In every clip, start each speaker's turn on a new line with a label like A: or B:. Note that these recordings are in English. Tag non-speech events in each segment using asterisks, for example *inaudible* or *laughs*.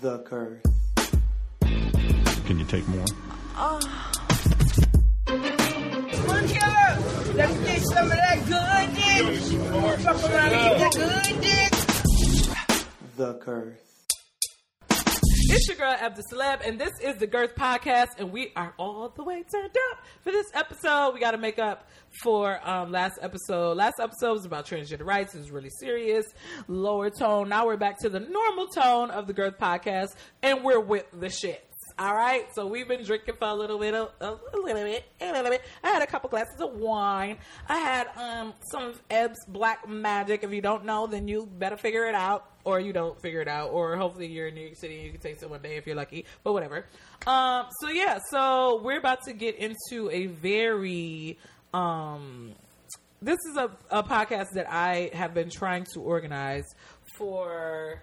A: the curse.
B: Can you take more?
C: Look here. Let me get some of that good dick. Fuck around and get that good dick.
A: The curse.
D: It's your girl Abda Celeb, and this is the Girth Podcast, and we are all the way turned up for this episode. We got to make up for um, last episode. Last episode was about transgender rights. It was really serious, lower tone. Now we're back to the normal tone of the Girth Podcast, and we're with the shits. All right, so we've been drinking for a little bit, a, a little bit, a little bit. I had a couple glasses of wine. I had um, some of Ebb's Black Magic. If you don't know, then you better figure it out or you don't figure it out, or hopefully you're in New York City and you can taste it one day if you're lucky, but whatever. Um, so yeah, so we're about to get into a very, um, this is a, a podcast that I have been trying to organize for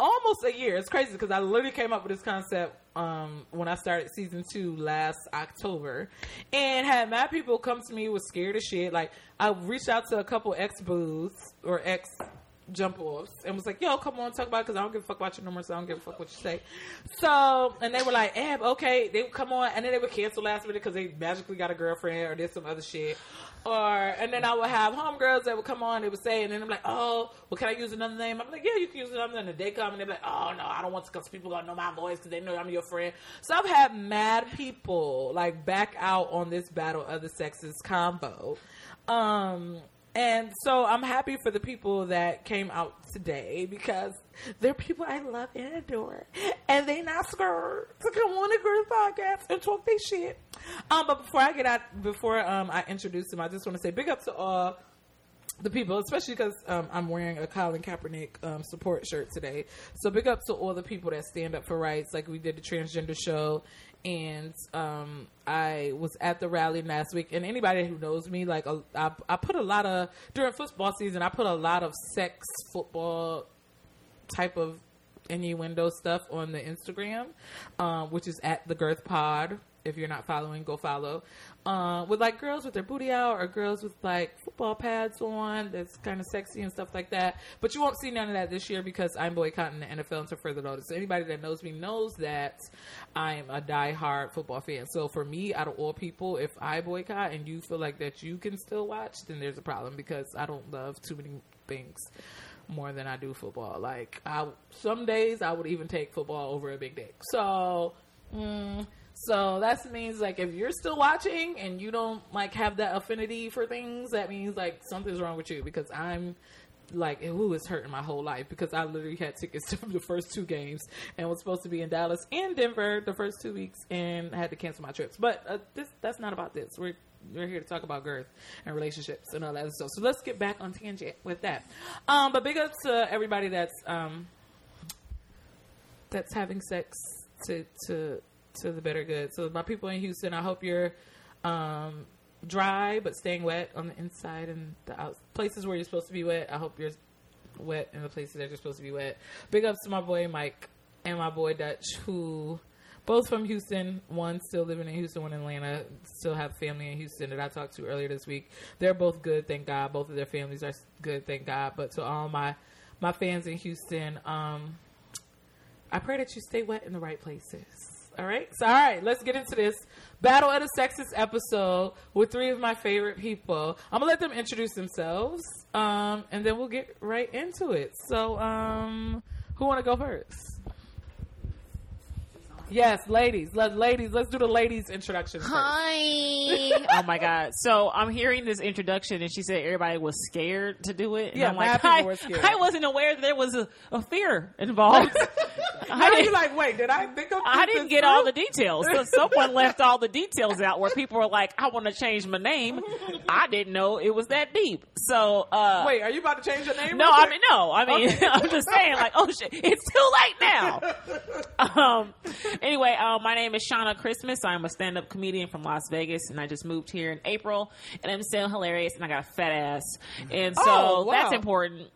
D: almost a year. It's crazy because I literally came up with this concept um, when I started season two last October, and had mad people come to me was scared of shit. Like I reached out to a couple ex booths or ex jump offs and was like, "Yo, come on, talk about it because I don't give a fuck about your number, so I don't give a fuck what you say." So, and they were like, "Ab, okay." They would come on, and then they would cancel last minute because they magically got a girlfriend or did some other shit. Or and then I would have homegirls that would come on, they would say, and then I'm like, "Oh, well, can I use another name?" I'm like, "Yeah, you can use another." name. And they come and they're like, "Oh no, I don't want to because people gonna know my voice because they know I'm your friend." So I've had mad people like back out on this battle of the sexes combo. Um, and so I'm happy for the people that came out today because they're people I love and adore. And they not scared to come on the Girls Podcast and talk their shit. Um, but before I get out, before um, I introduce them, I just want to say big up to all the people, especially because um, I'm wearing a Colin Kaepernick um, support shirt today. So big up to all the people that stand up for rights. Like we did the transgender show, and um, I was at the rally last week. And anybody who knows me, like a- I I put a lot of during football season, I put a lot of sex football type of innuendo stuff on the Instagram, um, which is at the Girth Pod. If you're not following, go follow. Uh, with like girls with their booty out or girls with like football pads on, that's kind of sexy and stuff like that. But you won't see none of that this year because I'm boycotting the NFL until further notice. So anybody that knows me knows that I'm a diehard football fan. So for me, out of all people, if I boycott and you feel like that you can still watch, then there's a problem because I don't love too many things more than I do football. Like I, some days I would even take football over a big dick. So, mm, so that means like if you're still watching and you don't like have that affinity for things, that means like something's wrong with you because I'm like who is hurting my whole life because I literally had tickets *laughs* to the first two games and was supposed to be in Dallas and Denver the first two weeks and had to cancel my trips. But uh, this that's not about this. We're we're here to talk about girth and relationships and all that other stuff. So let's get back on tangent with that. Um, but big up to everybody that's um, that's having sex to to to the better good. So my people in Houston, I hope you're um, dry but staying wet on the inside and the out places where you're supposed to be wet. I hope you're wet in the places that you're supposed to be wet. Big ups to my boy Mike and my boy Dutch who both from Houston, one still living in Houston, one in Atlanta, still have family in Houston that I talked to earlier this week. They're both good, thank God. Both of their families are good, thank God. But to all my my fans in Houston, um, I pray that you stay wet in the right places. All right. So, all right, let's get into this Battle of the Sexes episode with three of my favorite people. I'm going to let them introduce themselves um, and then we'll get right into it. So, um, who want to go first? Yes, ladies. Let, ladies, let's do the ladies introduction first. *laughs*
E: Hi. oh my god. So I'm hearing this introduction and she said everybody was scared to do it. And
D: Yeah,
E: I'm like,
D: mad people
E: I,
D: were scared.
E: I wasn't aware that there was a, a fear
D: *laughs*
E: involved. I,
D: Now
E: didn't,
D: you're like, wait, did I think of
E: I didn't get all the details. So someone left all the details out where people were like, I want to change my name. I didn't know it was that deep. So uh
D: Wait, are you about to change your name?
E: no,
D: real
E: I
D: quick?
E: mean no. I mean
D: Okay.
E: *laughs* I'm just saying like, oh shit, it's too late now. um anyway, uh, my name is Shauna Christmas. I'm a stand-up comedian from Las Vegas and I just moved here in April and I'm still hilarious and I got a fat ass. And so
D: Oh, wow.
E: that's important.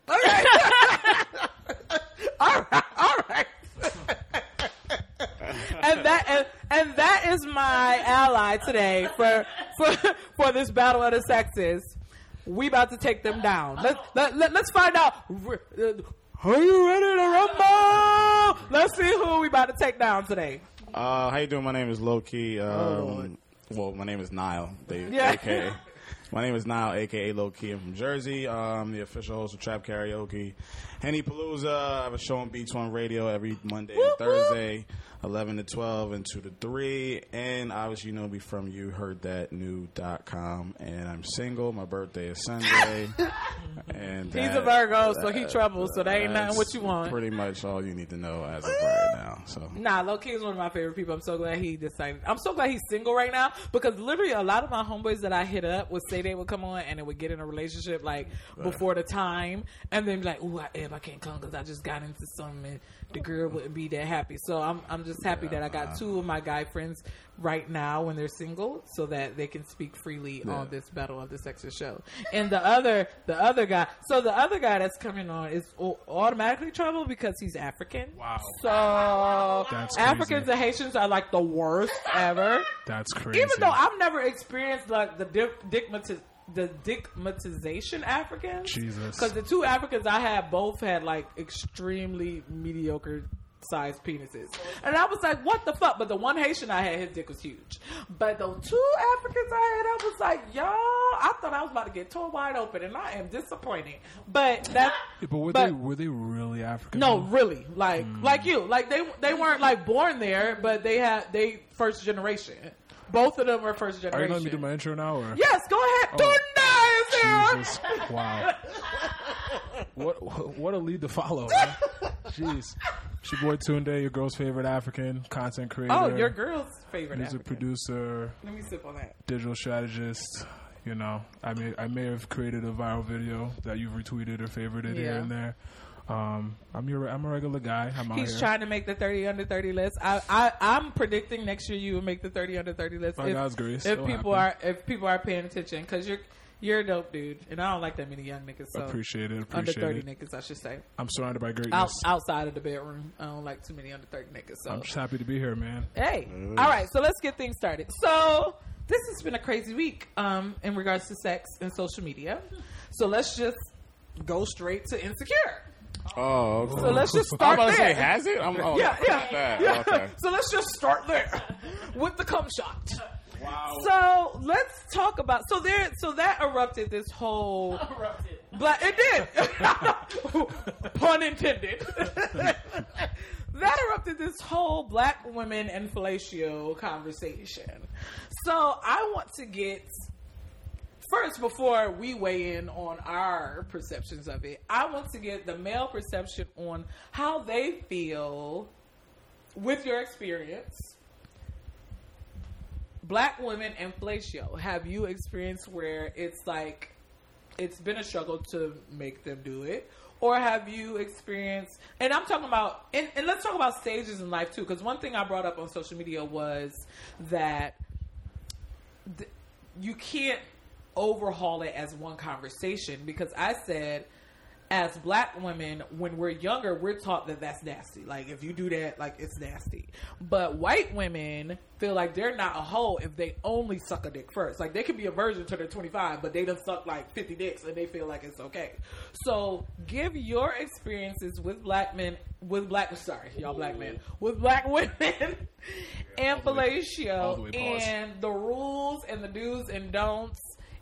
D: all right, all right. and that and, and that is my ally today for for for this battle of the sexes. We about to take them down. Let's let, let, let's find out r- uh, Are you ready to rumble? Let's see who we about to take down today.
F: Uh, how you doing? My name is Loki.
D: Oh, Lord.
F: Um, well, my name is Nile. They,
D: *laughs* Yeah.
F: AKA. My name is Nile, aka Low Key. I'm from Jersey. Um, the official host of Trap Karaoke, Henny Palooza. I have a show on Beats One Radio every Monday and
D: Whoop, whoop.
F: Thursday, eleven to twelve and two to three. And obviously, you know me from you heard that new.com. And I'm single. My birthday is Sunday.
D: *laughs*
F: and
D: He's a
F: that-
D: Virgo, so he trouble, so there ain't nothing
F: that's
D: what you want.
F: Pretty much all you need to know as of right now. So
D: Nah, Low Key is one of my favorite people. I'm so glad he decided. I'm so glad he's single right now because literally a lot of my homeboys that I hit up would say they would come on and they would get in a relationship like before the time and then be like, ooh, I, if I can't come because I just got into something and the girl wouldn't be that happy. So I'm, I'm just happy that I got two of my guy friends right now when they're single so that they can speak freely on this battle of the sexes show. And the other, the other guy, so the other guy that's coming on is au- automatically trouble because he's African.
G: Wow.
D: So
G: That's crazy.
D: Africans and Haitians are like the worst ever.
G: That's crazy.
D: Even though I've never experienced like the dip- digmatiz- the digmatization Africans.
G: Jesus.
D: Because the two Africans I had both had like extremely mediocre sized penises. And I was like, what the fuck? But the one Haitian I had, his dick was huge. But the two Africans I had, I was like, y'all, I thought I was about to get torn wide open and I am disappointed. But that
G: Yeah, but were they were they really African?
D: no, really, like
G: Mm.
D: like you, like they they weren't like born there, but they had they first generation. Both of them were first
G: Are you
D: generation.
G: letting me do my intro now? Or?
D: yes, go ahead.
G: Oh.
D: Tunda is
G: Jesus. Wow. What what what a lead to follow. Huh? Jeez. It's your boy Tunde, your girl's favorite African content creator.
D: Oh, your girl's favorite.
G: Music
D: African.
G: producer,
D: Let me sip on that.
G: digital strategist. You know, I mean, I may have created a viral video that you've retweeted or favorited here
D: Yeah.
G: and there. Um, I'm your I'm a regular guy. I'm out
D: He's
G: here.
D: trying to make the thirty under thirty list. I, I I'm predicting next year you will make the thirty under thirty list.
G: By God's grace,
D: if
G: it'll
D: people
G: happen.
D: are if people are paying attention, because you're you're a dope dude, and I don't like that many young niggas. So
G: appreciate it.
D: under
G: Appreciate
D: thirty
G: it.
D: niggas, I should say.
G: I'm surrounded by greatness.
D: Out, outside of the bedroom, I don't like too many under thirty niggas. So
G: I'm just happy to be here, man.
D: Hey.
F: Mm-hmm.
D: All right, so let's get things started. So this has been a crazy week um, in regards to sex and social media. So let's just go straight to insecure.
F: Oh, okay.
D: So let's just
F: *laughs* I'm
D: start
F: about to
D: there.
F: say, has it? I'm, oh,
D: yeah,
F: fuck
D: yeah, Oh,
F: that.
D: yeah.
F: Okay.
D: *laughs* So let's just start there *laughs* with the cum shot. Wow. So let's talk about so there so that erupted this *laughs* whole but it did. *laughs* Pun intended. that erupted this whole black women and fellatio conversation. So I want to get first before we weigh in on our perceptions of it. I want to get the male perception on how they feel with your experience. Black women and fellatio. Have you experienced where it's like it's been a struggle to make them do it or have you experienced and i'm talking about and, and let's talk about stages in life too because one thing i brought up on social media was that th- you can't overhaul it as one conversation because i said as black women when we're younger we're taught that that's nasty like if you do that like it's nasty but white women feel like they're not a hoe if they only suck a dick first like they can be a virgin till they're 25 but they done suck like 50 dicks and they feel like it's okay so give your experiences with black men with black sorry y'all black men with black women *laughs* and
G: all the way
D: fellatio
G: pause.
D: and the rules and the do's and don'ts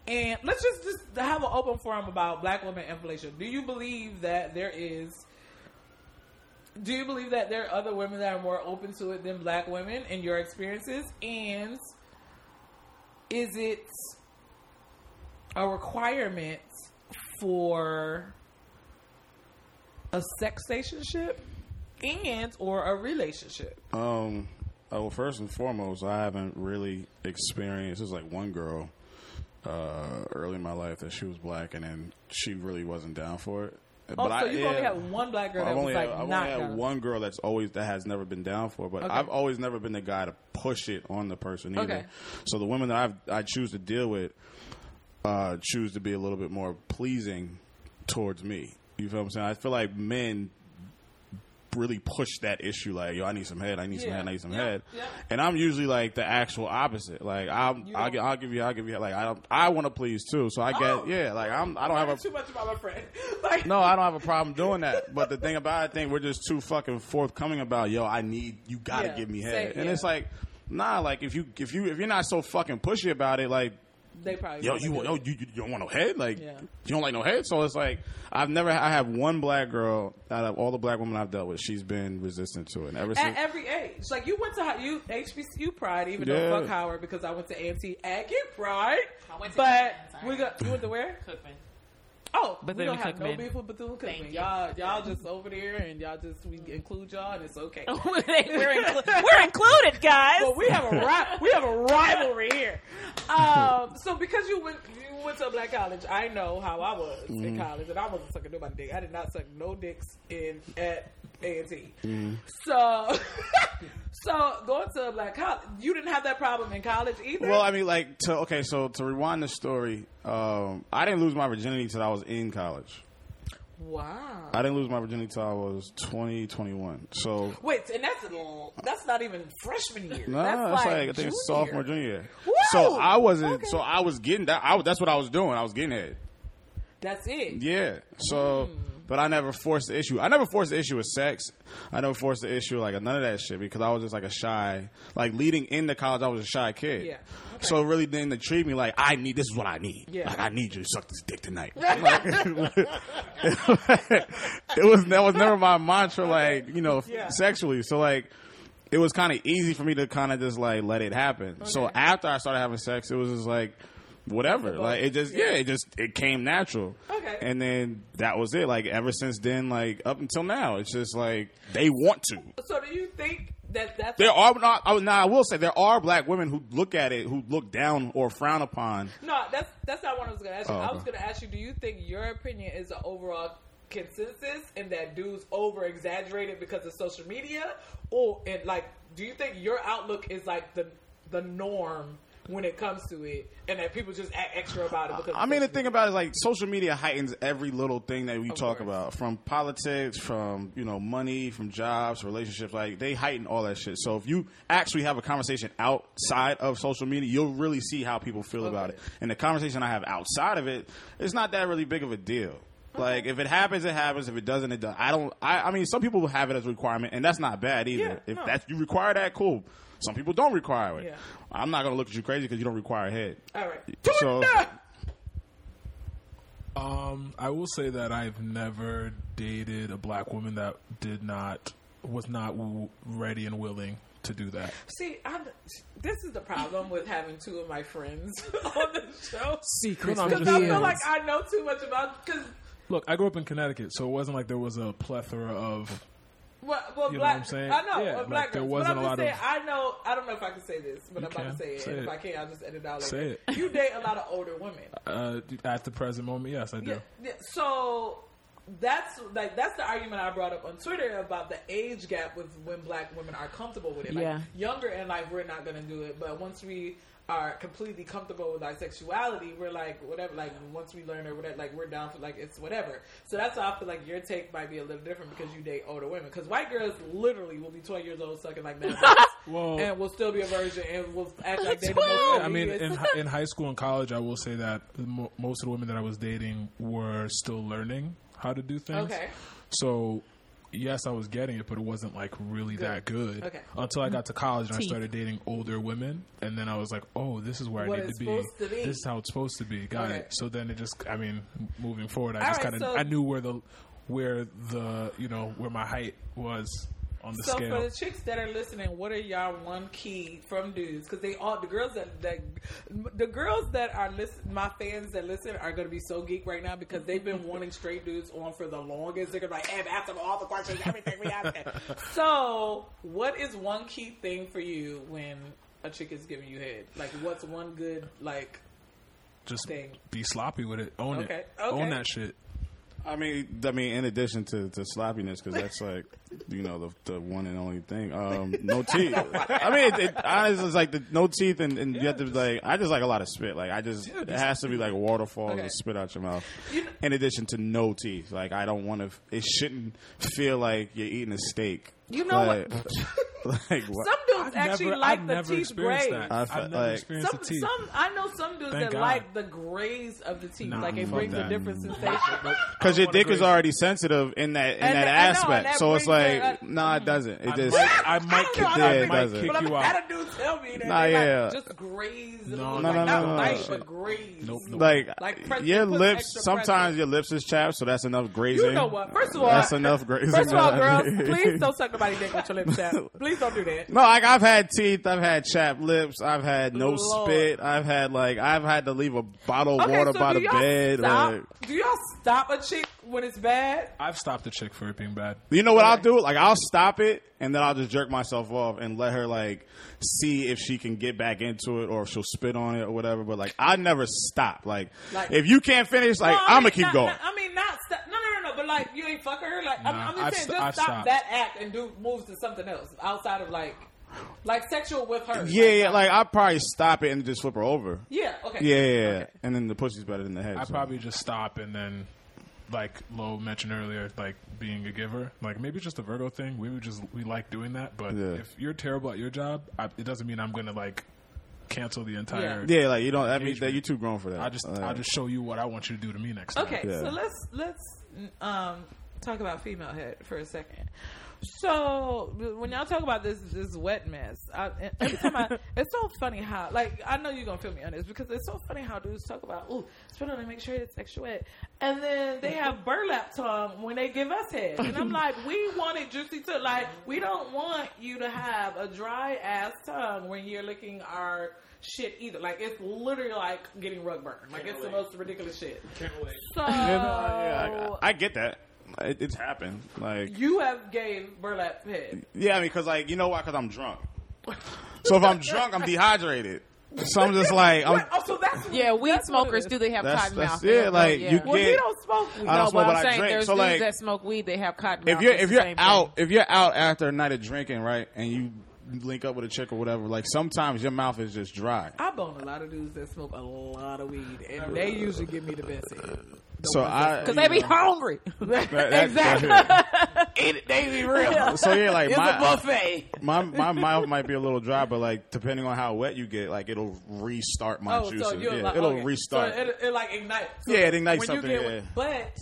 D: and let's just, just have an open forum about black women and fellatio. Do you believe that there is? Do you believe that there are other women that are more open to it than black women in your experiences? And is it a requirement for a sex stationship and or a relationship?
F: Um, uh, well, first and foremost, I haven't really experienced. There's like one girl uh, early in my life that she was black, and then she really wasn't down for it.
D: Oh, so you've only
F: yeah.
D: had one black girl
F: I've
D: that was
F: only
D: like
F: had, I've
D: not
F: only had
D: down.
F: one girl that's always that has never been down for, it, but
D: Okay.
F: I've always never been the guy to push it on the person either.
D: Okay.
F: So the women that I've, I choose to deal with uh, choose to be a little bit more pleasing towards me. You feel what I'm saying? I feel like men really push that issue like yo I need some head I need some
D: Yeah.
F: head I need some
D: Yeah.
F: head
D: Yeah.
F: and I'm usually like the actual opposite like I'm I'll,
D: don't-
F: gi- I'll give you I'll give you like I don't, I want to please too so I get
D: Oh.
F: yeah like I'm I don't have a
D: too much about my friend. *laughs* Like,
F: no, I don't have a problem doing that. But the thing about it, I think we're just too fucking forthcoming about yo. I need you. Got to
D: Yeah,
F: give me
D: say-
F: head. and
D: yeah.
F: it's like, nah. Like if you if you if you're not so fucking pushy about it, like
D: they probably
F: yo
D: wouldn't
F: you
D: do
F: yo
D: it.
F: you, you don't want no head. Like
D: Yeah.
F: you don't like no head. So it's like I've never. I have one black girl out of all the black women I've dealt with. She's been resistant to it and ever
D: at
F: since.
D: every age. Like you went to hi- you HBCU Pride, even
F: Yeah.
D: though fuck Howard because I went to AMT Agate Pride.
E: I went to
D: but
E: Cookman, sorry.
D: we got you went to where?
E: Cookman.
D: Oh, we
E: Bethune
D: don't have no
E: Cookman.
D: beef with Bethune Cookman.
E: you.
D: Y'all, y'all just over there and y'all just we include y'all and it's okay.
E: *laughs* Oh. we're, inclu- we're included, guys.
D: But we have
F: *laughs*
D: a ri- we have a rivalry here. Um, so because you went you went to a black college, I know how I was
F: Mm-hmm.
D: in college, and I wasn't sucking nobody's dick. I did not suck no dicks in at A and T.
F: Mm-hmm.
D: So *laughs* so going to a black college, you didn't have that problem in college either.
F: Well, I mean, like to okay. So to rewind the story, um, I didn't lose my virginity until I was in college.
D: wow.
F: I didn't lose my virginity until I was twenty twenty one. So
D: Wait, and that's a little- that's not even freshman year.
F: No,
D: that's,
F: that's
D: like,
F: like, I think it's sophomore junior. year.
D: Woo!
F: So I wasn't.
D: Okay.
F: So I was getting that. I, was- that's what I was doing. I was getting it.
D: That's it.
F: Yeah. So,
D: Hmm.
F: but I never forced the issue. I never forced the issue with sex. I never forced the issue like none of that shit because I was just like a shy. Like leading into college, I was a shy kid.
D: Yeah. Okay.
F: So it really didn't treat me like I need. This is what I need.
D: Yeah.
F: Like I need you to suck this
D: *laughs*
F: dick tonight. Like, *laughs* it was that was never my mantra. Like you know,
D: Yeah.
F: sexually. So like it was kind of easy for me to kind of just like let it happen. So after I started having sex, it was just like whatever. Like it just yeah, it just it came natural.
D: Okay.
F: And then that was it. Like ever since then, like up until now, it's just like they want to.
D: So do you think that that's
F: There are not. I, now I will say there are black women who look at it, who look down or frown upon.
D: No, that's that's not what I was gonna ask you.
F: Oh,
D: I was
F: okay.
D: gonna ask you, do you think your opinion is the overall consensus and that dudes over exaggerated because of social media? Or and like do you think your outlook is like the the norm when it comes to it and that people just act extra about it because
F: I
D: of
F: mean, the
D: social
F: thing about it is like social media heightens every little thing that we talk
D: course.
F: about, from politics, from you know money, from jobs, relationships. Like they heighten all that shit. So if you actually have a conversation outside of social media, you'll really see how people feel about it. And the conversation I have outside of it, it's not that really big of a deal. Like if it happens, it happens. If it doesn't, it doesn't. I don't. I, I mean, some people have it as a requirement, and that's not bad either.
D: Yeah,
F: if
D: no.
F: that's you require that, cool. Some people don't require it.
D: Yeah.
F: I'm not gonna look at you crazy because you don't require a head.
D: All right.
F: So-
D: Tuna!
G: Um, I will say that I've never dated a black woman that did not was not w- ready and willing to do that.
D: See, I'm, this is the problem with having two of my friends *laughs* on the show.
G: Secret
D: Because I feel like I know too much about. Because
G: Look, I grew up in Connecticut, so it wasn't like there was a plethora of
D: Well, well
G: You know
D: black,
G: what I'm saying?
D: I know,
G: Yeah,
D: well,
G: like,
D: black
G: there
D: girls. but
G: wasn't a
D: I'm just
G: lot
D: saying,
G: of-
D: I know, I don't know if I can say this, but
G: You
D: I'm about
G: can.
D: to say it.
G: Say
D: and If
G: it.
D: I can, I'll just edit it out later.
G: Say it.
D: You date a lot of older women.
G: uh, at the present moment. Yes, I do.
D: Yeah. yeah. So that's like that's the argument I brought up on Twitter about the age gap with when black women are comfortable with it. Like
E: Yeah.
D: younger in life we're not gonna do it, but once we are completely comfortable with our sexuality, we're like whatever like once we learn or whatever like we're down for like it's whatever. So that's why I feel like your take might be a little different because you date older women. Because white girls literally will be twelve years old sucking like that.
G: Well-
D: and will still be a virgin and will act like they the
G: Yeah,
D: most
G: I mean,
D: obedient. *laughs*
G: in, hi- in high school and college, I will say that mo- most of the women that I was dating were still learning how to do things.
D: Okay.
G: So, yes, I was getting it, but it wasn't like really that good
D: Okay.
G: until I got to college and I
E: Teeth.
G: started dating older women, and then I was like, oh, this is where
D: What
G: I need
D: it's
G: to be.
D: supposed to be.
G: This is how it's supposed to be. Got
D: Okay.
G: it. So then it just, I mean, m- moving forward, I
D: All
G: just
D: right,
G: kind of
D: so-
G: I knew where the where the you know where my height was on the
D: So
G: scale.
D: for the chicks that are listening, what are y'all one key from dudes? Because they all the girls that, that the girls that are listen, my fans that listen are going to be so geek right now because they've been wanting straight dudes on for the longest. They're going to be like, "Hey, answer all the questions, everything we asking."
G: *laughs*
D: so, what is one key thing for you when a chick is giving you head? Like, what's one good like?
G: just
D: thing.
G: be sloppy with it. Own
D: Okay,
G: it.
D: okay.
G: Own that shit.
F: I mean, I mean, in addition to, to sloppiness, because that's like, you know, the, the one and only thing. Um, no teeth. I mean, it, it, honestly, it's like the no teeth, and, and you have to be like. I just like a lot of spit. Like I just, it has to be like a waterfall
D: Okay.
F: of spit out your mouth. In addition to no teeth, like I don't want to. It shouldn't feel like you're eating a steak.
D: You know what-
F: what? like *laughs* what?
D: Some dudes actually like
G: I've
D: the
G: never
D: teeth
G: experienced
D: gray.
G: that.
F: I
G: I've
F: felt
G: never
F: like-
G: experienced
D: Some,
G: the teeth.
D: some I know some dudes
G: Thank
D: that
G: God.
D: like the grays of the teeth.
G: Nah,
D: like it
G: fuck
D: brings a
G: that.
D: different sensation.
F: Because your
G: wanna
F: dick is
G: agree.
F: already sensitive in that in
D: And
F: that
D: that- I know,
F: aspect.
D: and that
F: so it's
D: brings uh, mm-hmm. it
F: like,
D: up.
F: nah, it doesn't. It
G: I
F: just
G: might, I might
D: *laughs*
G: kick,
D: I
F: know,
G: I
F: it
G: might
F: doesn't.
G: kick
D: But I'm
G: you
D: like,
G: out.
D: had a dude tell me that
F: Nah,
D: they
F: yeah.
D: like just graze.
G: No,
D: like,
G: no,
F: no,
D: not
F: no, no,
D: light,
F: shit.
D: but graze.
G: Nope, nope.
F: like, uh,
D: Like, press-
F: your
D: it puts
F: lips.
D: extra
F: Sometimes
D: pressure.
F: your lips is chapped, so that's enough grazing.
D: You know what? First of all,
F: that's enough grazing.
D: First of all, girls,
F: I mean.
D: please don't suck nobody's dick with your lips
G: *laughs*
D: out. Please don't do that.
F: *laughs* No, like I've had teeth, I've had chapped lips, I've had no
D: Lord.
F: spit, I've had like I've had to leave a bottle of
D: Okay,
F: water
D: so
F: by
D: do
F: the
D: y'all
F: bed.
D: Stop,
F: Like,
D: Do y'all stop a chick when it's bad?
G: I've stopped a chick for it being bad.
F: you know what I'll do? Like I'll stop it and then I'll just jerk myself off and let her like see if she can get back into it or if she'll spit on it or whatever. But like I never stop. Like,
D: Like-
F: if you can't finish, like
D: No, I
F: I'm gonna
D: mean,
F: keep
D: not-
F: going.
D: not- I mean, not stop. No, no, no, no. But like, you ain't fucking her. Like, I'm,
G: Nah,
D: I'm just
G: I've
D: saying,
G: st-
D: just
G: I've
D: stop
G: stopped.
D: that act and do moves to something else outside of like, like sexual with her.
F: yeah, yeah, like I'll probably stop it and just flip her over.
D: yeah. Okay.
F: Yeah, yeah, yeah.
D: Okay.
F: and then the pussy's better than the head.
G: I
F: so.
G: probably just stop and then, like Lo mentioned earlier, like being a giver. Like maybe it's just a Virgo thing. We would just we like doing that. But
F: Yeah.
G: if you're terrible at your job, I, it doesn't mean I'm gonna like cancel the entire.
F: yeah, like you don't. I mean,
G: Engagement.
F: that you're too grown for that.
G: I just
F: Like-
G: I just show you what I want you to do to me next time.
D: Okay,
F: Yeah.
D: so let's let's um, talk about female head for a second. So when y'all talk about this this wet mess, I, every time I, it's so funny how like I know you're gonna feel me on this because it's so funny how dudes talk about ooh spit on and make sure it's extra wet, and then they have burlap tongue when they give us head, and I'm like we want it juicy too. Like we don't want you to have a dry ass tongue when you're licking our shit either. Like it's literally like getting rug burn. Like it's the most ridiculous shit. So
F: Yeah, no,
D: Uh,
F: yeah, I, I get that. It, it's happened. Like,
D: you have gave burlap head.
F: yeah, I mean, because like, you know why? Because I'm *laughs* drunk. So if I'm drunk, I'm dehydrated. So I'm just like, I'm,
D: Wait, oh, so that's
E: Yeah, weed
D: that's what it
E: smokers
D: is.
E: do. They have
F: That's-
E: cotton
F: that's
E: mouth.
F: it,
E: They have-
F: like,
E: yeah.
F: you
D: Well,
F: get-
D: we don't smoke weed.
F: I
E: no,
F: don't
E: but
F: smoke, but I
E: I'm saying
F: drink.
E: there's
F: So,
E: dudes
F: like,
E: that smoke weed. They have cotton
F: if
E: mouth.
F: you're
E: It's
F: if
E: the
F: you're
E: same thing.
F: out if you're out after a night of drinking, right, and you link up with a chick or whatever, like sometimes your mouth is just dry.
D: I bone a lot of dudes that smoke a lot of weed, and they usually give me the best head.
F: So I
E: because they be hungry. *laughs*
F: exactly.
D: *laughs* They be real.
F: so yeah, like my
D: buffet.
F: *laughs* my my mouth might be a little dry, but like depending on how wet you get, like it'll restart my
D: Oh,
F: juices.
D: so you
F: yeah,
D: like,
F: it'll
D: okay.
F: restart.
D: So it, it like ignites. So
F: Yeah, it ignites
D: when
F: something,
D: You get,
F: yeah.
D: But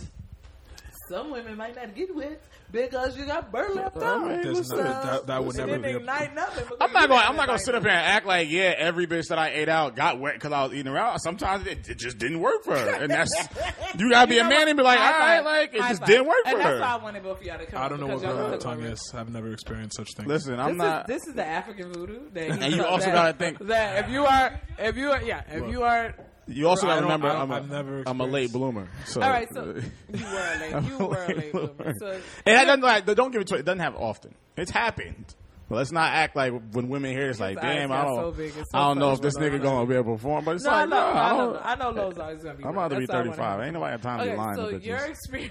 D: some women might not get wet because you got burlap tongue.
F: Alright,
G: There's
F: listen.
G: no- that, that would
D: And
G: never
D: then
G: be. A,
D: ignite nothing. because
F: I'm
D: you
F: not going.
D: got
F: I'm not going
D: like-
F: to sit up here and act like yeah, every bitch that I ate out got wet because I was eating her out. Sometimes it, it just didn't work for her, and that's
D: *laughs*
F: you gotta be
D: You
F: a
D: know
F: man
D: what?
F: and be like, all
D: High
F: right,
D: five.
F: like it
D: High
F: just
D: five.
F: didn't work
D: and
F: for
D: that's why
F: her.
D: I wanted both of y'all to come.
G: I don't know
D: because
G: what
D: y'all
G: burlap
D: took
G: tongue
D: over.
G: is. I've never experienced such things.
F: Listen, I'm
D: this
F: not.
D: Is, this is the African voodoo. That
F: And you also
D: that-
F: gotta think-
D: that if you are, if you are, yeah, if
F: Look.
D: you are.
F: you also
G: I
F: gotta
G: don't-
F: remember,
G: I don't-
F: I'm a,
G: I've never
F: I'm a late
G: experienced-
F: bloomer. So,
D: All right,
F: *laughs*
D: so you were a late. *laughs* You were a late bloomer. So
F: and I don't like. Don't give it to. It doesn't have often. It's happened. But let's not act like when women hear this,
D: His
F: like,
D: eyes
F: damn,
D: got
F: I don't,
D: so big, it's so
F: I don't know if
D: funny
F: this
D: when
F: nigga
D: I-
F: gonna be able to perform. But it's
D: no, I
F: like,
D: know,
F: nah, I
D: I
F: don't,
D: know, I know, Lowe's always gonna be.
F: I'm
D: wet.
F: about to be
D: That's all I wanna
F: 35.
D: know.
F: Ain't nobody got time to
D: Okay,
F: be lying.
D: so
F: to bitches.
D: your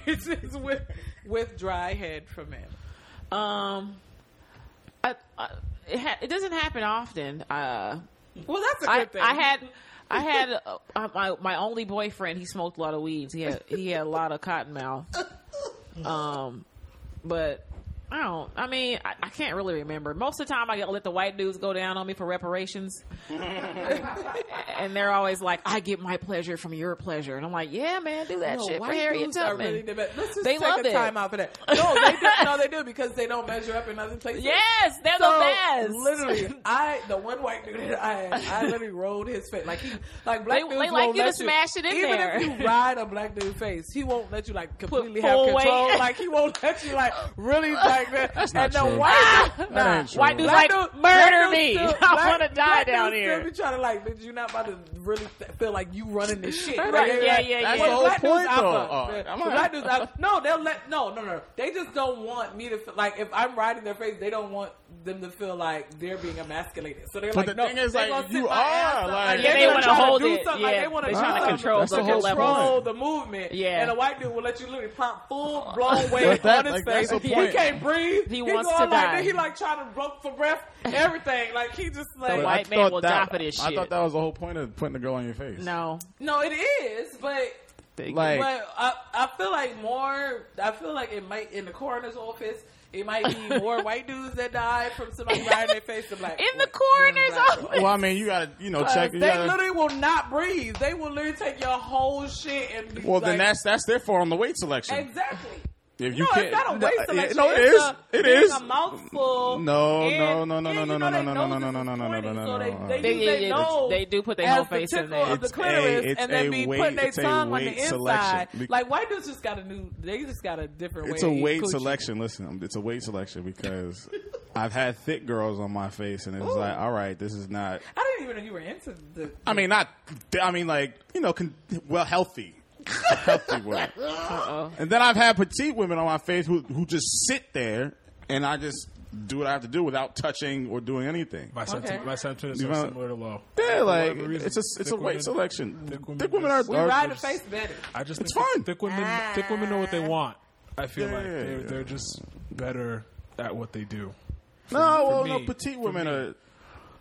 D: *laughs* experiences with with dry head for men.
E: Um, I, I, uh, it, ha- it doesn't happen often. Uh,
D: Well, that's a good
E: I,
D: thing.
E: I had. I had uh, uh, my my only boyfriend. He smoked a lot of weeds. He had he had a lot of cotton mouth. Um, but I don't. I mean, I, I can't really remember. Most of the time, I get- let the white dudes go down on me
D: *laughs*
E: for reparations, and they're always like, "I get my pleasure from your pleasure," and I'm like, "Yeah, man, do that
D: No,
E: shit for
D: white
E: Harriet
D: dudes are
E: Tubman."
D: really the best. Let's just
E: They
D: take
E: love
D: a
E: it.
D: time out for
E: *laughs*
D: that. No, they do. No, they do because they don't measure up in other places.
E: yes, they're
D: So,
E: the best. *laughs*
D: Literally, I the one white dude that I had, I literally rolled his face like he like black
E: They-
D: dudes
E: they like
D: won't
E: you to
D: let
E: smash it in
D: even
E: there.
D: if
E: *laughs*
D: you ride a black dude face, he won't let you like completely have
E: full
D: control.
E: weight.
D: Like he won't let you like really
E: *laughs*
D: like that. That's and
F: not
D: the
F: true.
E: Ah!
D: white dude-
F: That ain't true.
E: White dude's
D: black
E: like,
D: dude- black
E: murder
D: dude
E: me.
D: still-
E: *laughs* I
D: black-
E: want to die
D: black dude
E: down
D: still
E: here.
D: Be trying to like, bitch, you're not about to really th- feel like you running this shit.
E: Right,
D: Like,
E: yeah,
D: like,
E: yeah,
D: that's
E: yeah.
D: the whole point,
F: though.
D: The,
F: Oh, I'm
D: the
F: like-
D: black dudes out. No, they'll let. No, no, no. They just don't want me to feel, like if I'm riding their face, they don't want them to feel like they're being emasculated. So they're
F: But
D: like,
F: the
D: no,
F: thing is,
D: they're
F: like,
D: gonna sit
F: you
D: my
F: are,
D: ass up.
E: Yeah,
F: like-
D: they're
E: they
D: gonna
E: wanna
D: try
E: hold
D: do
E: it.
D: something. Like,
E: Yeah,
D: they want
E: they
D: to
E: tryna control
F: That's the
D: control
F: whole
D: control
F: point.
D: the movement.
E: Yeah.
D: and a white dude will let you literally pop
F: *laughs*
D: full blown
F: But
D: weight on
F: that-
D: his
F: like,
D: face.
F: that's the
D: He
F: point.
D: can't breathe.
E: He wants
D: going
E: to
D: like,
E: die.
D: He like trying to rope for breath. Everything. Like he just like
E: white-
F: I
E: man
F: thought
E: will die
F: that-
E: for this
F: I
E: shit.
F: thought that was the whole point of putting the girl on your face.
E: No,
D: no, it is, but
F: Like,
D: But I, I feel like more. I feel like it might in the coroner's office. It might be
E: *laughs*
D: more white dudes that die from somebody riding their face than black.
E: in the
D: boys.
E: coroner's
D: Black
E: office.
F: well, I mean, you gotta, you know,
D: boys.
F: check.
D: Uh, they
F: You gotta,
D: literally will not breathe. They will literally take your whole shit and be
F: well, then
D: like-
F: that's that's their fault on the weight selection.
D: exactly.
F: If you
D: no,
F: can't,
D: it's not a
F: no,
D: waste
F: yeah,
D: selection.
F: No, it
D: It's
F: is.
D: A,
F: It
D: it's
F: is.
D: A mouthful.
F: No,
D: and-
F: no, no, no,
D: and
F: no,
D: you know
F: no, no,
D: they
F: no, no,
D: noses
F: no, no,
D: is
F: no, no,
D: pointy,
F: no, no,
D: so
F: no,
D: they-
F: no, no.
D: they
E: They-
D: use
E: yeah,
D: their
E: yeah,
D: nose
E: they do put their
D: as
E: whole face
D: the
E: in
D: tickle
E: there.
D: of the
F: It's a-
D: clitoris,
F: it's
D: and then
F: a
D: be
F: weight-
D: putting their
F: it's a
D: tongue on the
F: weight
D: inside.
F: selection. Be-
D: Like white dudes just got a new. They just got a different.
F: It's a
D: way to eat
F: weight
D: coochie.
F: selection. Listen, um, it's a weight selection
G: *laughs*
F: because I've had thick girls on my face, and it's like, all right, this is not.
D: I didn't even know you were into the.
F: I mean, not. I mean, like you know, con- well, healthy, healthy
G: *laughs*
F: women.
E: Uh-oh.
F: And then I've had petite women on my face who who just sit there, and I just do what I have to do without touching or doing anything.
G: My
D: Okay.
G: sentiment, my sentiment is
F: You
G: so
F: know-
G: similar to low.
F: Yeah,
G: For
F: like
G: whatever reason,
F: it's a it's
G: thick
F: a weight
G: women-
F: selection.
G: thick
F: Thick
G: women
F: women,
G: just-
F: are
D: We
F: are
D: ride the
F: just-
D: face better.
G: I just
F: It's
G: think
F: fine.
G: Thick women, thick women know what
E: Ah.
G: they want. I feel like
F: Yeah.
G: they're, they're just better at what they do.
F: No, well,
G: me,
F: no.
G: for
F: Petite women
G: me.
F: are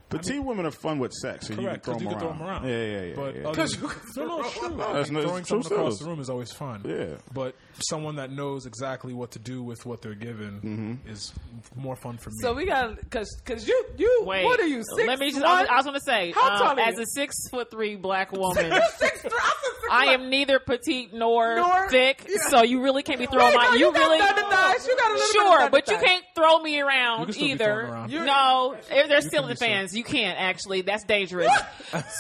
F: petite women are fun with sex, so
G: Correct,
F: you can
G: 'cause
F: throw them
G: you can
F: around.
G: throw 'em around.
F: Yeah, yeah, yeah.
G: But
F: yeah.
G: others, *laughs* no, no, it's true. Like,
F: no, it's true
G: throwing someone across
F: sales.
G: the room is always fun.
F: Yeah.
G: but someone that knows exactly what to do with what they're given
F: Mm-hmm.
G: is more fun for me.
D: So we got because because you you
E: Wait,
D: what are you six?
E: let me just. I
D: one?
E: was, I was going to say,
D: How
E: um,
D: tall are
E: as
D: you?
E: a six foot three black woman,
D: *laughs* six, three, I'm a
E: *laughs*
D: six
E: I am neither petite nor,
D: Nor-
E: thick,
D: yeah.
E: so you really can't be throwing
D: Wait,
E: my.
D: no, you got
E: really
D: thunder thighs. You got a little bit of
E: sure,
D: thunder
E: but you
D: thighs.
E: can't throw me
G: You
E: around
G: can still be thrown
E: either.
G: around.
D: You're-
E: No, if they're still
G: can
E: in
G: be
E: the fans, you can't
D: *laughs*
E: actually. That's dangerous.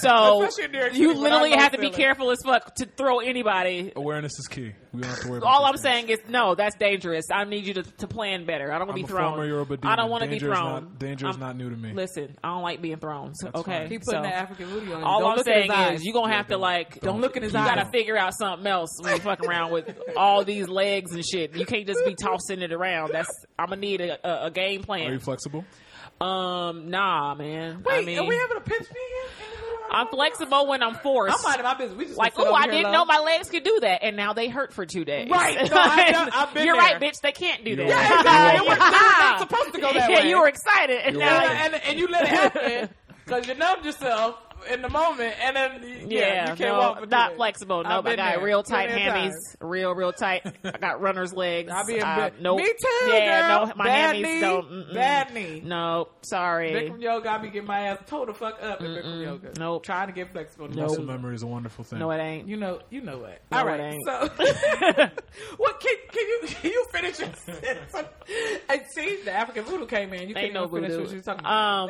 E: so
D: Especially in New York City,
E: you
D: when I
E: literally
D: know
E: have to be
D: feelings.
E: careful as fuck to throw anybody.
G: Awareness is key. We don't have to worry. About
E: All
G: these
E: I'm
G: things.
E: saying is no, that's dangerous. I need you to, to plan better. I don't want to
G: I'm a
E: be thrown.
G: former Yoruba
E: I don't
G: demon.
E: want to be
G: Danger is
E: thrown.
G: not- danger is
E: I'm-
G: not new to me.
E: Listen, I don't like being thrown. So,
G: That's
E: okay,
G: fine.
D: He putting
E: so-
D: that African booty on. him.
E: all
D: Don't
E: I'm
D: look at his
E: saying
D: eyes.
E: is you're gonna have to like
D: Don't look in his
E: you
D: eyes.
E: gotta figure out something else when you fuck around with all these legs and shit. You can't just be tossing it around. That's I'm gonna need a, a, a game
G: Are you
E: plan.
G: flexible?
E: Um, nah, man.
D: Wait,
E: I mean,
D: are we having a pinch meeting?
E: I'm flexible when I'm forced.
D: I'm minding my business. We just
E: like,
D: gonna sit
E: oh,
D: over
E: I
D: here,
E: didn't
D: love.
E: know my legs could do that, and now they hurt for two days. *laughs*
D: Right. No, I know. I've been
E: You're
D: there.
E: right, bitch. They can't do that. *laughs*
D: Yeah, exactly. It was- that was not supposed to go that
E: yeah,
D: way.
E: you were excited, *laughs* and now
D: Yeah, and, and you let it
E: *laughs*
D: happen because you numbed yourself in the moment, and then y- yeah,
E: Yeah,
D: you can't
E: no,
D: walk. for two
E: not
D: days.
E: flexible.
D: I've
E: No, but I
D: been
E: got
D: there
E: real tight
D: plenty of
E: hammies,
D: times.
E: real real tight. I got
D: *laughs*
E: runner's legs.
D: I be in
E: Uh,
D: bed.
E: nope.
D: Me too.
E: Yeah,
D: girl.
E: no, my
D: bad
E: hammies
D: knee,
E: don't. mm-mm.
D: Bad knee.
E: Nope, sorry.
D: Bikram yoga got me getting my ass toe the fuck up in Bikram yoga.
E: Nope.
D: trying to get flexible.
G: Muscle memory is a wonderful thing.
E: No, it ain't.
D: You know, you know what?
E: No,
D: All
E: it
D: right.
E: ain't. *laughs*
D: So, *laughs* what can, can you can you finish your sentence? And see, the African voodoo came in. You can't
E: Ain't no
D: even finish
E: voodoo.
D: what you're talking about.
E: Um,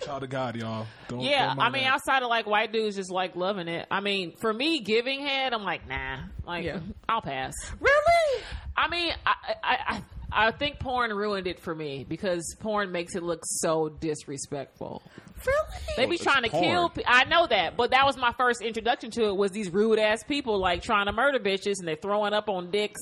G: Child of God, y'all. Don't,
F: Oh,
E: yeah,
G: don't mind
E: I mean,
G: that.
E: outside of like white dudes just like loving it. I mean, for me, giving head, I'm like, nah, like
D: Yeah.
E: I'll pass.
D: really?
E: I mean, I, I, I, I think porn ruined it for me because porn makes it look so disrespectful. They be
F: it's
E: trying to
F: porn.
E: kill. Pe- I know that, but that was my first introduction to it. Was these rude ass people like trying to murder bitches and they're throwing up on dicks,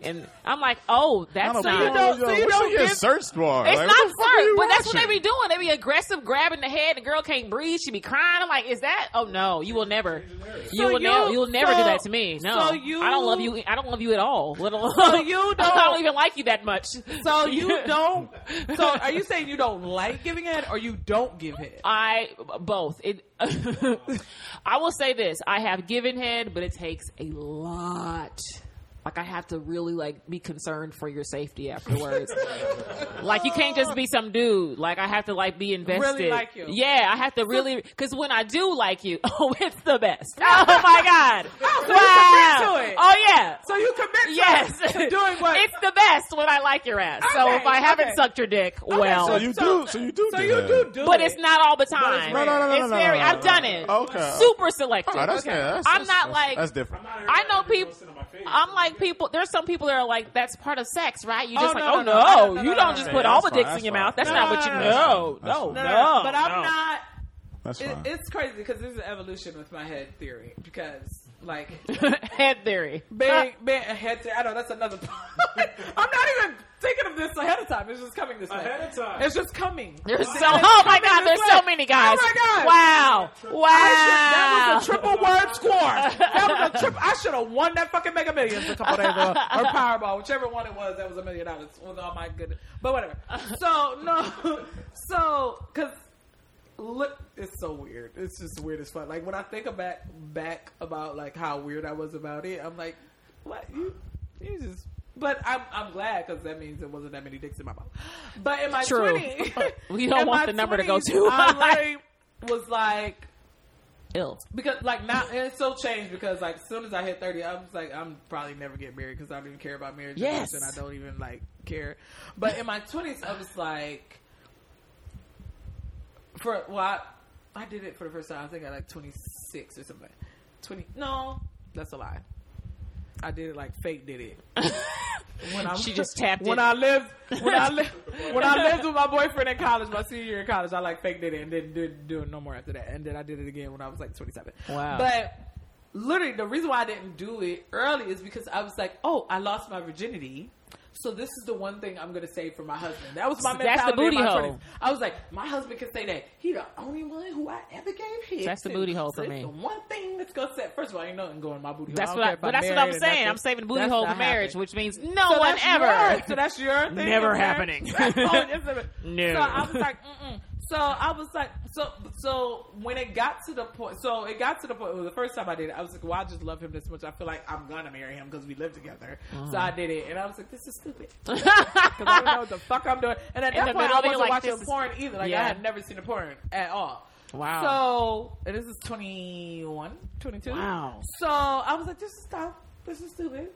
E: and I'm like, oh, that's
F: don't
E: not.
F: know.
D: don't- so
F: Yo,
D: you
F: what's
D: don't
F: on your
D: give-
F: search bar?
E: It's
F: Like,
E: not
F: what the fuck are
E: flirt,
F: you
E: but that's what
F: watching?
E: they be doing. They be aggressive, grabbing the head. The girl can't breathe. She be crying. I'm like, is that? Oh no, you will never. You
D: So
E: will
D: you-
E: never. You will never
D: so-
E: do that to me. No,
D: so you-
E: I don't love you. e, I don't love you at all. Let alone.
D: So you
E: *laughs* I
D: don't-
E: don't even like you that much.
D: So
E: *laughs*
D: you don't. So are you saying you don't like giving head, or you don't give head?
E: I both. It. *laughs* I will say this: I have given head, but it takes a lot. Like I have to really like be concerned for your
D: *laughs*
E: safety afterwards. like you can't just be some dude. Like I have to like be invested.
D: like you.
E: Yeah, I have to really because when I do like you, *laughs* oh, it's the
D: *laughs*
E: best. Oh my god!
D: so you
E: wow!
D: commit to it.
E: Oh yeah.
D: So you commit to,
E: Yes,
D: to doing what?
E: *laughs* it's the best when I like your ass. so
D: Okay,
E: if I haven't
D: okay.
E: sucked your dick, well,
F: So you do. So you do.
D: so
F: do
D: you
F: that.
D: do do,
E: but
D: it.
E: it's not all the time.
D: No,
F: no, no, no,
E: It's
F: no, no,
E: very.
F: no, no,
E: I've
F: no.
E: done it.
F: Okay.
E: Super selective.
F: Oh, that's, yeah, that's,
E: I'm not
F: that's- that's-
E: like-
F: that's different.
E: I know people. I'm like people. There's some people that are like, "That's part of sex, right?" You
D: Oh,
E: just like,
D: no,
E: "Oh
D: no, no,
E: no,
D: no, no,
E: you
D: no,
E: don't
D: no,
E: just
F: no,
E: put
F: no,
E: all the
F: that's
E: dicks
F: fine,
E: in your
F: that's
E: mouth. That's
F: fine.
E: not what you
D: No,
E: know.
F: that's
E: No,
F: fine.
E: no,
D: No, no, no. But
E: no.
D: I'm not.
F: That's
D: It,
F: fine.
D: it's crazy because this is evolution with my head theory. Because
E: *laughs*
D: like
E: Head theory.
D: *laughs* being being a head theory, I know that's another. Part. I'm not even thinking of this this ahead of time. It's just coming this way.
G: Ahead of time.
D: It's just coming.
E: There's so oh my god, there's so many guys.
D: Oh my God.
E: Wow, wow.
D: I should, that was a triple word score.
G: *laughs*
D: That was a triple. I should have won that fucking Mega Millions a couple days ago or Powerball, whichever one it was. That was a million dollars. With all my goodness, but whatever. So no, so because look, it's so weird. It's just weird as fuck. Like when I think about back about like how weird I was about it, I'm like, what you, you just. But I'm I'm glad because that means there wasn't that many dicks in my mouth. But in my
E: True.
D: twenties,
E: *laughs* We don't
D: in
E: want
D: my
E: the number to go
D: 20s,
E: too
D: I
E: high.
D: like, was like
E: Ill.
D: because like now and it's so changed because like as soon as I hit thirty, I was like I'm probably never get married because I don't even care about marriage. that
E: Yes.
D: much, and I don't even like care. But in my twenties, I was like, for well, I, I did it for the first time. I think I like twenty six or something. Twenty? No, that's a lie. I did it like fake did it. *laughs* When I,
E: She just tapped
D: when
E: it.
D: I lived when I lived when I lived with my boyfriend in college, my senior year in college, I like faked it and didn't do, do it no more after that. And then I did it again when I was like twenty seven.
E: Wow.
D: But literally the reason why I didn't do it early is because I was like, Oh, I lost my virginity. So this is the one thing I'm gonna save for my husband. That was my
E: So that's
D: mentality
E: the
D: in my
E: booty
D: 20s.
E: hole.
D: I was like, my husband can say that he the only one who I ever gave head.
E: That's the
D: to.
E: booty hole
D: So
E: for
D: it's
E: me.
D: the one thing that's gonna set. First of all, ain't nothing going in my booty hole.
E: That's
D: I don't
E: what.
D: care
E: I,
D: if
E: but that's what I'm
D: married or
E: saying.
D: nothing.
E: I'm saving the booty
D: That's
E: hole
D: not
E: for marriage,
D: happening.
E: which means no
D: So
E: one
D: that's
E: ever.
D: your- so that's your thing.
E: Never
D: okay?
E: happening.
D: *laughs* Oh, it's a-
E: No.
D: So I was like, mm-mm. so I was like, so so when it got to the point, so it got to the point. Well, the first time I did it, I was like, well, I just love him this much. I feel like I'm gonna marry him because we live together.
E: Uh-huh.
D: So I did it, and I was like, this is stupid.
E: *laughs*
D: Because I don't know what the fuck I'm doing. And at
E: In the
D: that point,
E: middle
D: I
E: of it,
D: wasn't
E: like,
D: watching
E: this is-
D: porn either. Like
E: Yeah.
D: I had never seen a porn at all.
E: Wow.
D: So and this is 21, 22.
E: Wow.
D: So I was like, this is dumb. This is stupid.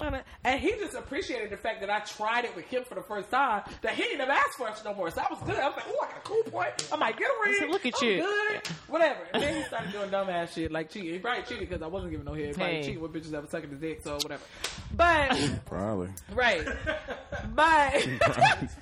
D: And I- And he just appreciated the fact that I tried it with him for the first time. That he didn't have asked for it no more. So I was good. I was like, "Ooh, I got a cool point." I'm like, "Get a ring."
E: said, "Look at
D: I'm
E: you."
D: Good. Whatever. And then he started doing dumb ass shit like cheating. He probably cheated because I wasn't giving no head. He Probably
E: Hey.
D: cheating with bitches that was sucking his dick. So whatever.
E: *laughs*
D: But
F: Probably.
D: Right. But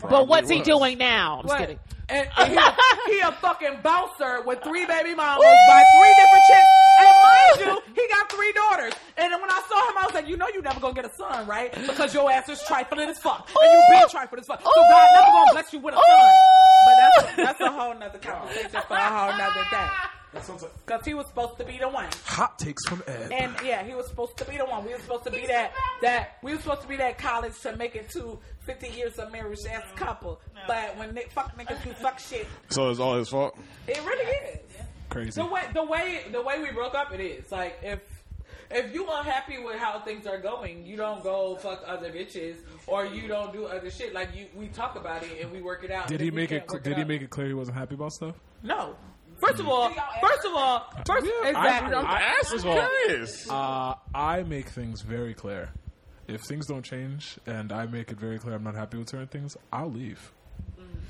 E: but what's he doing now? I'm just
D: what?
E: kidding.
D: And, and he,
E: *laughs*
D: a, he a fucking bouncer with three baby mamas by three different chicks. And mind you, he got three daughters. And then when I saw him, I was like, you know you never gonna get a son, right? Because your ass is trifling as fuck. And you been trifling as fuck. So God never gonna bless you with a son. But that's, that's a whole nother conversation for a whole nother
E: *laughs*
D: day. Cause he was supposed to be the one.
G: Hot takes from Ed.
D: And yeah, he was supposed to be the one. We were supposed to be that that we were supposed to be that college to make it to fifty years of marriage as a couple. But when they fuck niggas do fuck shit,
F: So it's all his fault.
D: it really is.
G: *laughs* Crazy.
D: The way the way the way we broke up, it is like if. If you unhappy with how things are going, you don't go fuck other bitches or you don't do other shit. Like you, we talk about it and we work it out.
G: Did
D: And
G: he
D: if we
G: make
D: can't
G: it?
D: work
G: Did he
D: out-
G: make it clear he wasn't happy about stuff?
D: No. First of all, first of all, first
G: Yeah, I-
D: exactly.
G: I'm
F: That's
G: First of all,
F: curious.
G: Uh, I make things very clear. If things don't change and I make it very clear I'm not happy with certain things, I'll leave.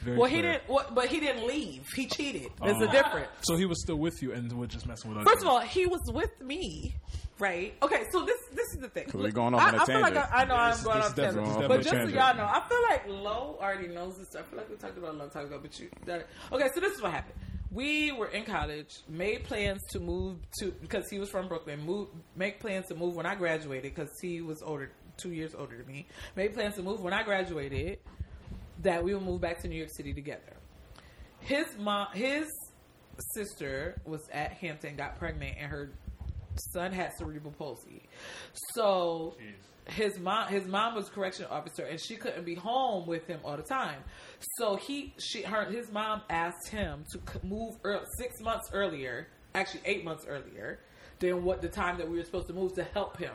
G: Very
D: well, he
G: clear.
D: didn't. Well, but he didn't leave. He cheated.
G: Oh.
D: There's a difference.
G: So he was still with you and was just messing with us.
D: First of all, he was with me, right? Okay, so this this is the thing.
F: we're going off on
D: I-
F: a
D: I feel like
F: tangent.
D: I, I know I'm going
F: this
D: off
F: is
D: tangent,
F: definitely off
D: but
F: on a
D: just so
F: tangent.
D: y'all know, I feel like Lo already knows this. I feel like we talked about it a long time ago, but you. That, okay, so this is what happened. We were in college, made plans to move to because he was from Brooklyn. Move, make plans to move when I graduated because he was older, two years older than me. Made plans to move when I graduated. That we would move back to New York City together his mom his sister was at Hampton, got pregnant, and her son had cerebral palsy. So his mom his mom was a correction officer and she couldn't be home with him all the time. So he she her his mom asked him to c- move ear 6 months earlier, actually 8 months earlier than what the time that we were supposed to move to help him.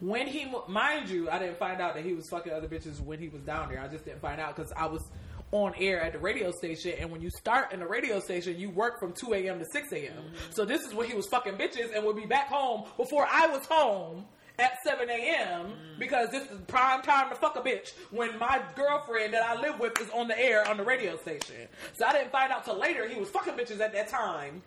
D: When he, mo- mind you, I didn't find out that he was fucking other bitches when he was down there. I just didn't find out because I was on air at the radio station. And when you start in the radio station, you work from 2 a.m. to 6 a.m. So this is when he was fucking bitches and would be back home before I was home at 7 a.m. because this is prime time to fuck a bitch when my girlfriend that I live with is on the air on the radio station. So I didn't find out till later he was fucking bitches at that time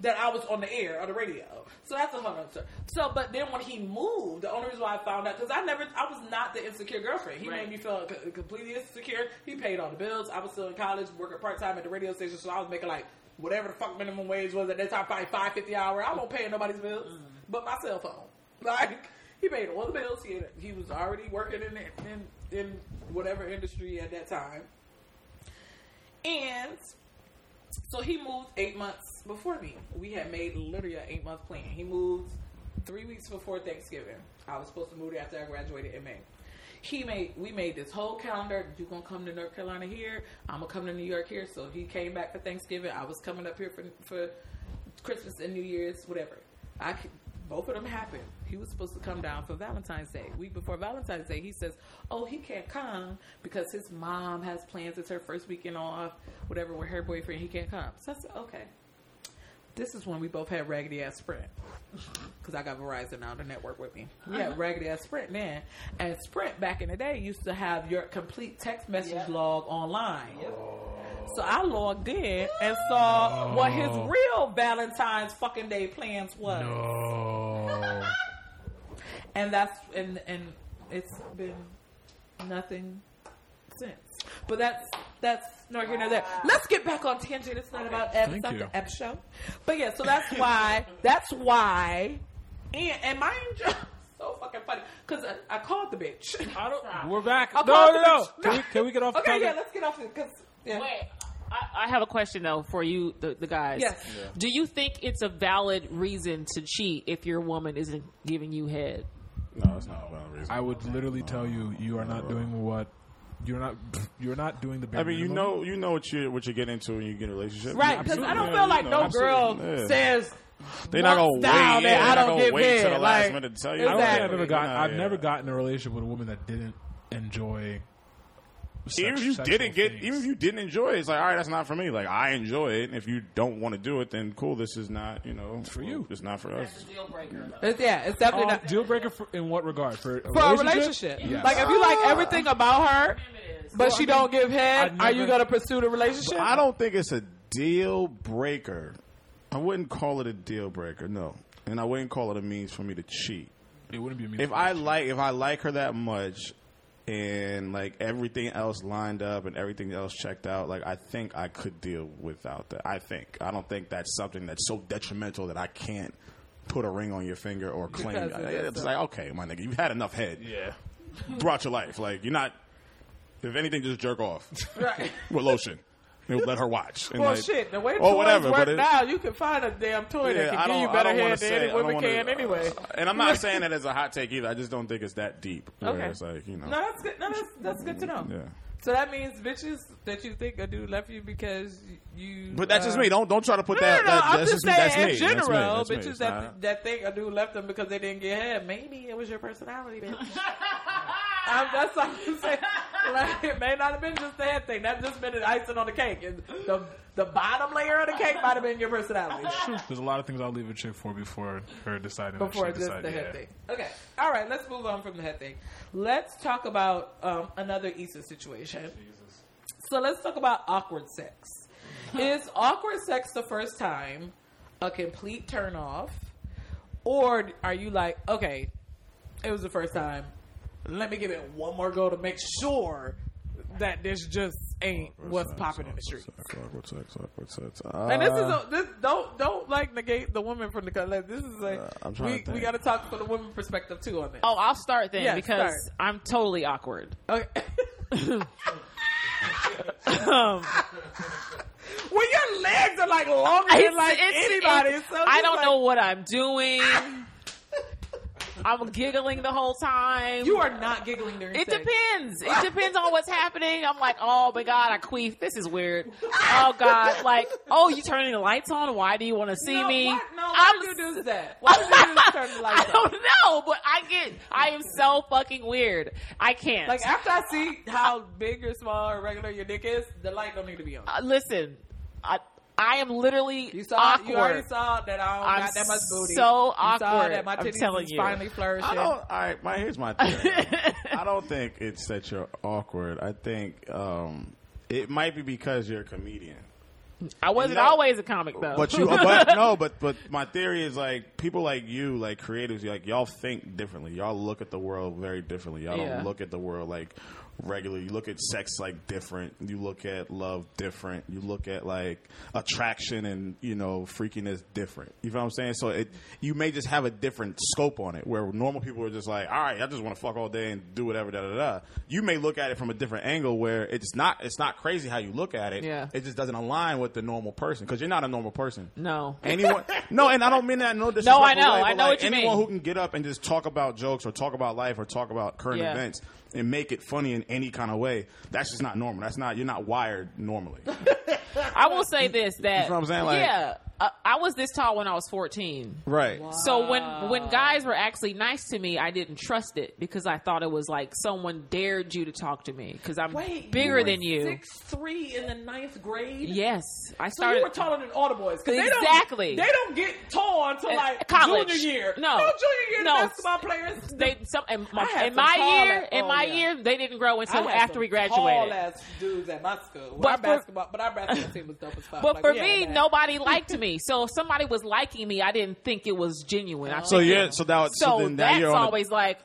D: that I was on the air or the radio. So that's a whole other story. So, but then when he moved, the only reason why I found out because I never, I was not the insecure girlfriend. He made me feel c- completely insecure. He paid all the bills. I was still in college, working part time at the radio station, so I was making like whatever the fuck minimum wage was at that time, probably five fifty hour. I won't pay nobody's bills but my cell phone. *laughs* Like He paid all the bills. He, had- he was already working in, the- in in whatever industry at that time, and so he moved eight months before me. We had made literally an eight month plan. He moved three weeks before Thanksgiving. I was supposed to move there after I graduated in May. He made we made this whole calendar. You gonna come to North Carolina here? I'm gonna come to New York here. So he came back for Thanksgiving. I was coming up here for for Christmas and New Year's, whatever. I could, both of them happened. He was supposed to come down for Valentine's Day. Week before Valentine's Day, he says, "Oh, he can't come because his mom has plans. It's her first weekend off, whatever, with her boyfriend. He can't come." So I said, "Okay." This is when we both had raggedy ass Sprint because I got Verizon now to network with me. We had raggedy ass Sprint then, and Sprint back in the day used to have your complete text message log online. So I logged in and saw what his real Valentine's fucking Day plans was.
G: Oh.
D: *laughs* And that's and and it's been nothing since. But that's that's nor here nor there. Let's get back on tangent. It's not about Ep, it's
G: Thank
D: not
G: you.
D: the Ep show. But yeah, so that's why that's why and and mind you *laughs* so fucking funny because I, I called the bitch. I don't
G: We're back.
D: I
G: No,
D: called
G: no,
D: the
G: no.
D: bitch.
G: Can we, can we get off the
D: Okay, yeah,
G: topic?
D: let's get off it because yeah.
E: Wait, I, I have a question though for you, the, the guys.
D: Yes.
E: Do you think it's a valid reason to cheat if your woman isn't giving you head?
F: No, it's not a valid reason.
G: I would literally tell you, you are not doing what you're not. You're not doing the. Bare
F: I mean, you
G: minimum.
F: know, you know what you what you get into when you get in a relationship,
D: Right, because I don't
F: Yeah,
D: feel like
F: you know,
D: no girl
F: absolutely. Yeah.
D: says
F: They're not gonna
D: once
F: wait.
D: down there,
F: yeah,
D: I
F: they're not
D: don't
F: gonna
D: give
F: wait till
D: head,
F: the last
D: like,
F: minute to tell you.
G: I don't think I've
D: Exactly.
G: ever gotten.
F: Nah,
G: I've
F: yeah.
G: never gotten in a relationship with a woman that didn't enjoy. sex-
F: Even if you
G: sexual
F: didn't get,
G: things.
F: even if you didn't enjoy it, it's like, all right, that's not for me. Like, I enjoy it. And if you don't want to do it, then cool. This is not, you know,
G: for you.
F: It's not for us.
D: It's, yeah, it's definitely
G: Um,
D: not
G: deal breaker for, in what regard? For a
D: for a
G: relationship?
D: relationship.
G: Yes.
D: Like if you like everything about her, but she don't give head,
G: I
D: are you
G: never-
D: gonna pursue the relationship?
F: I don't think it's a deal breaker. I wouldn't call it a deal breaker. No, and I wouldn't call it a means for me to cheat.
G: it wouldn't be a
F: if
G: mutual
F: I like if I like her that much and like everything else lined up and everything else checked out, like I think I could deal without that. I think I don't think that's something that's so detrimental that I can't put a ring on your finger or claim.
D: Because it is
F: It's like okay, my nigga, you've had enough head
G: Yeah.
F: throughout your life. Like you're not. If anything, just jerk off *laughs*
D: Right.
F: with
D: *laughs*
F: lotion. And let her watch. And
D: Well,
F: like-
D: shit. The way
F: or
D: toys
F: whatever,
D: work
F: but it-
D: now, you can find a damn toy that
F: I
D: can give
F: don't-
D: you
F: I
D: better
F: don't wanna
D: head
F: say-
D: than
F: I
D: any
F: don't
D: women
F: wanna-
D: can anyway.
F: *laughs* And I'm not saying that as a hot take either. I just don't think it's that deep. where
D: Okay.
F: It's like you know.
D: No, that's good. No, that's that's good to know.
F: Yeah.
D: So that means bitches that you think a dude left you because you.
F: But that's
D: uh,
F: just me. Don't don't try to put
D: No,
F: that.
D: no, no,
F: that-
D: I'm
F: that's
D: just
F: me.
D: saying
F: That's
D: in
F: me. That's me.
D: general,
F: That's me. Uh-huh.
D: bitches
F: It's
D: that
F: not-
D: that think a dude left them because they didn't get head. Maybe it was your personality, bitch. I'm, that's all I'm saying. Like, it may not have been just the head thing. That just been an icing on the cake. And the the bottom layer of the cake might have been your personality
G: There's a lot of things I'll leave a chick for before her deciding. that
D: before
G: she
D: just
G: decided,
D: the head
G: yeah.
D: thing. Okay, all right. Let's move on from the head thing. Let's talk about um, another Issa situation. So let's talk about awkward sex. Is awkward sex the first time a complete turn off, or are you like, okay, it was the first time. Let me give it one more go to make sure that this just ain't what's popping in the street.
F: Awkward sex, awkward sex.
D: And this is
F: Uh,
D: a, this don't don't like negate the woman from the color. This is a
F: Uh, I'm trying
D: we
F: to
D: we
F: think.
D: got to talk from the woman perspective too on this.
E: Oh, I'll start then
D: Yeah,
E: because
D: start.
E: I'm totally awkward.
D: Okay. *laughs*
E: Um,
D: when your legs are like longer
E: *laughs* it's-
D: than like
E: it's-
D: anybody,
E: it's-
D: so
E: I
D: it's
E: don't
D: like,
E: know what I'm
D: *laughs*
E: doing. I'm giggling the whole time.
D: You are not giggling during
E: It
D: sex.
E: depends. It depends on what's happening. I'm like, oh my god, I queef. This is weird. Oh god, like, oh, you turning the lights on? Why do you want to see
D: no,
E: me?
D: Why, no, why
E: I'm
D: would you do that?
E: *laughs*
D: Why would you do turn the
E: I
D: lights on?
E: don't know, but I get. I am so fucking weird. I can't.
D: Like after I see how big or small or regular your dick is, the light don't need to be on.
E: Uh, listen, I I am literally
D: You saw,
E: awkward.
D: you already saw that I don't
E: I'm
D: got that much booty.
E: so
D: You saw
E: awkward.
D: that my
E: I'm
D: titties
E: telling
D: is
E: you.
D: finally flourishing.
F: I don't. All right, my here's my theory.
D: *laughs*
F: I don't think it's that you're awkward. I think um, it might be because you're a comedian.
E: I wasn't
F: You know-
E: always a comic though.
F: But
E: *laughs*
F: you, but no, but but my theory is like people like you, like creatives, like y'all think differently. Y'all look at the world very differently. Y'all
E: Yeah.
F: don't look at the world like regular. You look at sex like different. You look at love different. You look at like attraction and you know freakiness different. You know what I'm saying? So it you may just have a different scope on it. Where normal people are just like, all right, I just want to fuck all day and do whatever. Da da da. You may look at it from a different angle where it's not it's not crazy how you look at it.
E: Yeah.
F: It just doesn't align with the normal person because you're not a normal person.
E: no.
F: Anyone? no, and I don't mean that in no
E: No,
F: disrespectful
E: I know.
F: way, but,
E: I know
F: like,
E: what you
F: anyone
E: mean.
F: who can get up and just talk about jokes or talk about life or talk about current
E: Yeah.
F: events and make it funny in any kind of way, that's just not normal. That's not you're not wired normally.
E: I will say this that
F: what I'm saying? Like-
E: yeah, I, I was this tall when I was 14.
F: right.
E: So when
D: Ah.
E: when guys were actually nice to me, I didn't trust it because I thought it was like someone dared you to talk to me because I'm
D: Wait,
E: bigger than you.
D: Six three in the ninth grade.
E: Yes,
D: So
E: I
D: you
E: started.
D: were taller than all the boys. 'cause They
E: Exactly.
D: don't, they don't get tall until
E: Uh,
D: like
E: college.
D: junior year.
E: No.
D: junior year
E: No.
D: basketball players.
E: they some in
D: I
E: my,
D: had
E: in
D: some
E: my
D: tall
E: year
D: ass-
E: in
D: oh,
E: my
D: yeah.
E: year they didn't grow
D: I
E: until
D: had
E: after
D: some
E: we graduated.
D: Tall ass dudes at my school.
E: But
D: But our
E: for-
D: basketball, but our basketball team was dope as fuck.
E: But
D: Like,
E: for
D: we had
E: me,
D: that.
E: nobody liked me. So if somebody was liking me, I didn't think it was genuine.
D: Oh.
E: I
F: So
E: think
F: yeah.
E: it-
F: So now, so,
E: so
F: then now
E: that's
F: you're on.
E: always like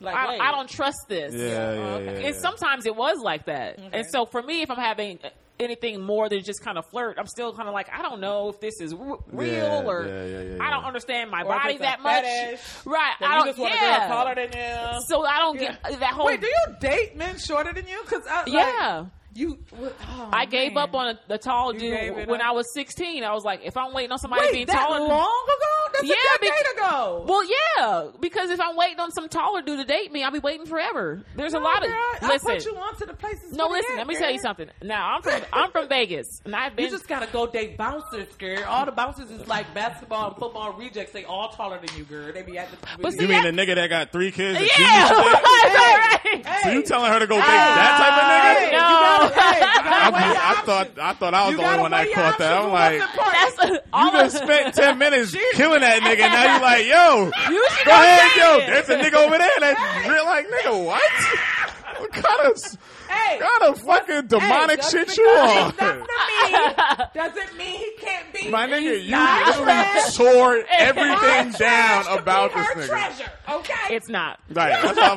D: Like,
E: I,
D: wait.
E: I don't trust this.
F: the, yeah, yeah, yeah,
E: And
F: yeah.
E: sometimes it was like that. And so for me, if I'm having anything more than just kind of flirt, I'm still kind of like, I don't know if this is r- real
F: Yeah,
E: or
F: yeah, yeah, yeah,
E: I don't
F: yeah.
E: understand my
D: Or if
E: body
D: it's a
E: that much.
D: fetish,
E: Right.
D: Then
E: I
D: you
E: don't,
D: just want
E: yeah.
D: a girl taller than them.
E: So I don't
D: Yeah.
E: get that whole.
D: Wait, do you date men shorter than you? Because I, like,
E: yeah.
D: you. oh,
E: I gave
D: man.
E: up on a, the tall
D: You
E: dude
D: gave it
E: when
D: up?
E: I was 16. I was like, if I'm waiting on somebody
D: Wait,
E: being
D: that
E: taller, than-
D: long ago? That's
E: Yeah,
D: a decade
E: bec-
D: ago.
E: Well, yeah, because if I'm waiting on some taller dude to date me, I'll be waiting forever. There's a
D: No,
E: lot of
D: girl, I
E: listen.
D: put you on to the places.
E: no,
D: where they
E: listen.
D: at,
E: Let me
D: girl.
E: tell you something. Now I'm from I'm from Vegas, and I've been
D: You just gotta go date bouncers, girl. All the bouncers is like basketball and football rejects. They all taller than you, girl. They be at the.
E: But
F: you
E: see-
F: mean the nigga that got three kids? and two-
E: yeah. *laughs* right, right.
F: So you telling her to go date that type of nigga?
E: no.
F: *laughs* I, I thought I thought I was the only one that caught that. I'm like,
E: That's all
F: You
E: of,
F: just
E: *laughs*
F: spent ten minutes killing that nigga. Now you like, yo, go ahead, yo. There's a nigga over there. That real like, nigga, what? What kind of
D: Hey,
F: kind of fucking demonic
D: just
F: shit
D: because
F: you on?
D: he's not for me
F: *laughs*
D: doesn't mean he can't be.
F: My nigga, you
D: not
F: literally
D: trash.
E: *laughs*
F: *laughs* tore everything
D: Trash
F: down
D: could be
F: about this
D: her
F: nigga.
D: Treasure, okay.
E: it's not.
F: Right, that's all I'm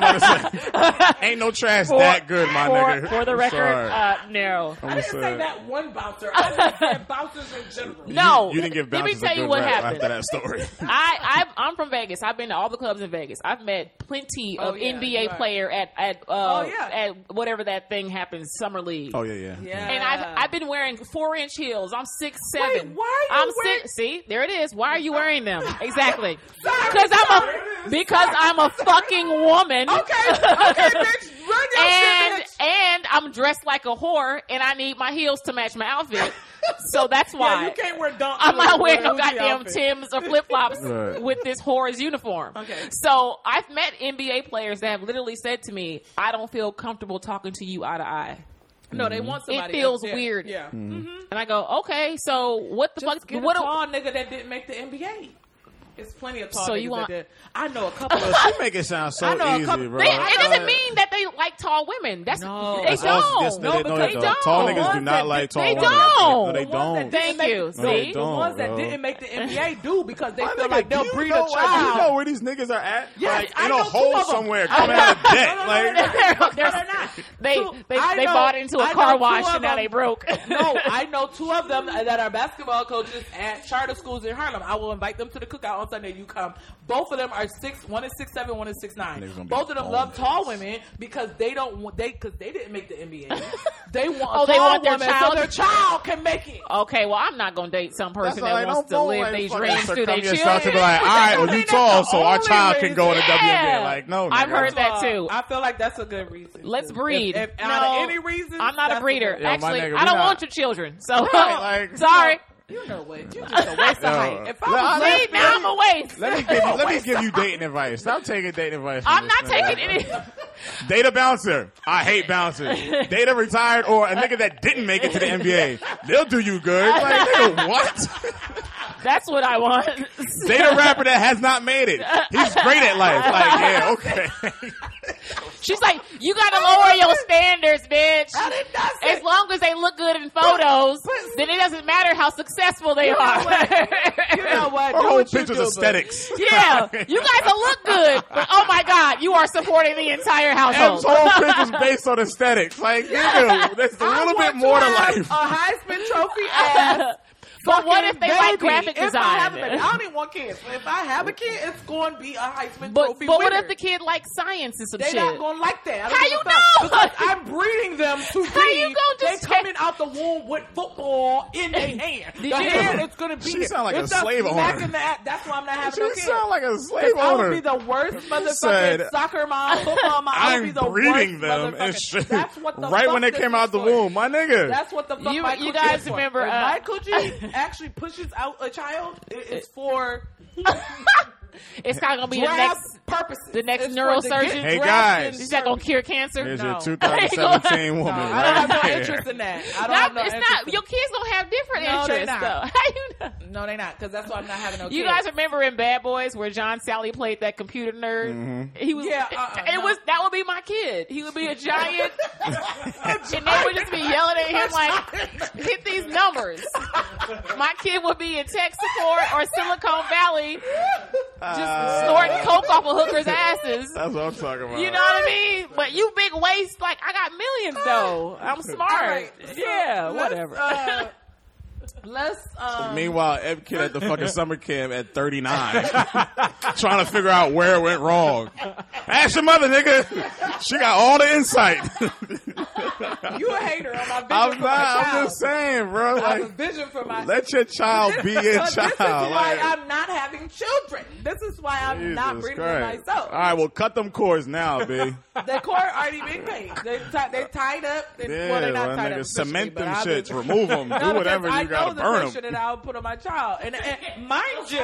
F: gonna say. Ain't no trash that good, my
E: for,
F: nigga.
E: For the
F: I'm
E: record,
F: sorry.
E: uh, no.
F: I'm
D: I didn't say
F: sorry.
D: that one bouncer. I just said bouncers in general.
F: You-
E: No.
F: you, didn't give
E: Let me
F: bounces
E: tell
F: a
E: you
F: good
E: what
F: rap
E: happened.
F: after that story.
E: *laughs* I, I've, I'm from Vegas. I've been to all the clubs in Vegas. I've met plenty
D: Oh,
E: of
D: yeah,
E: NBA
D: right.
E: player at at uh,
D: Oh, yeah.
E: at whatever that thing happens, summer league.
F: oh yeah, yeah.
D: Yeah.
E: And I've I've been wearing four inch heels. I'm six seven.
D: why are you
E: I'm
D: wearing-
E: six. See, there it is. Why
D: *laughs*
E: are you wearing them? Exactly.
D: Sorry,
E: Because I'm
D: sorry,
E: a
D: sorry.
E: because I'm a fucking woman.
D: *laughs* Okay, okay, bitch, run your
E: and
D: shit, bitch.
E: and I'm dressed like a whore, and I need my heels to match
D: *laughs*
E: my outfit. So that's why
D: Yeah, you can't wear dunks.
E: *laughs* I'm not wearing no
D: Uzi
E: goddamn
D: outfit.
E: Tim's or flip flops
F: Right.
E: with this whore's uniform.
D: Okay.
E: So I've met NBA players that have literally said to me, "I don't feel comfortable talking to you eye to eye,"
D: No, they want somebody.
E: feels
D: yeah,
E: weird. Mm-hmm.
D: Yeah.
E: and I go, "Okay, so what the
D: Just
E: fuck?
D: get
E: What
D: a
E: do-
D: tall nigga that didn't make the NBA. It's plenty of tall
E: So
D: niggas
E: you want-
D: that did. I know a couple of.
F: You make it sound so
D: I know a
F: easy,
D: couple-
F: bro.
E: They, it doesn't mean that they like tall women. That's
D: No.
E: they
F: That's all-
E: don't.
F: that's-
E: no,
F: they
E: because
F: don't.
E: they
F: though.
E: don't.
F: Tall
D: The
F: niggas do
D: ones
F: not
D: that
F: like
D: did-
F: tall
E: they
F: women.
E: don't.
F: No, they
D: The ones that
F: don't.
D: did
E: Thank
D: make-
E: you.
D: the-
E: No, they
D: the
F: don't,
D: ones that
F: bro.
D: didn't make the NBA do because they feel
F: Nigga,
D: like
F: you
D: they'll breed
F: know,
D: a
F: like,
D: child.
F: You know where these niggas are at?
D: Yes,
F: like,
D: I
F: in
D: know
F: a
D: two
F: hole
D: of 'em.
F: somewhere, coming out of debt.
D: No, no,
F: like,
D: no, no, no, no, they're
E: They're-
D: not.
E: They
D: Two-
E: they,
D: I
E: they
D: know-
E: bought into a
D: I know
E: car
D: two
E: wash
D: of
E: and now
D: them-
E: they broke. *laughs*
D: no, I know two of them that are basketball coaches at charter schools in Harlem. I will invite them to the cookout on Sunday. You come. Both of them are six. One is six seven. One is six nine.
F: Niggas gonna be
D: Both of them
F: bald
D: love
F: heads.
D: tall women because they don't want they because they didn't make the
E: *laughs*
D: NBA. They want a
E: Oh, they
D: tall
E: want their
D: woman
E: child? Oh,
D: so their child can make it.
E: Okay, well, I'm not gonna date some person
F: all
E: that
F: right,
E: wants to
F: don't-
E: live
F: don't,
E: these
F: like,
E: dreams
F: fucking
E: through their
F: succumb yourself to be
E: children.
F: like, all right, well, you
D: That's
F: tall,
D: the
F: so our
D: only
F: child can go in the
D: reason.
F: WNBA.
E: Yeah.
F: Like, no,
E: I've
F: nigga.
E: heard that too.
D: I feel like that's a good reason.
E: Let's
D: too.
E: breed.
D: If, if out
E: No,
D: of any reason,
E: I'm not
D: that's
E: a breeder.
D: good-
F: Yeah, my
E: Actually,
F: nigga,
E: I don't
F: we not-
E: want your children. So *laughs*
F: Right, like-
E: sorry.
D: You know what? You just
F: *laughs*
D: a waste
F: Yo,
D: of height. If I
F: let-
D: was
F: let-
E: See, now I'm a waste.
F: Let me give you, let me give you dating advice. Stop taking dating advice. from
E: I'm
F: this
E: not
F: nigga.
E: taking any.
F: Date a bouncer. I
D: *laughs*
F: hate bouncers. Date a retired or a nigga that didn't make it to the NBA. They'll do you good. Like,
D: *laughs*
F: nigga, what?
E: *laughs* That's what I want. *laughs*
F: Date a rapper that has not made it. He's great at life. Like, yeah, okay.
E: She's like, you gotta lower your standards, bitch.
D: I said-
E: as long as they look good in photos,
D: but-
E: then it doesn't matter how successful they are. *laughs*
D: you know what?
F: Our
D: Do
F: whole
D: what you
F: picture's
D: do, boo. *laughs*
F: aesthetics.
E: yeah, you guys will look good, but oh my god, you are supporting the entire
F: *laughs* M's
E: household.
F: whole picture's based on aesthetics. Like, nigga, there's a
D: I
F: little
D: want
F: bit more to
D: have
F: life.
D: A Heisman Trophy
E: *laughs*
D: ass.
E: but what if they
D: baby.
E: like graphic
D: If I, have a baby,
E: design?
D: I don't even want kids. But if I have a kid, it's going to be a Heisman
E: But,
D: Trophy.
E: but what
D: winner.
E: if the kid likes science and some
D: They
E: shit?
D: not gonna like that. I don't
E: How
D: give a
E: you
D: fuck.
E: know?
D: Because I'm breeding them to be.
E: *laughs* How you gonna just
D: they
E: take-
D: coming out the womb with football in
E: *laughs*
D: their hand.
E: Did
D: the
E: you-
D: hand is gonna be.
F: She
D: there.
F: sound like a
D: If that's
F: slave
D: smack
F: owner.
D: in the ass, that's why I'm not having no
F: *laughs* You
D: kids.
F: sound like a slave
D: I would be
F: owner.
D: the worst motherfucking
F: said,
D: soccer mom, football mom. I would be
F: I'm
D: the worst
F: breeding them and
D: motherfucking-
F: shit.
D: That's what the
F: *laughs* Right
D: fuck
F: when they
D: this is
F: came out the
D: for.
F: womb, my nigga.
D: That's what the fuck
E: You-
D: my
E: you
D: coochie
E: guys
D: is for.
E: remember,
D: If
E: uh,
D: my
E: *laughs*
D: coochie actually pushes out a child, it- it's for
E: it's not gonna be the
D: draft
E: next.
D: purposes.
E: The next
D: It's for to get
E: neurosurgeon.
F: Hey,
D: drafted
F: guys.
E: Is that gonna cure cancer?
F: Here's
E: no.
D: *laughs*
F: your 2017 woman.
D: No, I
F: right
D: don't have no
F: there.
D: interest in that. I don't
E: Not-
D: have no
E: it's
D: interest
E: not.
D: in
E: Your kids don't have different
D: No, they
E: interests,
D: not.
E: though. *laughs* How you know?
D: No, they not, because that's why I'm not having no
E: You
D: kids.
E: guys remember in Bad Boys where John Sally played that computer nerd?
D: Mm-hmm.
E: He was
D: Yeah, uh-uh,
E: it
D: no.
E: was that would be my kid. He would be
D: *laughs*
E: a giant, and they would just be yelling at him like, "Hit these numbers." my kid would be in tech support or Silicon Valley, just
D: Uh.
E: snorting coke off of hookers' asses.
F: That's what I'm talking about.
E: You know what I mean? But you big waste. Like I got millions though. I'm smart.
D: All right, so
E: yeah,
D: let's,
E: whatever. *laughs*
D: uh, let's. Um,
F: Meanwhile, Ev kid at the fucking *laughs* summer camp at *laughs* 39, trying to figure out where it went wrong. Ask your mother, nigga. She got all the insight. *laughs*
D: you a hater on my vision for
F: I'm
D: my
F: not. I'm
D: child.
F: just saying, bro.
D: I have a
F: Like,
D: vision for my. *laughs*
F: let your child be a
D: But
F: child.
D: This is why
F: like,
D: I'm not having children. This is why I'm not
F: Jesus
D: breeding
F: Christ.
D: myself.
F: All right, well, cut them cords now, B.
D: The cord already been paid. They ti- they tied up. And,
F: Yeah,
D: well, they not
F: well,
D: tied up.
F: nigga, cement
D: officially,
F: them
D: but I've
F: shits,
D: been-
F: remove them,
D: No,
F: do whatever
D: because
F: you gotta
D: I know the
F: burn
D: pressure
F: them.
D: that I'll put on my child. And, and mind you,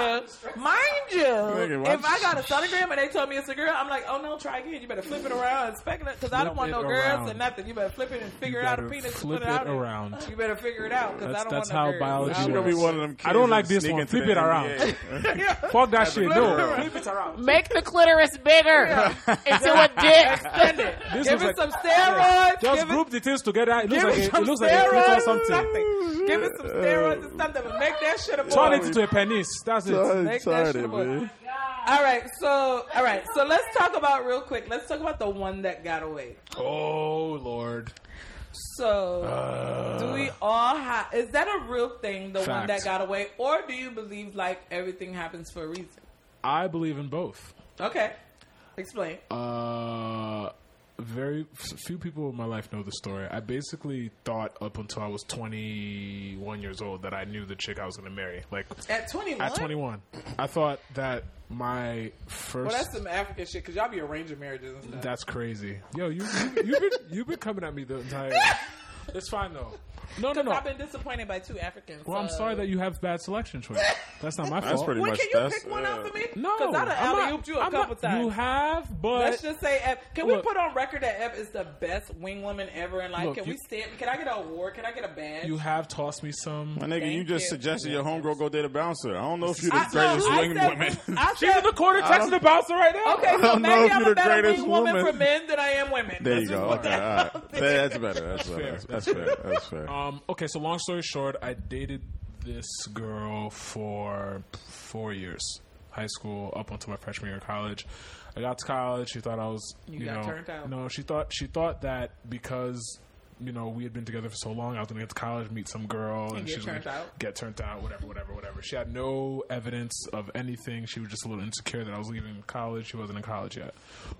D: mind you,
F: why-
D: if I got a sonogram and they told me it's a girl, I'm like, oh no, try again. You better flip it around and speculate because I don't want
G: Flip
D: no
G: it
D: girls
G: around.
D: and nothing. You better flip it and figure
G: You
D: out a
G: better
D: penis. and
G: flip
D: put
G: it
D: out there.
G: around.
D: You better figure it out because
G: That's-
D: I don't
G: that's
D: want no
G: how
D: girls.
G: biology
F: She's
D: I
F: gonna be
G: works.
F: one of them kids.
G: I don't like
F: who
G: this
F: sneak
G: one.
F: into
G: Flip
F: the
G: it around.
F: NBA.
G: Fuck that shit. No.
D: Flip it around.
E: Make the clitoris bigger into a
D: *laughs*
E: dick.
D: Send it.
G: This
D: Give
G: looks
D: it some
G: like-
D: steroids.
G: Just
D: Give it
G: group the things together. It looks
D: Give
G: like
D: it
G: a,
D: some
G: it looks like a
D: steroids
G: clit
D: or
G: or something.
D: something. Give it some steroids and something. But make that shit a
G: Turn
D: boy.
G: it into a penis. That's it.
F: I'm
D: Make that shit a
F: retarded,
D: boy.
F: man.
D: All right, so all right, so let's talk about real quick. Let's talk about the one that got away.
G: Oh lord. Uh,
D: So, do we all have? Is that a real thing? The one
G: Fact.
D: that got away, or do you believe like everything happens for a reason?
G: I believe in both.
D: Okay, explain.
G: Uh, very f- few people in my life know the story. I basically thought up until I was 21 years old that I knew the chick I was going to marry. Like
D: At twenty one.
G: at 21, I thought that my first.
D: Well, that's some African shit because y'all be arranging marriages and stuff.
G: *laughs* that's crazy. Yo, you, you you've been you've been coming at me the entire.
D: *laughs*
G: it's fine though. No, no, no.
D: I've been disappointed by two Africans.
G: Well, I'm
D: so-
G: sorry that you have bad selection choice. That's not my fault.
F: That's pretty
D: Well,
F: much
D: can you
F: that's,
D: pick one
F: uh,
D: out for me?
G: No,
D: because I done
G: I'm not-
D: alley-ooped you a
G: I'm
D: couple
G: not-
D: times.
G: You have, but
D: Let's just say, Ep, can we
G: Look.
D: put on record that Ep is the best wing woman ever in life?
G: Look,
D: can
G: you-
D: we stamp? Can I get an award? Can I get a badge?
G: you have tossed me some.
F: My nigga, you
D: Thank
F: just
D: you.
F: suggested your homegirl go date a bouncer. I don't know if you're the
D: I- no,
F: greatest
D: I
F: wing
D: said-
F: woman.
D: *laughs* I
G: *laughs* She's in
D: said,
G: the corner texting the bouncer right now.
D: okay, so
F: don't know
D: maybe
F: if
D: I'm
F: you're
D: a
F: the
D: better
F: greatest
D: wing woman.
F: woman.
D: for men than I am women.
F: There
D: This
F: you
D: is
F: go.
D: what
F: All right,
D: that-
F: all right. That- That's better. That's better. That's fair. That's fair.
G: Um, okay, so long story short, I dated this girl for four years, high school up until my freshman year of college. I got to college. She thought I was, you,
D: got
G: know,
D: turned out.
G: no. She thought she thought that because you know we had been together for so long, I was going to get to college, meet some girl, and,
D: get
G: she was
D: turned
G: gonna
D: out.
G: get turned out, whatever, whatever, whatever. She had no evidence of anything. She was just a little insecure that I was leaving college. She wasn't in college yet.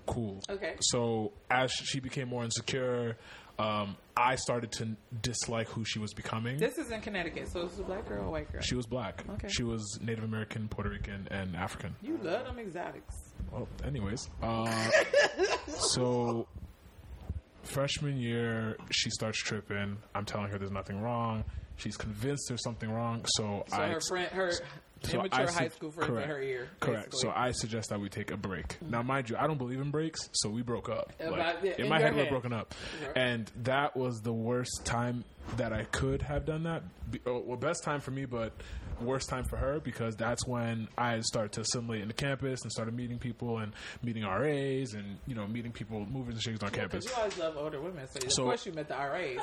G: Cool.
D: Okay.
G: So as she became more insecure, um, I started to dislike who she was becoming.
D: This is in Connecticut, so it's a black girl, or white girl.
G: she was black.
D: Okay.
G: She was Native American, Puerto Rican, and African.
D: You love them exotics.
G: Well, anyways, *laughs* uh, so freshman year, she starts tripping. I'm telling her there's nothing wrong. She's convinced there's something wrong. So,
D: So
G: I
D: her
G: ex-
D: friend, her
G: So
D: Immature
G: I
D: high school friends in
G: correct.
D: her ear,
G: Correct.
D: basically.
G: So I suggest that we take a break. Now, mind you, I don't believe in breaks, so we broke up.
D: Yeah,
G: Like,
D: but- yeah,
G: in
D: in
G: my
D: your
G: head, we're
D: head.
G: broken up, and that was the worst time that I could have done that. Be- oh, Well, best time for me, but worst time for her because that's when I started to assimilate into campus and started meeting people and meeting RAs and you know meeting people, movers and shakers on
D: Because
G: campus.
D: you always love older women, so,
G: So-
D: of course you met the RAs.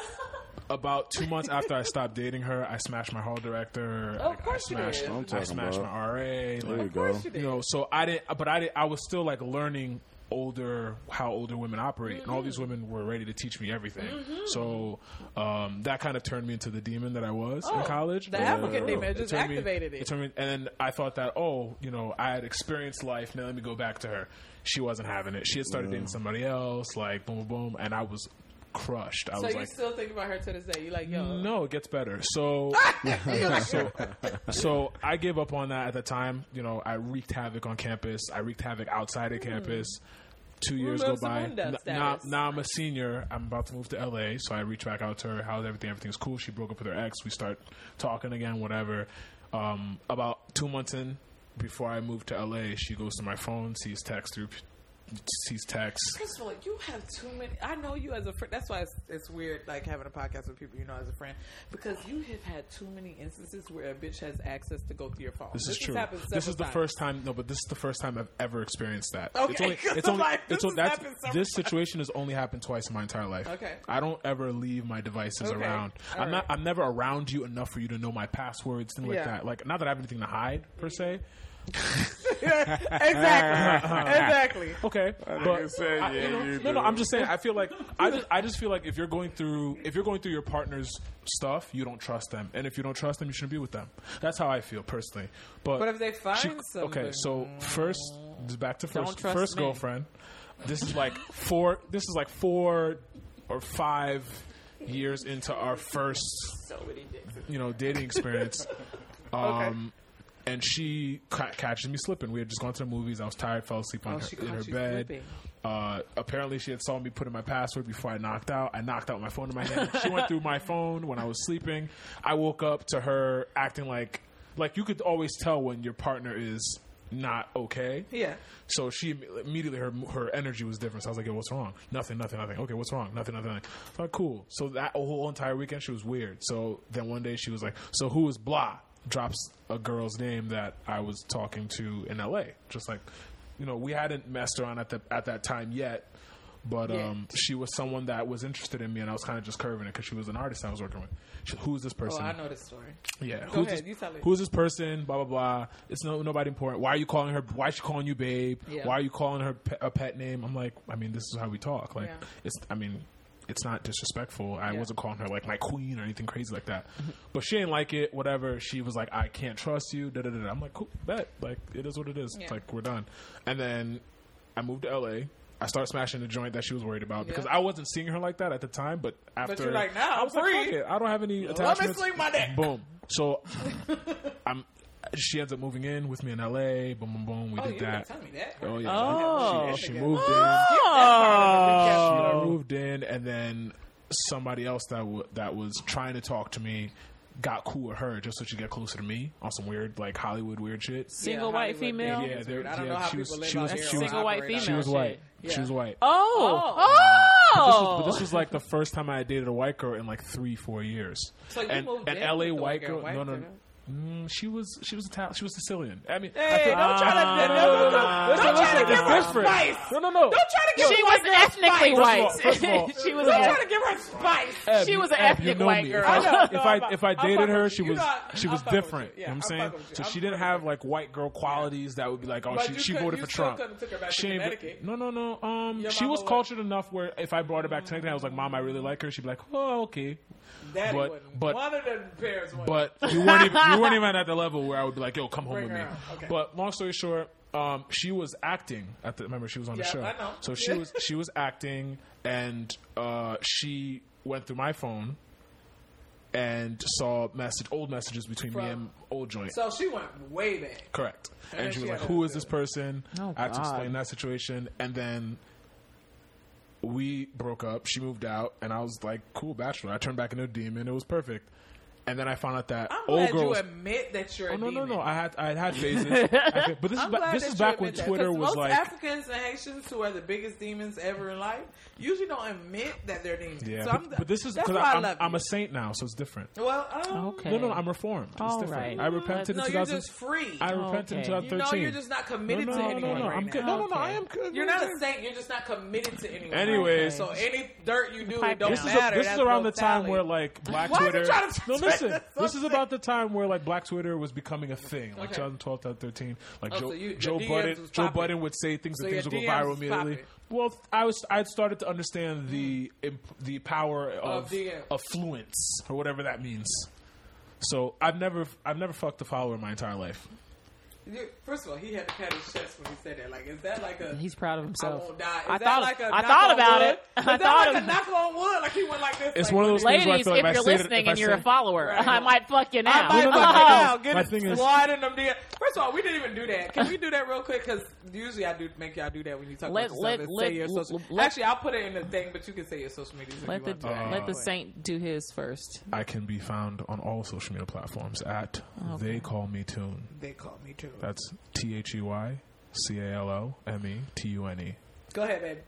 G: About two months after I stopped dating her, I smashed my hall director.
D: Oh, of course
G: I
D: you did.
G: smashed,
D: I'm
G: I
F: talking
G: smashed
F: about.
G: my RA. like,
F: you
D: Of course you did.
G: you know so i didn't but i didn't, i was still like learning older how older women operate and
D: Mm-hmm.
G: all these women were ready to teach me everything so um, that kind of turned me into the demon that i was
D: Oh,
G: in college
D: the
G: Yeah.
D: African demon just
G: turned
D: activated it.
G: turned me- and then i thought that oh you know i had experienced life now let me go back to her she wasn't having it she had started dating somebody else like boom boom boom and i was crushed i
D: So
G: was
D: you
G: like
D: still think about her to this day. You like, yo,
G: no, it gets better. So, *laughs* so, so I gave up on that at the time. You know, I wreaked havoc on campus. I wreaked havoc outside of campus. Two years go
D: loves the
G: by.
D: window
G: N- Now,
D: status.
G: now I'm a senior. I'm about to move to LA, so I reach back out to her. How's everything? Everything's cool. She broke up with her ex. We start talking again. Whatever. Um, about two months in, before I moved to LA, she goes to my phone, sees text through, sees text.
D: First of all, you have too many. I know you as a friend. That's why it's, it's weird, like having a podcast with people you know as a friend, because you have had too many instances where a bitch has access to go through your phone.
G: This, is
D: has
G: true.
D: happened
G: This
D: several
G: is the
D: times.
G: first time. No, but this is the first time I've ever experienced that.
D: Okay, *laughs*
G: it's only,
D: 'cause
G: it's
D: I'm
G: only,
D: like,
G: it's
D: this
G: only-
D: has
G: that's-
D: happened several
G: this situation has only happened twice in my entire life.
D: Okay.
G: I don't ever leave my devices
D: Okay,
G: around.
D: all
G: I'm not.
D: right.
G: I'm never around you enough for you to know my passwords, things
D: Yeah. Mm-hmm.
G: like that. Like, not that I have anything to hide per se. *laughs*
D: *laughs* exactly, exactly.
G: Okay, but
F: said,
G: I-
F: yeah,
G: you know,
F: you
G: no, no.
F: do.
G: I'm just saying. I feel like I just, I just feel like if you're going through, if you're going through your partner's stuff, you don't trust them, and if you don't trust them, you shouldn't be with them. That's how I feel personally. But
D: But if they find
G: she-
D: something-
G: okay, so first back to
E: Don't
G: first
E: trust
G: first
E: me.
G: girlfriend. This is like four. This is like four or five years into our first
D: So many dicks.
G: you know
D: *laughs*
G: dating experience. Um, And she ca- catches me slipping. We had just gone to the movies. I was tired, fell asleep on
D: Oh,
G: her,
D: she
G: in
D: caught
G: her
D: you
G: bed.
D: slipping.
G: Uh, apparently, she had saw me putting my password before I knocked out. I knocked out with my phone in my hand. she went through my phone when I was sleeping. I woke up to her acting like like you could always tell when your partner is not okay.
D: Yeah.
G: So she im- immediately her her energy was different. So I was like, "Yo, what's wrong? Nothing, nothing, nothing. Okay, what's wrong? Nothing, nothing." nothing. I thought, "Cool." So that whole entire weekend she was weird. So then one day she was like, "So who is blah?" Drops a girl's name that I was talking to in L.A. Just like, you know, we hadn't messed around at the at that time yet. But
D: Yet.
G: um, she was someone that was interested in me, and I was kind of just curving it because she was an artist I was working with. She, who's this
D: Oh,
G: person?
D: I know this story.
G: Yeah.
D: Go
G: who's
D: ahead,
G: this,
D: you tell it.
G: Who's this person? Blah blah blah. It's no nobody important. Why are you calling her? Why is she calling you babe?
D: Yeah.
G: Why are you calling her pe- a pet name? I'm like, I mean, this is how we talk. Like,
D: Yeah.
G: it's. I mean, it's not disrespectful. I
D: Yeah.
G: wasn't calling her like my queen or anything crazy like that. *laughs* but she didn't like it. Whatever. She was like, I can't trust you. Da da da. da. I'm like, cool, bet. Like, it is what it is.
D: Yeah.
G: Like, we're done. And then I moved to LA. I started smashing the joint that she was worried about because
D: Yeah.
G: I wasn't seeing her like that at the time. But after,
D: you're like, now
G: I was
D: I'm
G: like,
D: free.
G: fuck it. I don't have any
D: me
G: attachments.
D: swing my dick.
G: Boom. So *laughs* I'm. She ends up moving in with me in L.A. Boom, boom, boom. We
D: Oh, you
G: did
D: didn't
G: that.
D: tell me that.
G: Oh yeah.
E: Oh.
G: She, she moved in.
D: Oh.
G: She moved in, and then somebody else that w- that was trying to talk to me got cool with her just so she could get closer to me on some weird like Hollywood weird shit.
E: Single white female.
G: Yeah,
D: Yeah,
G: there-
D: I don't
G: yeah,
D: know how
G: she was-
D: people live
G: she
D: out
G: was-
D: here.
G: she was-
E: Single white
D: operate
G: She
E: female.
D: on-
G: was white.
D: Yeah.
G: She was white.
E: Oh,
G: But this,
E: oh!
G: was, but this was like the first time I dated a white girl in like three, four years.
D: So you
G: and,
D: moved
G: and
D: in
G: LA
D: with the
G: white
D: white girl,
G: girl.
D: white
G: no, no,
D: girl.
G: Mm, she was she was Italian. She was Sicilian. I mean, I
D: Hey,
G: feel-
D: don't try to no, no, no, no.
G: Listen,
D: Don't try to
G: listen,
D: give
G: it's
D: her
G: different.
D: spice.
G: No, no, no. Don't try
D: Try to give
E: she
D: her-
E: was ethnically white.
G: First of all- first of all-
E: she was.
D: Don't
E: a-
D: try to give her spice.
E: She was an ethnic white girl.
G: If I,
D: I know.
G: if I,
D: No, I'm
G: if I
D: fuck- I'm
G: dated
D: fucking
G: her,
D: with
G: she
D: you.
G: was
D: You know, I'm
G: she was
D: fucking with
G: different.
D: you.
G: You
D: Yeah,
G: know what
D: I'm
G: I'm saying?
D: fucking with you.
G: So
D: I'm
G: she didn't
D: fucking
G: have like white girl qualities that would be like, oh,
D: But
G: she
D: you
G: she
D: couldn't-
G: voted
D: you
G: for
D: still
G: Trump.
D: couldn't took her back to
G: She ain't-
D: Connecticut.
G: No, no, no. Um,
D: Your
G: she
D: mama
G: was
D: would-
G: cultured enough where if I brought her back to Connecticut, I was like, mom, I really like her. She'd be like, oh, okay.
D: Daddy
G: But-
D: wouldn't.
G: but-
D: one of the pairs wouldn't. *laughs*
G: But you weren't even, you weren't even at the level where I would be like, "Yo, come home
D: Bring
G: with me."
D: her out. Okay.
G: But long story short, um, she was acting at the. Remember, she was on
D: Yeah,
G: the show,
D: I know.
G: so she
D: Yeah.
G: was she was acting, and uh, she went through my phone and saw message old messages between
D: From-
G: me and old joint.
D: so she went way back.
G: Correct. And,
D: then
G: she was
D: she
G: like,
D: had
G: "Who
D: to
G: is
D: do
G: this
D: it."
G: person?"
E: Oh,
G: I had to
E: God.
G: explain that situation, and then we broke up. She moved out, and I was like, "Cool, bachelor." I turned back into a demon. It was perfect. and then I found out that
D: I'm
G: old
D: glad
G: girl.
D: you
G: was-
D: admit that you're
G: Oh,
D: a
G: no, no,
D: demon.
G: no! I had I
D: *laughs*
G: had had phases, I had- but this is
D: I'm
G: back,
D: glad
G: this
D: that
G: is
D: you
G: back when
D: admit that,
G: Twitter
D: 'cause
G: was
D: most
G: like
D: Africans and Haitians, who are the biggest demons ever in life, usually don't admit that they're demons.
G: Yeah,
D: so
G: but,
D: I'm,
G: but this is
D: that's
G: because
D: why I
G: I'm,
D: love
G: I'm
D: you.
G: a saint now, so it's different.
D: well, um,
E: Oh, Okay.
G: No, no, I'm reformed. It's
E: All
G: different.
E: right.
G: I repented
D: no,
G: in
D: you're
G: 2000.
D: just free.
G: I repented in
E: Okay.
D: you
G: 2013.
D: know, you're just not committed
G: no,
D: to
G: no, no,
D: anyone
G: no, no,
D: right
G: I'm
D: now.
G: good. No, no, no, I
E: Okay.
G: am good.
D: You're not a saint. You're just not committed to anyone.
G: Anyways.
D: so any dirt you do, it
E: Pipe
D: don't
E: down.
G: This is,
D: matter.
G: a, this is
D: That's
G: around
D: no
G: the time
D: salad.
G: where like black
D: Why is he
G: Twitter.
D: trying to-
G: no, listen.
D: that's
G: This is
D: something.
G: about the time where like black Twitter was becoming a thing, like
D: Okay.
G: 2012, 2013. Like
D: Oh,
G: Joe,
D: so you- your
G: Joe
D: DMs
G: Budden,
D: was
G: Joe
D: popping.
G: Budden would say things
D: So
G: and things would
D: your
G: go
D: DMs
G: viral
D: was
G: immediately.
D: popping. Mm-hmm.
G: Well, I was I'd started to understand the imp- the power
D: Of
G: of
D: DMs.
G: affluence or whatever that means. So I've never I've never fucked a follower in my entire life.
D: You- First of all, he had to pat his chest when he said that. Like, is that like a?
E: He's proud of himself.
D: I won't die. Is
E: I
D: that
E: thought.
D: like a
E: I
D: knock
E: thought
D: on
E: about
D: wood?
E: it.
D: Is
E: *laughs* I
D: that
E: thought
D: like
E: of
D: a knock on wood. Like he went like this.
G: It's
D: like,
G: one of those things where I
E: Ladies,
G: feel like
E: if
G: I
E: you're
G: say it- if
E: listening
G: I
E: and you're
G: say-
E: a follower,
D: Right.
E: I might fuck you *laughs* now.
D: I might
G: no, no,
D: fuck
G: no,
D: it
G: no.
D: out. Get
G: My
D: it
G: thing is-
D: slide in them DM. First of all, we didn't even do that. Can we do that real quick? Because usually I do make y'all do that when you talk
E: Let-
D: about yourself
E: let-
D: and
E: let-
D: say your social.
E: let-
D: Actually, I'll put it in the thing, but you can say your social media.
E: Let the
G: Uh,
E: let the saint do his first.
G: I can be found on all social media platforms at They Call Me Tune.
D: They call me too.
G: That's T H E Y C A L O M E T U N E.
D: Go ahead, baby.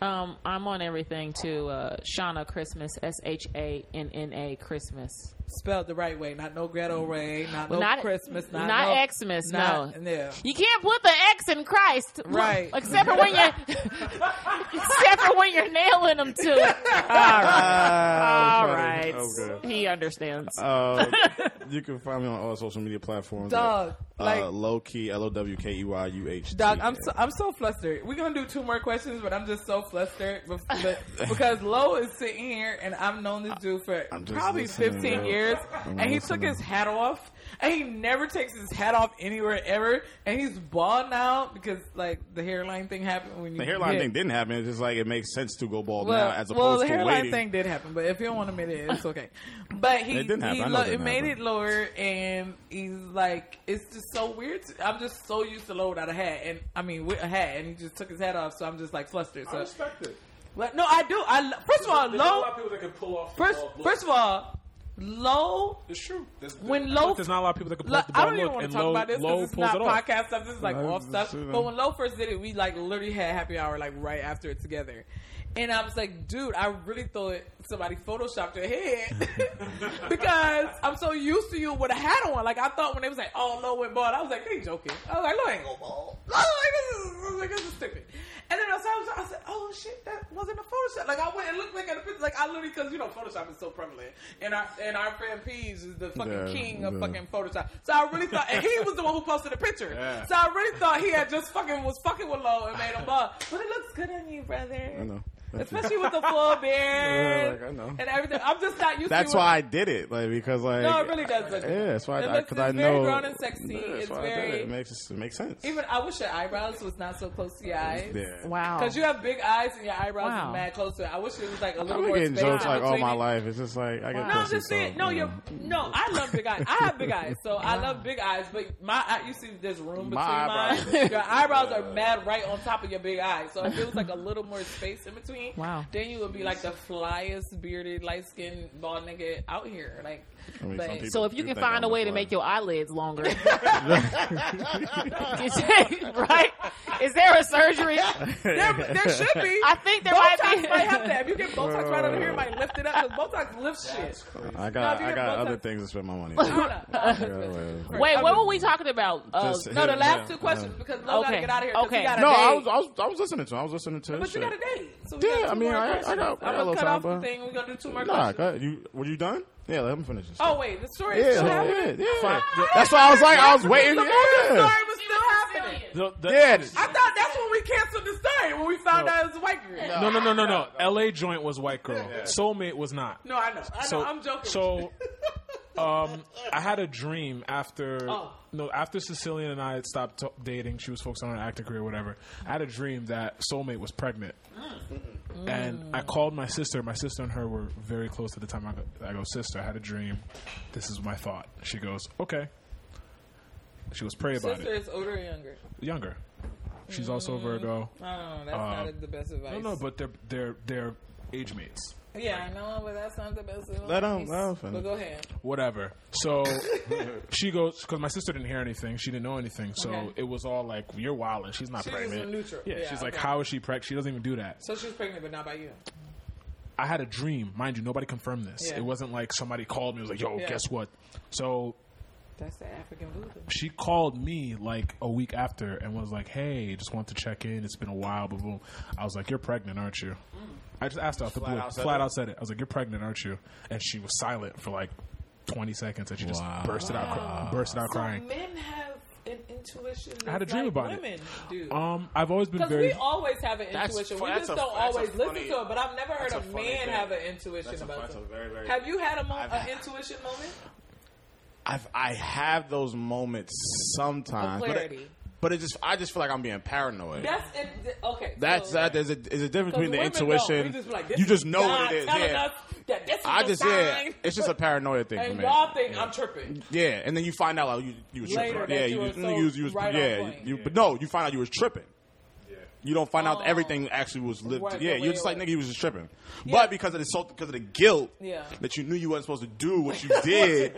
E: Um, I'm on everything too. Uh, Shauna Christmas, S H A N N A Christmas.
D: Spelled the right way. Not no ghetto ray. Not no
E: Not-
D: Christmas. Not,
E: not
D: no,
E: Xmas,
D: Not,
E: no.
D: Yeah.
E: You can't put the X in Christ,
D: Right.
E: Except for when you, except for when you're nailing them to. it. All
F: *laughs* Oh,
E: right, all
D: *laughs*
E: right. He understands.
F: Uh, you can find me on all social media platforms.
D: Dog,
F: at,
D: like-
F: uh, low key L O W K E Y U H.
D: Doc, I'm so, I'm so flustered. We're gonna do two more questions, but I'm just so flustered bef-
F: *laughs*
D: but- because Lo is sitting here, and I've known this dude for
F: I'm just
D: probably
F: listening,
D: 15
F: bro.
D: years,
F: I'm
D: and he
F: listening.
D: took his hat off, and he never takes his hat off anywhere ever, and he's bald now because like the hairline thing happened when you
F: the hairline
D: yeah.
F: thing didn't happen. It's just like it makes sense to go bald
D: Well,
F: now as opposed
D: well, the
F: to
D: hairline
F: waiting.
D: thing did happen, but if you don't want to admit it, it's okay. But he,
F: It didn't happen.
D: he
F: I know
D: lo-
F: it didn't
D: made
F: happen.
D: it lower, and he's like, it's just so weird. to- I'm just so used to low without a hat, and I mean with a hat, and he just took his hat off, so I'm just like flustered. So,
G: it.
D: but no, I do. I lo- first of all, low.
G: people that can pull off.
D: First, first of all, low.
G: it's true. There's,
D: When Lo-
G: there's not a lot of people that can pull
D: Lo-
G: off the
D: I
G: bald
D: don't even
G: look,
D: want
G: and
D: to talk
G: Lo-
D: about this
G: Lo
D: because it's
G: pulls
D: not
G: it off.
D: podcast stuff. This is like
F: I
D: off stuff.
F: understand.
D: But when Lo first did it, we like literally had happy hour like right after it together. And I was like, dude, I really thought somebody photoshopped your head *laughs* because I'm so used to you with a hat on. Like I thought when they was like, oh Lo went bald, I was like, they joking. I was like, Lo ain't go bald. *laughs* Lo, like, this is, I was like, this is stupid. And then I, was, I said, oh shit, that wasn't a Photoshop. Like I went and looked back at the picture. Like I literally, because you know, Photoshop is so prevalent. And our and our friend Pease is the fucking
F: Yeah,
D: king of
F: yeah.
D: fucking Photoshop. So I really thought, and he was the one who posted the picture.
F: Yeah.
D: So I really thought he had just fucking was fucking with Lo and made him up. But it looks good on you, brother.
F: I know. *laughs* Thank you.
D: Especially with the full beard
F: Yeah, *laughs* like, I know.
D: and everything. I'm just not used
F: That's
D: to
F: why I did it, like because like
D: No, it really does look good.
F: Yeah, that's why
D: It
F: I
D: looks-
F: because
D: it's
F: I
D: very
F: know
D: grown and sexy.
F: Yeah, that's
D: It's
F: why I did it.
D: very-
F: It makes it makes sense.
D: Even I wish your eyebrows was not so close to your eyes.
F: yeah.
E: wow.
D: Because you have big eyes and your eyebrows
E: Wow.
D: is mad close to it. I wish it was like a
F: I've
D: little
F: been
D: more
F: getting
D: space
F: jokes
D: in
F: like all
D: between
F: my
D: it.
F: life. It's just like I get
D: No, I'm
F: pussy,
D: just saying.
F: so,
D: No,
F: you
D: you're
F: know.
D: no. I love big eyes. I have
F: *laughs*
D: big eyes, so I love big eyes. But my, eye- you see, there's room between
F: My
D: mine. *laughs*
F: eyebrows.
D: Your eyebrows are mad right on top of your big eyes. So if it was like
F: *laughs*
D: a little more space in between,
E: Wow.
D: then you would be like the flyest bearded, light skinned, bald nigga out here. Like,
F: I mean,
D: but-
F: some people
E: so if you
F: do
E: can
F: think
E: find
F: I'm
E: a way to
F: fly.
E: make your eyelids longer, *laughs* right? Is there a surgery?
D: *laughs* there,
F: *laughs*
D: there should be.
E: *laughs* I think there
D: Botox
E: might
D: might,
E: be.
D: have that. If you get Botox right under here, it might lift it up because Botox lifts shit.
F: I
D: No, if
F: got
D: you
F: I
D: get
F: got
D: both
F: other
D: of-
F: things to spend my
D: *laughs*
F: money.
D: I
F: on.
D: don't know. I'm just-
E: Wait,
D: I'm
E: what
D: just-
E: were we talking about? Uh,
F: Just
D: No, the
F: hit-
D: last
F: yeah.
D: two questions because Lo gotta
E: Okay.
D: get out of here. 'cause
E: Okay.
D: He got a
F: No, I
D: date.
F: was, I was I was listening to him. I was listening to him.
D: But you got a date. So we
F: Yeah,
D: got two
F: I mean,
D: more
F: I- I
D: questions.
F: got- I
D: I'm
F: got a
D: gonna
F: little
D: cut
F: time,
D: off the
F: but-
D: thing. We're gonna do two more
F: Nah,
D: questions.
F: go ahead. you were you done? Yeah, let him finish. This
D: Oh wait, the story
F: yeah,
D: is still happening.
F: yeah, yeah. That's why I was like, I was waiting.
D: The Moses
F: Yeah,
D: story was still happening.
G: The- the-
F: yeah.
D: I thought that's when we canceled the story when we found out it was a white girl. No,
G: No, no, no, no, no. L.A. joint was white girl. Soulmate was not.
D: I know. I know. I'm joking. *laughs*
G: So, um, I had a dream after
D: Oh.
G: no after Cecilian and I had stopped t- dating. She was focused on her acting career, whatever. I had a dream that soulmate was pregnant,
D: Mm.
G: and I called my sister. My sister and her were very close at the time. I go, I go, sister, I had a dream. This is my thought. She goes, okay. She was pray about
D: sister
G: it.
D: is older or younger.
G: Younger. She's also a Virgo.
D: I don't know. That's
G: Uh,
F: Um,
D: not the best advice.
G: No, no, but they're they're they're age mates.
D: Yeah, I know, but that's not the best.
F: Let him- let him finish.
D: But go ahead.
G: whatever.
D: *laughs*
G: So she goes because my sister didn't hear anything. She didn't know anything. So
D: Okay.
G: it was all like, "You're wild and she's not
D: She was
G: pregnant."
D: neutral.
G: Yeah,
D: Yeah,
G: she's like,
D: okay.
G: "How is she pregnant? She doesn't even do that."
D: So she was pregnant, but not by you.
G: I had a dream, mind you. Nobody confirmed this.
D: Yeah.
G: It wasn't like somebody called me. and was like, "Yo,
D: Yeah.
G: guess what?" So
D: That's the African voodoo.
G: she called me like a week after and was like, "Hey, just want to check in. It's been a while." But boom, I was like, "You're pregnant, aren't you?" I just asked her out the
F: Flat
G: blue,
F: out said
G: flat
F: it?
G: out said it. I was like, "You're pregnant, aren't you?" And she was silent for like. 20 seconds and she just
F: Wow.
G: bursted out cry- bursted out crying.
D: So men have an intuition.
G: I had a
D: that's
G: dream
D: like
G: about
D: women
G: it.
D: Do.
G: Um, I've always been
D: because
G: very.
D: we always have an
F: That's
D: intuition.
F: fu-
D: we
F: that's
D: just
F: a-
D: don't
F: that's a
D: always listen
F: funny-
D: to it. But I've never heard
F: that's
D: a,
F: a funny
D: man
F: thing.
D: have an intuition
F: That's a
D: about
F: fun-
D: something.
F: that's a very, very-
D: have you had a mo-
F: I've
D: an
F: had-
D: intuition moment?
F: I've, I have those moments sometimes,
D: Of
F: but it,
D: clarity.
F: but it just I just feel like I'm being paranoid.
D: That's in, okay.
F: That's
D: so,
F: that. There's a there's a difference between the
D: Because women don't.
F: intuition.
D: We just be like, this
F: you
D: is
F: just know
D: God
F: what it is.
D: telling
F: Yeah.
D: us that this is
F: I
D: the
F: just
D: sign.
F: yeah. It's just a paranoia thing for
D: And
F: me.
D: y'all think I'm tripping.
F: Yeah, and then you find out like you you was
D: Later
F: tripping.
D: that
F: Yeah,
D: you
F: you,
D: were
F: was-
D: so
F: you was, you was
D: right on
F: yeah,
D: point. Oh.
F: you but no, you find out you was tripping. You don't find out that everything actually was lived.
D: Right,
F: yeah,
D: right,
F: you're just
D: right,
F: like nigga, you was just tripping.
D: Yeah.
F: But because of the so, because of the guilt
D: Yeah.
F: that you knew you wasn't supposed to do
D: *laughs*
F: what you did,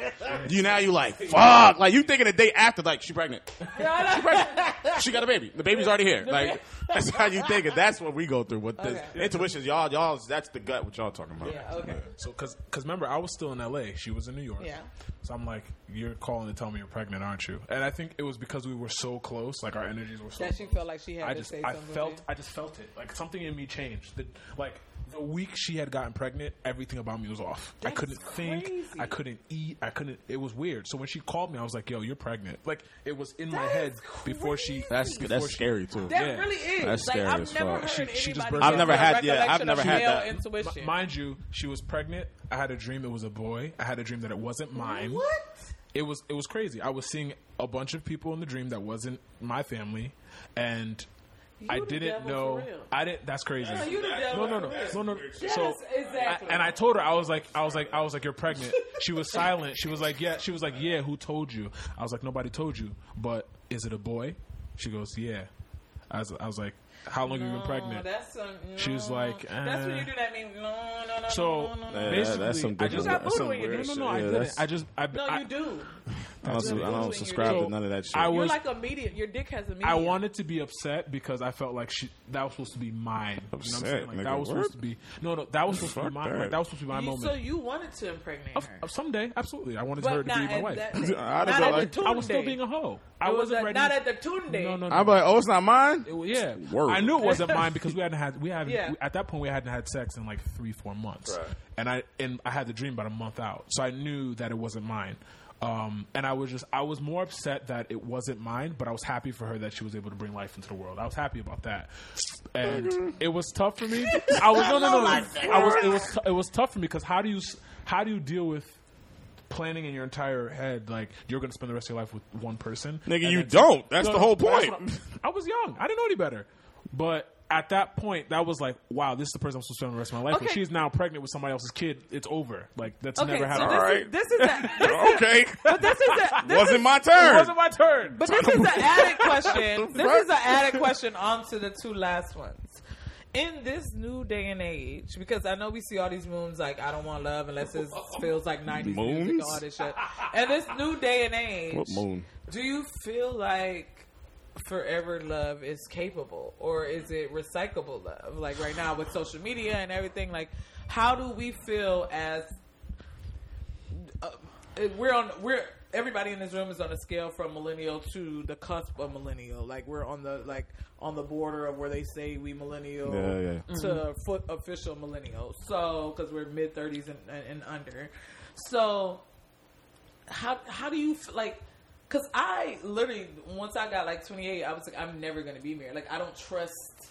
F: you now you like fuck. Like you thinking the day after, like she pregnant,
D: Yeah, I know.
F: she got a baby, the baby's already here. Like that's how you think it. That's what we go through. What the
D: Okay.
F: intuitions, y'all, y'all, that's the gut. What y'all talking about?
D: Yeah, okay.
G: So, cause, cause remember, I was still in L.A. She was in New York.
D: Yeah.
G: So I'm like, you're calling to tell me you're pregnant, aren't you? And I think it was because we were so close, like our energies were so.
D: That she
G: close.
D: felt like she had
G: I
D: to
G: just,
D: say
G: I
D: something.
G: felt, I just felt it. Like something in me changed. The, like the week she had gotten pregnant, everything about me was off. I
D: That's
G: couldn't think.
D: crazy.
G: I couldn't eat. I couldn't. It was weird. So when she called me, I was like, yo, you're pregnant. Like it was in my
D: That
G: head
D: is
G: before she.
D: crazy.
F: That's
G: before
F: that's
G: she-
F: scary too.
D: That
G: Yeah.
D: really is.
F: That's
D: like,
F: scary
D: I've
F: as
D: never
F: fuck.
D: heard
G: She-
D: anybody.
G: she just burst
D: get
G: out. I've
F: never
D: a
F: had- yeah, I've
D: recollection
F: never
D: of
F: had
D: male
F: that.
D: Intuition.
G: Mind you, she was pregnant. I had a dream it was a boy. I had a dream that it wasn't mine.
D: What?
G: It was it was crazy. I was seeing a bunch of people in the dream that wasn't my family, and I
D: the
G: didn't
D: devil
G: know.
D: for real.
G: I didn't. That's crazy.
D: Are you the
G: no,
D: devil?
G: no, no, no, no.
D: Yes,
G: so
D: exactly.
G: I- and I told her I was like, I was like, I was like, you're pregnant. She was silent. She was like, yeah. She was like, yeah. Who told you? I was like, nobody told you. But is it a boy? She goes, yeah. I was, I was like, how long have you been
D: Oh,
G: pregnant?
D: that's some, no.
G: She was like,
D: that's when
G: uh,
D: you do that. Mean, no, no, no,
G: So
D: no, no, no.
F: Yeah,
G: basically,
F: that's some
G: I
F: different-
G: just
D: that's some
G: no, no,
D: weird
G: no,
D: shit.
G: I
F: Yeah,
G: didn't.
F: that's-
G: I just I,
D: No,
G: I,
D: you do.
F: I don't, I don't subscribe to none of that shit.
G: I
D: You're
G: was
D: like a medium. Your dick has a medium.
G: I wanted to be upset because I felt like she that was supposed to be mine.
F: Upset,
G: you know what I'm saying? Like that
F: nigga,
G: was
F: what?
G: supposed to be no, no, that was supposed to be
F: Fuck
G: mine.
F: that.
G: Like, that was supposed to be my
D: You,
G: moment.
D: so you wanted to impregnate
G: Of-
D: her,
G: of someday, absolutely, I wanted
D: but
G: her to
D: not
G: be my
D: at
G: wife. *laughs*
D: that.
F: I
D: Day.
F: don't
D: Not
F: feel
D: at the
F: like-
D: tune
G: I was still
D: day.
G: being a hoe.
D: It
G: I
D: was
G: wasn't
D: a-
G: ready.
D: Not at the tune day.
G: no, no, no.
F: I'm like, oh, it's not mine.
G: It was- yeah,
F: Word.
G: I knew it
F: *laughs*
G: wasn't mine because we hadn't had we hadn't
D: Yeah.
G: we- at that point we hadn't had sex in like three four months,
F: Right.
G: and I and I had the dream about a month out, so I knew that it wasn't mine. Um, and I was just I was more upset that it wasn't mine, but I was happy for her that she was able to bring life into the world. I was happy about that, and it was tough for me. I was no no no, no. I was it was it was tough for me because how do you s- how do you deal with planning in your entire head like you're going to spend the rest of your life with one person
F: Nigga,
G: and
F: you
G: then-
F: don't. That's
G: No,
F: the
G: no,
F: whole
G: but that's
F: point.
G: what I I was young. I didn't know any better. But at that point, that was like, wow, this is the person I'm supposed to spend the rest of my life with.
D: Okay.
G: She's now pregnant with somebody else's kid. It's over. Like that's
D: Okay,
G: never
D: so
G: happened.
D: this,
F: Alright.
D: is, this is a, this,
E: *laughs*
F: okay,
D: but this is
G: *laughs*
D: a, this
F: wasn't
D: is,
F: my
G: It
F: turn.
G: wasn't my turn.
D: But this is an added question. This is an
G: *laughs*
D: added question onto the two last ones. In this new day and age, because I know we see all these moons like I don't want love unless
G: *laughs*
D: it feels like nineties music and
F: Moons?
D: all this shit. And this new day and age,
F: What moon?
D: do you feel like forever love is capable, or is it recyclable love? Like right now with social media and everything, like how do we feel as uh, we're on we're everybody in this room is on a scale from millennial to the cusp of millennial like we're on the like on the border of where they say we millennial
F: Yeah, yeah.
D: to foot official millennial so because we're mid 30s and, and, and under so how how do you f- like because i literally once i got like 28 i was like i'm never gonna be married like i don't trust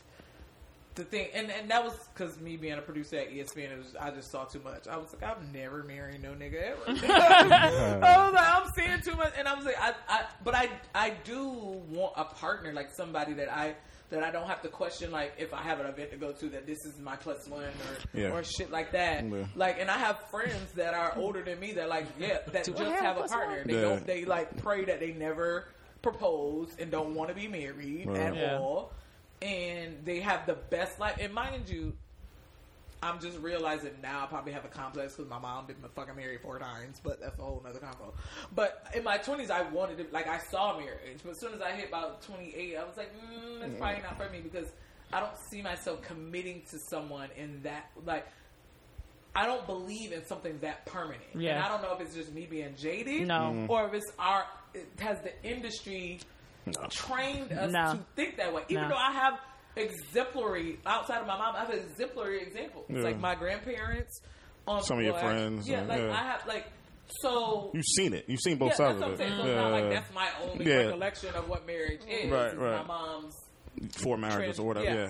D: the thing, and, and that was because me being a producer at E ESPN, it was, I just saw too much. I was like, I'm never marrying no nigga ever. *laughs* I was like, I'm seeing too much, and I was like, I, I but I, I do want a partner, like somebody that I that I don't have to question, like if I have an event to go to, that this is my plus one or
F: Yeah.
D: or shit like that.
F: Yeah.
D: Like, and I have friends that are older than me that like, yeah, that just have a partner. They
F: Yeah.
D: don't, they like pray that they never propose and don't want to be married
F: Right.
D: at all and they have the best life. And mind you, I'm just realizing now I probably have a complex because my mom didn't fucking marry four times, but that's a whole nother combo. But in my 20s, I wanted to, like, I saw marriage, but as soon as I hit about 28, I was like, mm, that's probably not for me because I don't see myself committing to someone in that, like, I don't believe in something that permanent.
E: Yeah.
D: And I don't know if it's just me being jaded
E: No. Mm.
D: or if it's our, it has the industry trained us
E: No.
D: to think that way. Even
E: No.
D: though I have exemplary outside of my mom, I have exemplary examples.
F: Yeah.
D: Like my grandparents, um,
F: Some of your
D: well, I-
F: friends,
D: Yeah,
F: uh,
D: like
F: yeah.
D: I have like so.
F: You've seen it. You've seen both
D: yeah,
F: sides
D: that's what I'm
F: of it. Uh,
D: saying. So it's not like
F: Yeah.
D: that's my only
F: Yeah.
D: recollection of what marriage is.
F: Right,
D: It's My
F: right.
D: mom's.
F: Four marriages or whatever.
D: Yeah.
F: Yeah.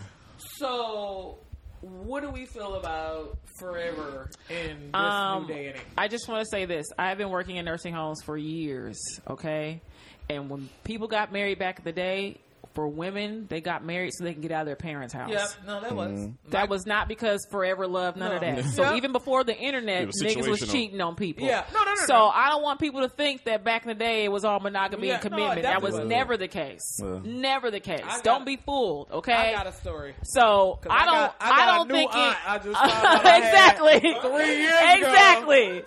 D: So, what do we feel about forever in this
E: Um,
D: new day and age?
E: I just want to say this. I've been working in nursing homes for years, okay? And when people got married back in the day, for women, they got married so they can get out of their parents' house.
D: Yeah, no, that was.
F: Mm-hmm.
E: That was not because forever love, none of
D: No.
E: that. So
D: Yeah.
E: even before the internet,
F: It was
E: niggas was
F: situational.
E: cheating on people.
D: Yeah. No, no, no,
E: So
D: no.
E: I don't want people to think that back in the day it was all monogamy
D: Yeah,
E: and
D: no,
E: commitment. that was
D: definitely.
E: never the case.
F: Yeah.
E: Never the case.
D: got-
E: don't be fooled, okay?
D: I got a story.
E: so I
D: 'Cause
E: don't, I,
D: got- got a
E: don't
D: new
E: think it,
D: aunt I just found
E: *laughs*
D: out I had
E: exactly.
D: three years ago.
E: exactly.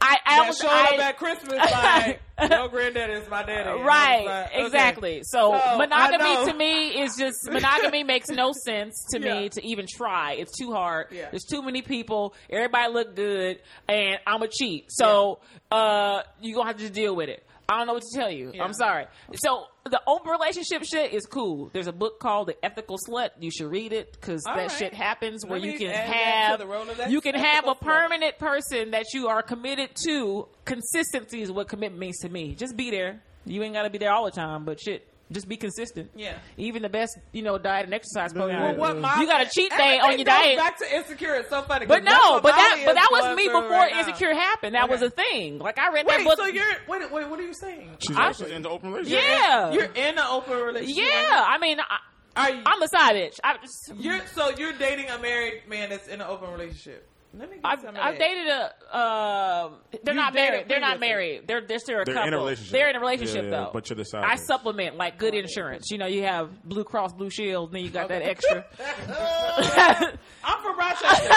E: I, I
D: that
E: was
D: showed
E: I,
D: up at
E: *laughs*
D: Christmas like your granddaddy is my daddy. And I was
E: right,
D: like, okay.
E: exactly.
D: So,
E: So,
D: I know.
E: monogamy to me is just
D: *laughs*
E: monogamy makes no sense to
D: Yeah.
E: me to even try. It's too hard.
D: Yeah.
E: There's too many people. Everybody look good, and I'm a cheat. So uh, you gonna have to deal with it. I don't know what to tell you.
D: Yeah.
E: I'm sorry. So the open relationship shit is cool. There's a book called The Ethical Slut. You should read it because
D: All
E: that
D: right.
E: shit happens where
D: Let
E: you
D: me
E: can
D: add that to
E: have
D: the Rolodex.
E: you
D: *laughs*
E: can have a
D: Ethical slut.
E: permanent permanent person that you are committed to, consistency is what commitment means to me. Just be there. You ain't gotta be there all the time, but shit, just be consistent.
D: Yeah.
E: Even the best, you know, diet and exercise
D: Well,
E: program.
D: what my,
E: you got a cheat day on
D: everything
E: your
D: goes
E: diet.
D: Back to insecure. It's so funny. 'cause
E: but
D: that's
E: no,
D: what
E: but that,
D: Molly
E: but that
D: is
E: was
D: going
E: me
D: through
E: before
D: right now.
E: insecure happened. That was
D: Okay.
E: a thing. Like I read that
D: Wait,
E: book.
D: so you're wait, wait, what are you saying?
F: She's
E: I-
F: actually into open relationship.
E: yeah,
D: You're in an open relationship.
E: yeah.
D: right now?
E: I mean, I,
D: Are you?
E: I'm a side bitch. I just,
D: you're so you're dating a married man that's in an open relationship. Let me. Get
E: I've,
D: some of
E: I've
D: that.
E: dated a. Um, they're
D: You
E: not
D: dated
E: married. They're not
D: previously.
E: married. They're they're still a
F: They're in a
E: couple.
F: relationship.
E: They're in a relationship
F: Yeah, yeah,
E: though.
F: but you're the side
E: I
F: bitch.
E: supplement like good insurance. You know, you have Blue Cross Blue Shield, and then you got
D: *laughs*
E: that extra. *laughs*
D: I'm from Rochester.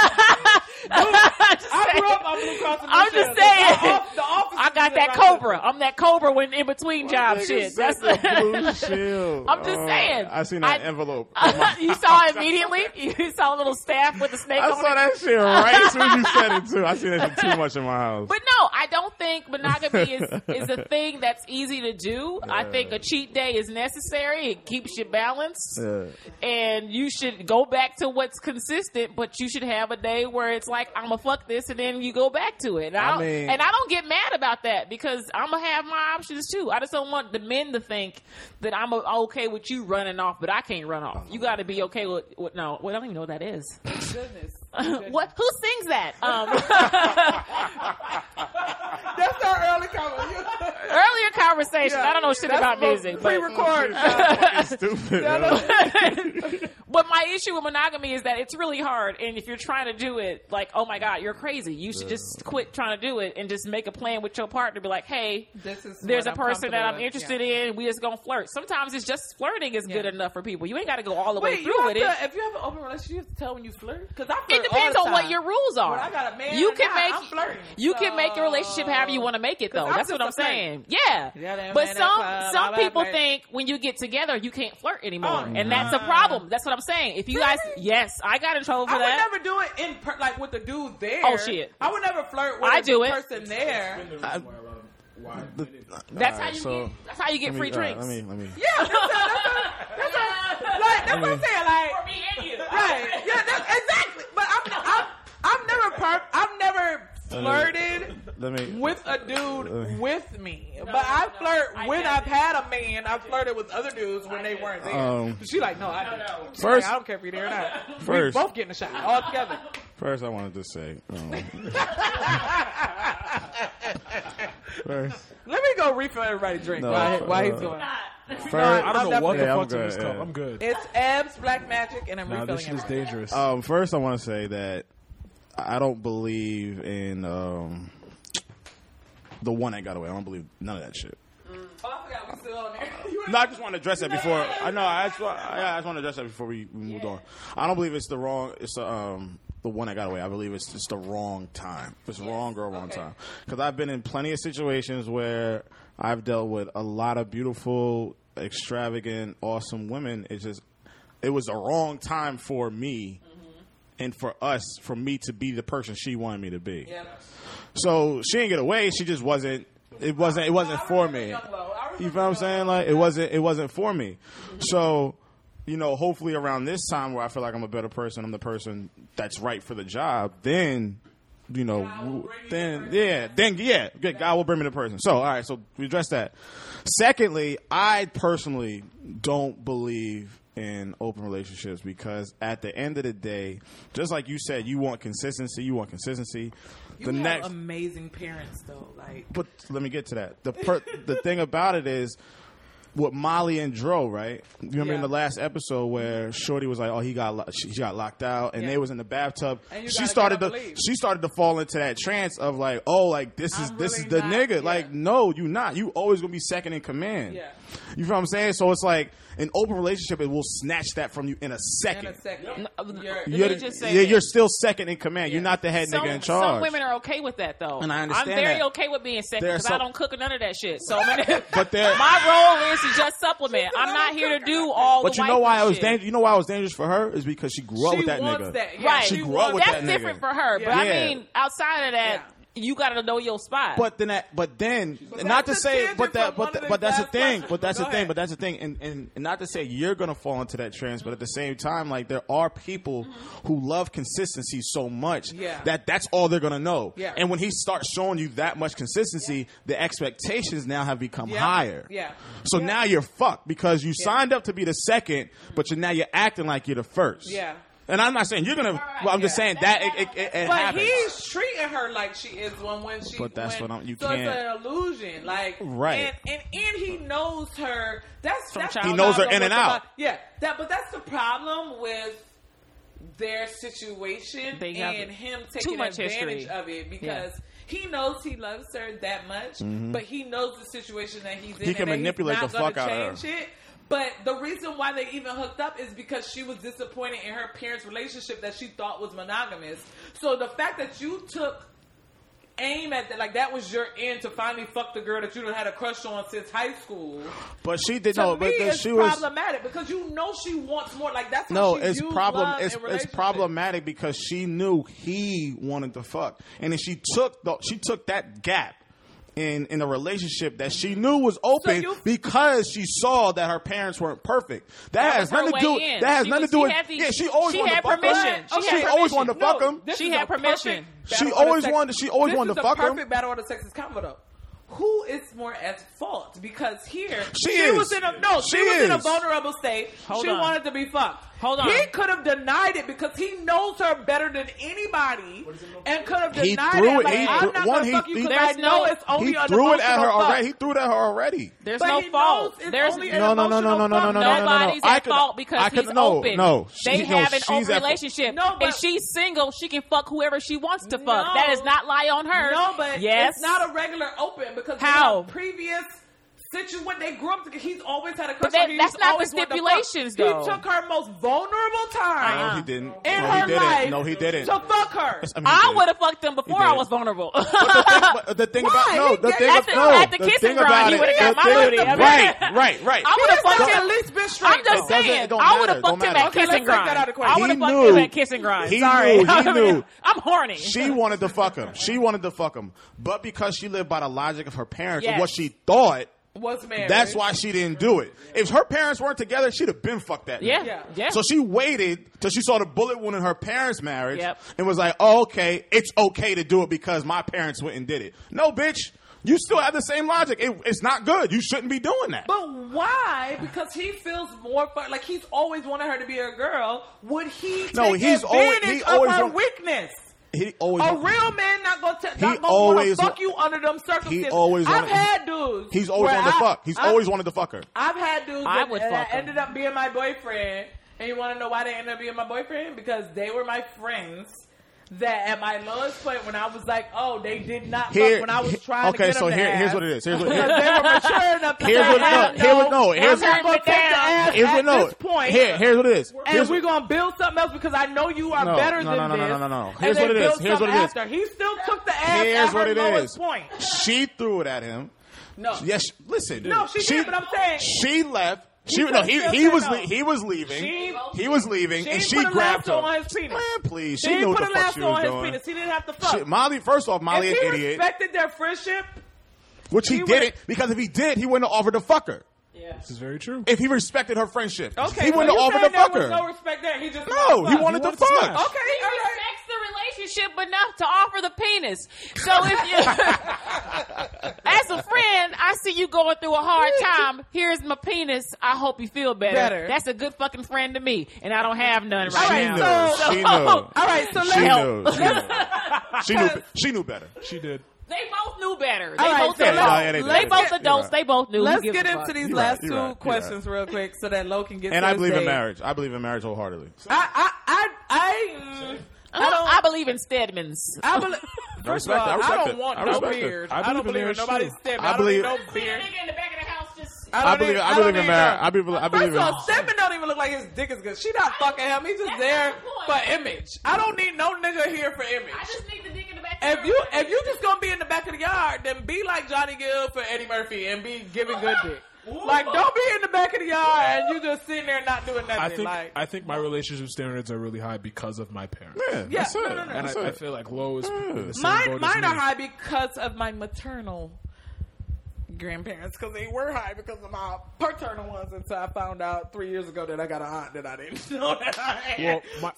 D: I grew up on Blue Cross. and Blue
E: I'm just
D: Shield. The
E: saying.
D: off- the office
E: I
D: is
E: got
D: in
E: that
D: Rochester.
E: Cobra. I'm that Cobra when in between job shit. That's
F: *laughs*
E: I'm just saying.
F: Oh, I seen that
E: I-
F: envelope.
E: *laughs* you saw it immediately. You saw a little staff with a snake
F: *laughs* I
E: on
F: saw
E: it. *laughs*
F: that shit right as soon as you said it too. I seen that shit too much in my house.
E: But no, I don't think monogamy is, is a thing that's easy to do. I think a cheat day is necessary. It keeps you balanced. *laughs* and you should go back to what's consistent, but you should have a day where it's like I'm gonna fuck this, and then you go back to it. And I,
F: I
E: don't,
F: mean-
E: and I don't get mad about that because I'm gonna have my options too. I just don't want the men to think that I'm uh, okay with you running off, but I can't run off. You got to be okay with, with no. Well, I don't even know what that is.
D: Goodness.
E: *laughs* what? Who sings that? Um,
D: That's our early comment.
E: *laughs* earlier conversation. I don't know shit
D: That's
E: about
D: supposed-
E: music, but
D: Pre-record.
F: Stupid.
E: But my issue with monogamy is that it's really hard, and if you're trying to do it, like, oh my god, you're crazy. You should just quit trying to do it and just make a plan with your partner. Be like, hey,
D: This is
E: there's
D: what
E: a person that
D: comfortable
E: I'm
D: with.
E: interested
D: Yeah.
E: in. We just gonna flirt. Sometimes it's just flirting is good
D: Yeah.
E: enough for people. You ain't got to go all the way
D: Wait, you
E: through
D: have
E: with
D: to,
E: it.
D: if you have an open relationship, you have to tell when you flirt. Because I flirt
E: It depends
D: all
E: on
D: the
E: what
D: time.
E: your rules are.
D: When I got a man
E: you
D: or
E: can
D: not,
E: make
D: I'm flirting.
E: you can make your relationship however you
D: So-
E: want to make it though.
D: 'Cause I'm
E: That's what I'm
D: just a flirt.
E: saying. Yeah,
D: Yeah, that
E: but
D: man, that
E: some
D: club,
E: some
D: all that
E: people
D: flirt.
E: think when you get together you can't flirt anymore,
D: Oh,
E: and that's a problem. That's what I'm saying. If you guys,
D: Really?
E: yes, I got in trouble for
D: I would
E: that.
D: never do it in per, like with the dude there.
E: Oh, shit.
D: I would never flirt with
E: I
D: a
E: do it.
D: person there.
E: That's
F: All
E: how
F: right,
E: you
F: so-
E: get. That's how you get
F: Let me-
E: free
F: all right,
E: drinks.
F: Let me. Let me.
D: Yeah, that's, a, that's, a, that's, a, like, that's what I'm saying. Like,
E: me and you.
D: *laughs* right? Yeah, that's, exactly. But I'm I'm I'm never per, I've never flirted.
F: Let me.
D: with a
F: Uh,
D: dude with me. but I
E: no,
D: flirt
E: I
D: when
E: never
D: I've
E: did.
D: had a man. I flirted with other dudes when they weren't there.
F: Um,
D: she like, no, I don't know.
F: First-
D: I don't care if you're there or not.
F: First-
D: we both getting a shot all together.
F: First, I wanted to say. Um, first,
D: Let me go refill everybody drink
F: No,
D: while, while he's
F: uh,
D: going.
F: first,
G: I don't know
D: I'm
G: what the
F: definitely-
G: fuck's
F: Yeah,
G: in
F: I'm
G: this
F: good,
G: cup.
F: yeah.
G: I'm good. Uh,
D: It's Abs Black Magic, and I'm
G: Nah, this shit
D: refilling
G: is
D: it.
G: dangerous.
F: Um, first, I want to say that I don't believe in um, the one that got away. I don't believe none of that shit.
D: Oh, I forgot we still on there. You
F: No, I just want to address that before. I know. I just, wa- I, I just want to address that before we, we moved on. I don't believe it's the wrong. It's um, the one that got away. I believe it's just the wrong time. It's wrong girl, wrong time. Because I've been in plenty of situations where I've dealt with a lot of beautiful, extravagant, awesome women. It's just it was the wrong time for me. And for us, for me to be the person she wanted me to be, so she didn't get away. She just wasn't. It wasn't. It wasn't for me. You feel what I'm saying? Like it wasn't. It wasn't for me. So, you know, hopefully around this time where I feel like I'm a better person, I'm the person that's right for the job. Then, you know, w- then yeah, then yeah, good. God will bring me the person. So all right. So we address that. Secondly, I personally don't believe in open relationships because at the end of the day, just like you said, you want consistency. You want consistency. the
D: You have
F: next
D: amazing parents though. Like
F: but let me get to that. The per- the thing about it is with Molly and Dro, right? You remember in
D: Yeah.
F: the last episode where Shorty was like, "Oh, he got lo- she, she got locked out," and
D: Yeah.
F: they was in the bathtub.
D: And you
F: She
D: gotta
F: started
D: get up
F: to
D: and leave.
F: she started to fall into that trance of like, "Oh, like this is
D: I'm
F: this
D: really
F: is the
D: not-
F: nigga."
D: yeah.
F: Like, no, you not. You always gonna be second in command.
D: Yeah.
F: You feel what I'm saying? So it's like an open relationship. It will snatch that from you in a
D: in
F: second.
D: a second.
E: N-
D: You're-
E: let me
F: You're,
E: just say
F: yeah,
E: this.
F: you're still second in command. You're not the head
E: some,
F: nigga in
E: some
F: charge.
E: women are okay with that though,
F: And I understand
E: I'm very
F: that.
E: okay with being second
F: There are
E: because I
F: some-
E: don't cook none of that shit. So I mean,
F: *laughs*
E: *laughs*
F: But there- *laughs*
E: my role is to just supplement. I'm not here to do all.
F: But
E: the
F: you know
E: wifey
F: why it was
E: shit.
F: dangerous? You know why it was dangerous for her is because she grew up
D: She
F: with that
D: wants
F: nigga.
D: that. Yeah,
E: Right.
D: she
F: She grew
D: wants
F: up with
E: That's
F: that nigga.
E: different for her, but
F: Yeah.
E: I mean, outside of that, you got to know your spot.
F: But then, that, but then, not to
D: that's a
F: say,
D: tangent
F: but
D: from
F: that,
D: one
F: but
D: of
F: that-
D: the
F: but that's the
D: last
F: thing.
D: questions.
F: But that's the
D: Go
F: thing.
D: ahead.
F: But that's the thing. And, and and not to say you're gonna fall into that trance, but at the same time, like there are people who love consistency so much
D: Mm-hmm. Yeah.
F: that that's all they're gonna know.
D: Yeah.
F: And when he starts showing you that much consistency, the expectations now have become
D: Yeah.
F: higher.
D: Yeah.
F: So now you're fucked because you signed up to be the second, but you're now you're acting like you're the first.
D: Yeah.
F: And I'm not saying you're gonna. Well, I'm just
D: Yeah.
F: saying that it, it, it, it
D: but
F: happens.
D: he's treating her like she is one when she.
F: But that's
D: when,
F: what I'm- you
D: so it's
F: can't-
D: an illusion, like
F: Right.
D: And, and and he knows her. That's
E: From
D: that's
E: child
D: the
E: He
F: knows her
D: problem
F: in and
D: with the
F: out.
D: bo- yeah, that. But that's the problem with their situation
E: They have
D: and him taking
E: too much
D: advantage
E: history.
D: of it because. He knows he loves her that much,
F: Mm-hmm.
D: but he knows the situation that he's in.
F: He can
D: and that he's
F: manipulate
D: not
F: the
D: gonna
F: fuck out of her.
D: change it. But the reason why they even hooked up is because she was disappointed in her parents' relationship that she thought was monogamous. So the fact that you took aim at that, like that was your end to finally fuck the girl that you done had a crush on since high school.
F: But she did
D: To
F: no.
D: me,
F: But the,
D: it's
F: she was
D: problematic because you know she wants more. Like that's how
F: no.
D: she
F: It's
D: views
F: problem.
D: love
F: It's
D: and
F: it's
D: relationships.
F: problematic because she knew he wanted to fuck, and then she took the she took that gap. In, in a relationship that she knew was open
D: you-
F: because she saw that her parents weren't perfect. That,
E: was
F: has
E: her
F: nothing to do.
E: way in.
F: That has
E: She
F: nothing
E: was-
F: to do
E: she
F: with.
E: had the-
F: yeah, she always
E: she
F: wanted
E: had
F: to fuck
E: permission.
F: him.
E: She
F: She,
E: had
F: always
E: permission.
F: wanted to fuck him.
D: This
E: She
D: is a
E: had permission.
D: perfect
F: She
D: battle of
F: always
D: the sex-
F: wanted- she always
D: This
F: wanted
D: is
F: to
D: a
F: fuck him.
D: Perfect battle of the sexes combo though. Who is more at fault? Because here
F: She
D: was
F: is.
D: in a no, she,
F: She
D: was in a
F: is.
D: vulnerable state.
E: Hold
D: she
E: on.
D: wanted to be fucked.
E: Hold on.
D: He could have denied it because he knows her better than anybody, and could have
F: He
D: denied
F: threw
D: it.
F: it-
D: Like,
F: he
D: I'm
F: threw-
D: not
F: one,
D: gonna
F: he-
D: fuck you because I
E: There's
D: know
E: no-
D: it's only
F: He
D: an
F: threw it at
D: emotional
F: her
D: fuck.
F: already. He threw it at her already.
E: There's
D: But
E: no
D: he
E: fault.
D: knows it's
E: There's
D: only an
F: no, no, no, no, no,
D: emotional
F: no, no,
D: fuck.
F: no, no, no, no.
E: Nobody's
F: I
E: at
F: could-
E: fault because
F: I could-
E: he's
F: no,
E: open.
F: no.
E: they
F: She- no,
E: have an
F: she's
E: open
F: at-
E: relationship.
D: No, but-
E: and she's single. She can fuck whoever she wants to fuck.
D: No.
E: That does not lie on her.
D: No, but
E: yes,
D: it's not a regular open because how
E: How?
D: previous situation they grew up together. He's always had a crush.
E: But that-
D: on her. He's
E: that's not the
D: always wanted to fuck.
E: stipulations, though.
D: He took her most vulnerable
F: No,
D: time
F: he didn't.
D: in
F: no,
D: her
F: he didn't.
D: life.
F: No, he didn't.
D: To fuck her.
F: I mean, he
E: I
F: did.
E: would have fucked him before I
F: did.
E: was vulnerable.
F: But the thing about no, the
E: He
F: thing
E: got- at
F: about
E: the-
F: no,
E: at the kissing
F: thing
E: ground,
F: about
E: he
F: it-
E: would've got
F: the
E: my
F: thing-
E: booty. I mean-
F: Right, right, right.
E: *laughs* I would have
D: He
E: fucked
D: has
E: him.
D: at least been straight.
E: I'm just
D: though.
F: doesn't-
E: saying,
F: it don't
E: I would have
F: matter. It don't
E: fucked him
F: matter.
E: at
D: Okay,
E: Kiss
D: let's
E: and Grind.
D: take that out of the
E: I
D: question.
E: would have
F: He
E: fucked
F: knew.
E: him at Kiss and Grind.
F: He
E: Sorry,
F: knew. He knew.
E: *laughs* I'm horny.
F: She wanted to fuck him. She wanted to fuck him, but because she lived by the logic of her parents and
E: Yes.
F: what she thought,
D: was married.
F: that's why she didn't do it. If her parents weren't together, she'd have been fucked that.
E: yeah,
F: night.
E: yeah.
D: Yeah.
F: So she waited till she saw the bullet wound in her parents' marriage
E: Yep.
F: and was like, oh, okay, it's okay to do it because my parents went and did it. No, bitch, you still have the same logic. It, it's not good. You shouldn't be doing that.
D: But why? Because he feels more fun. Like he's always wanted her to be a girl. Would he?
F: No,
D: take
F: he's always-
D: advantage
F: he
D: of
F: always
D: her
F: want-
D: weakness.
F: he always
D: A real man not gonna t-
F: He
D: not gonna
F: always
D: wanna fuck
F: wa-
D: you under them circumstances.
F: always
D: I've
F: wanna-
D: had dudes.
F: he's always
D: where
F: wanted to
D: I-
F: fuck. He's
D: I've-
F: always wanted to fuck her.
D: I've had dudes
E: I
D: that,
E: would
D: that
E: fuck 'em.
D: ended up being my boyfriend, and you want to know why they ended up being my boyfriend? Because they were my friends. that at my lowest point when I was like, oh, they did not
F: Here-
D: fuck when I was
F: he-
D: trying
F: okay,
D: to get
F: so
D: them to
F: here-
D: ass.
F: here's what it is. Here's what-
D: Because they were mature
F: *laughs*
D: enough to
F: Here's
D: say,
F: what no.
D: "Hell
F: Here what no. Here's
D: I'm not gonna take the ass
F: *laughs* here's
D: at
F: what no.
D: this point.
F: Here here's what it is.
D: and
F: Here's
D: we're gonna build something else because I know you are
F: No,
D: better
F: no,
D: than
F: no, no, no,
D: this.
F: no, no, no.
D: And
F: Here's
D: they
F: what it is.
D: built
F: Here's what
D: something
F: it is.
D: After. He still took the ass
F: here's
D: at
F: what
D: her
F: it
D: lowest
F: is.
D: point.
F: She threw it at him.
D: No.
F: Yes, listen.
D: No, she did, but I'm saying-
F: she left. She
D: could
F: no, he
D: still
F: he
D: said
F: was
D: no.
F: le- he was leaving.
D: She-
F: he was leaving,
D: She
F: and
D: ain't
F: she
D: put a
F: grabbed
D: lasso
F: him.
D: on his penis.
F: Man, please,
D: She
F: she, knew
D: didn't
F: what
D: put
F: the
D: a
F: fuck she
D: lasso
F: was
D: on his
F: doing.
D: penis. He didn't have to fuck.
F: She- Molly, first off, Molly
D: if
F: an
D: he
F: idiot,
D: respected their friendship,
F: which he,
D: he
F: didn't
D: would-
F: because if he did, he wouldn't have offered to fuck her.
G: This is very true.
F: If he respected her friendship,
D: okay,
F: he wouldn't
D: so you
F: have offered
D: saying
F: to fuck
D: there
F: her.
D: was no respect there. He just
F: No, he wanted
G: He
F: to
G: wanted to
F: fuck.
G: smash.
D: Okay,
E: He
D: all right.
E: respects the relationship enough to offer the penis. So if you,
D: *laughs*
E: as a friend, I see you going through a hard time. Here's my penis. I hope you feel better.
D: Better.
E: That's a good fucking friend to me, and I don't have none
F: She
E: right now.
F: knew.
D: so- *laughs*
F: she knew.
D: All right, so let's
F: She
D: help.
F: knew. She knew. She knew.
D: *laughs*
F: She knew better.
G: She did.
E: They both knew better. They
D: All right,
E: both
D: so
E: adults.
D: let's-
F: yeah, they did.
E: they
F: You're
E: both
F: right.
E: adults. They both knew.
D: Let's
E: Who gives
D: get
E: a
D: into
E: fuck?
D: these
F: You're
D: last
F: right,
D: two
F: you're right, you're
D: questions real quick so that Lo can get
F: And
D: to
F: I
D: his
F: believe in
D: date.
F: marriage. I believe in marriage wholeheartedly.
D: I, I, I, I, mm, I don't.
E: I believe in Stedman's.
D: I believe. First of
F: respect
D: all,
F: it. I
D: I,
F: respect
D: don't
F: it.
D: want
F: I
D: no
F: respect it.
D: beard.
G: I
D: I, don't
G: believe in
D: believe in
G: marriage,
D: nobody's
G: too.
D: step.
F: I
D: I, don't
F: believe-
D: need no beard.
E: in the back of the house just.
D: I, don't
F: I believe.
D: Need,
F: I believe
D: don't
F: in
D: need
F: marriage.
D: no-
F: I believe. I believe
D: First
F: in.
D: of all, Stephen don't even look like his dick is good. She not fucking him. He's just
E: That's
D: there
E: my
D: for
E: point.
D: image. I don't need no nigga here for image.
E: need the dick in the back.
D: If you if you just gonna be in the back of the yard, then be like Johnny Gill for Eddie Murphy and be giving good dick. Like don't be in the back of the yard and you just sitting there not doing nothing.
G: I think
D: like
G: I think my relationship standards are really high because of my parents.
F: Yeah,
D: Yeah,
F: that's
D: no,
F: it.
D: no, no.
G: And
F: That's
G: I, I
F: it.
G: feel like Lo is in the same boat
D: mine
G: as
D: mine
G: me.
D: are high because of my maternal grandparents because they were high because of my paternal ones until I found out three years ago that I got an aunt that I didn't *laughs* know that I had.
G: Well, my-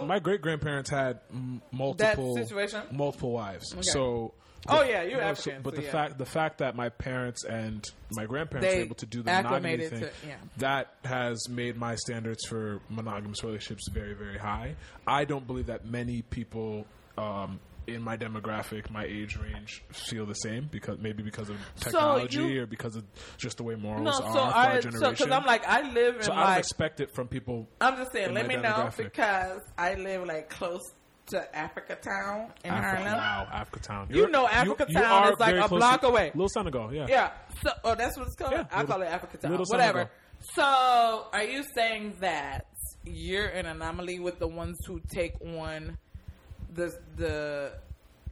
D: so
G: My great grandparents had m- multiple
D: situation?
G: multiple wives. So,
D: Oh, yeah, you're African,
G: but
D: so
G: the
D: yeah.
G: fact the fact that my parents and my grandparents
D: They
G: were able to do the monogamy
D: acclimated
G: thing
D: to- yeah.
G: that has made my standards for monogamous relationships very very high. I don't believe that many people. Um, in my demographic, my age range, feel the same because maybe because of technology
D: you-
G: or because of just the way morals
D: no, so
G: are for our
D: I so
G: generation.
D: because I'm like I live in
G: So I don't
D: like
G: expect it from people.
D: I'm just saying,
G: in
D: let
G: my
D: me know
G: demographic.
D: because I live like close to Africa Town in
G: Africa,
D: Harlem.
G: wow, Africa Town.
D: You know Africa Town
G: are
D: is like
G: very
D: a
G: close
D: block
G: to-
D: away.
G: Little Senegal, yeah.
D: Yeah. So, oh, that's what it's called.
G: Yeah,
D: I
G: little-
D: call it Africa Town.
G: little
D: Whatever.
G: Senegal.
D: So, are you saying that you're an anomaly with the ones who take on the the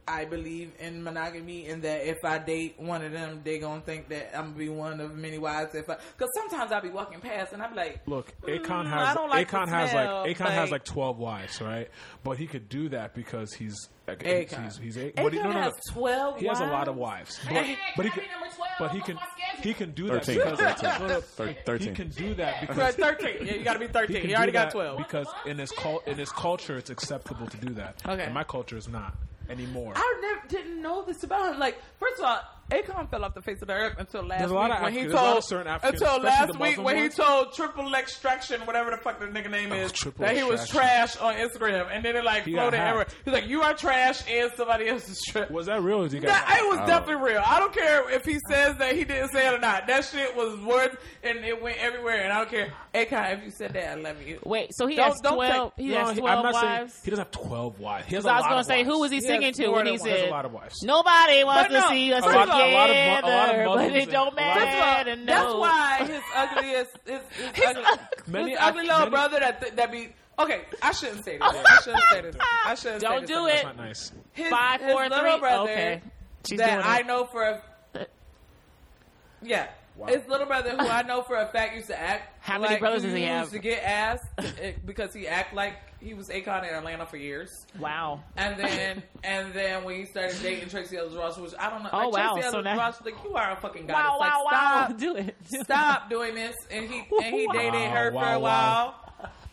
D: I believe in monogamy, and that if I date one of them, they gonna think that I'm gonna be one of many wives. If I, because sometimes I'll be walking past and i be like,
G: Look, Akon
D: "Mm,
G: has
D: I don't like
G: Akon
D: the
G: has
D: smell,"
G: like Akon has like twelve wives, right? But he could do that because he's
D: Akon.
G: he's he's a-
D: Akon
G: what he- no, no, no.
D: has 12
G: He has a lot of
D: wives?
G: wives,
D: And
G: but,
D: he-
G: but he
E: Can I
G: can
E: be number 12?
G: but he
E: What's
G: can
E: my schedule?
G: he can do that
F: 13.
D: *laughs*
G: because
F: Thirteen.
G: no, no,
F: Thir-
G: he
F: thirteen.
G: can do that
D: Right,
G: because.
D: thirteen. Yeah, you got to be
G: he
D: thirteen.
G: can
D: You already
G: do
D: got
G: that
D: twelve.
G: because in his cult, in his culture, it's acceptable to do that.
D: Okay.
G: and my culture is not anymore.
D: I never didn't know this about him. Like, first of all, Akon fell off the face of the earth until last
G: There's a lot
D: week
G: of
D: when he
G: African-
D: told
G: there's a lot of certain Africans,
D: until
G: especially
D: last
G: the
D: week
G: Muslim
D: when he
G: ones. Oh,
D: told Triple Extraction, whatever the fuck the nigga name is,
G: Triple
D: that he was trash
G: Extraction.
D: on Instagram, and then it like
G: He got
D: floated
G: hacked.
D: everywhere. He's like, "You are trash, and somebody else is trash."
G: was that real? Or did you guys?
D: That, it was definitely real. I don't care if he says that he didn't say it or not. That shit was worth, and it went everywhere. And I don't care, Akon, if you said that, I love you.
E: Wait, so he
D: Don't-
E: has
D: don't
E: twelve.
D: take-
E: he
G: No,
E: has
G: he-
E: twelve
G: I'm not saying-
E: wives.
G: he doesn't have twelve wives. He has
E: So
G: a
E: I was
G: lot
E: gonna
G: of
E: say, who
G: wives.
E: was he
D: He
E: singing
D: has
E: to
D: more
E: when
D: than
E: he
D: one.
G: He has
E: said,
G: a lot of wives.
E: "Nobody wants
D: no,
E: to see us
D: a lot- a
E: together,
D: lot
G: of mu- a lot of
E: but
G: Muslims
E: it
G: and-
E: don't
G: a lot of-
D: That's why,
E: matter." no.
D: that's why his ugly is his, his ugly,
G: many
D: his ugly
G: ac-
D: little
G: many-
D: brother that th- that be okay. I shouldn't say this. I shouldn't say this. I shouldn't.
E: Don't
D: say
E: do
D: this.
E: it.
G: That's
D: *laughs*
G: not nice.
D: His,
E: Five,
D: his
E: four,
D: little
E: three.
D: brother
E: Okay. She's doing
D: that
E: it.
D: I know for a yeah. His little brother, who I know for a fact, used to act.
E: How many
D: like
E: brothers does he
D: used
E: have?
D: To get ass eh, because he act like he was Akon in Atlanta for years.
E: Wow.
D: And
E: *laughs*
D: then, and then when he started dating Tracy Ellis Ross, which I don't know.
E: Oh,
D: like,
E: wow.
D: Tracy
E: So
D: Ellis
E: now-
D: Ross, like you are a fucking goddess.
E: Wow,
D: like,
E: wow,
D: stop,
E: wow. Do it.
D: *laughs* stop doing this. And he and he dated
G: *laughs* Wow,
D: her for
G: wow,
D: a while.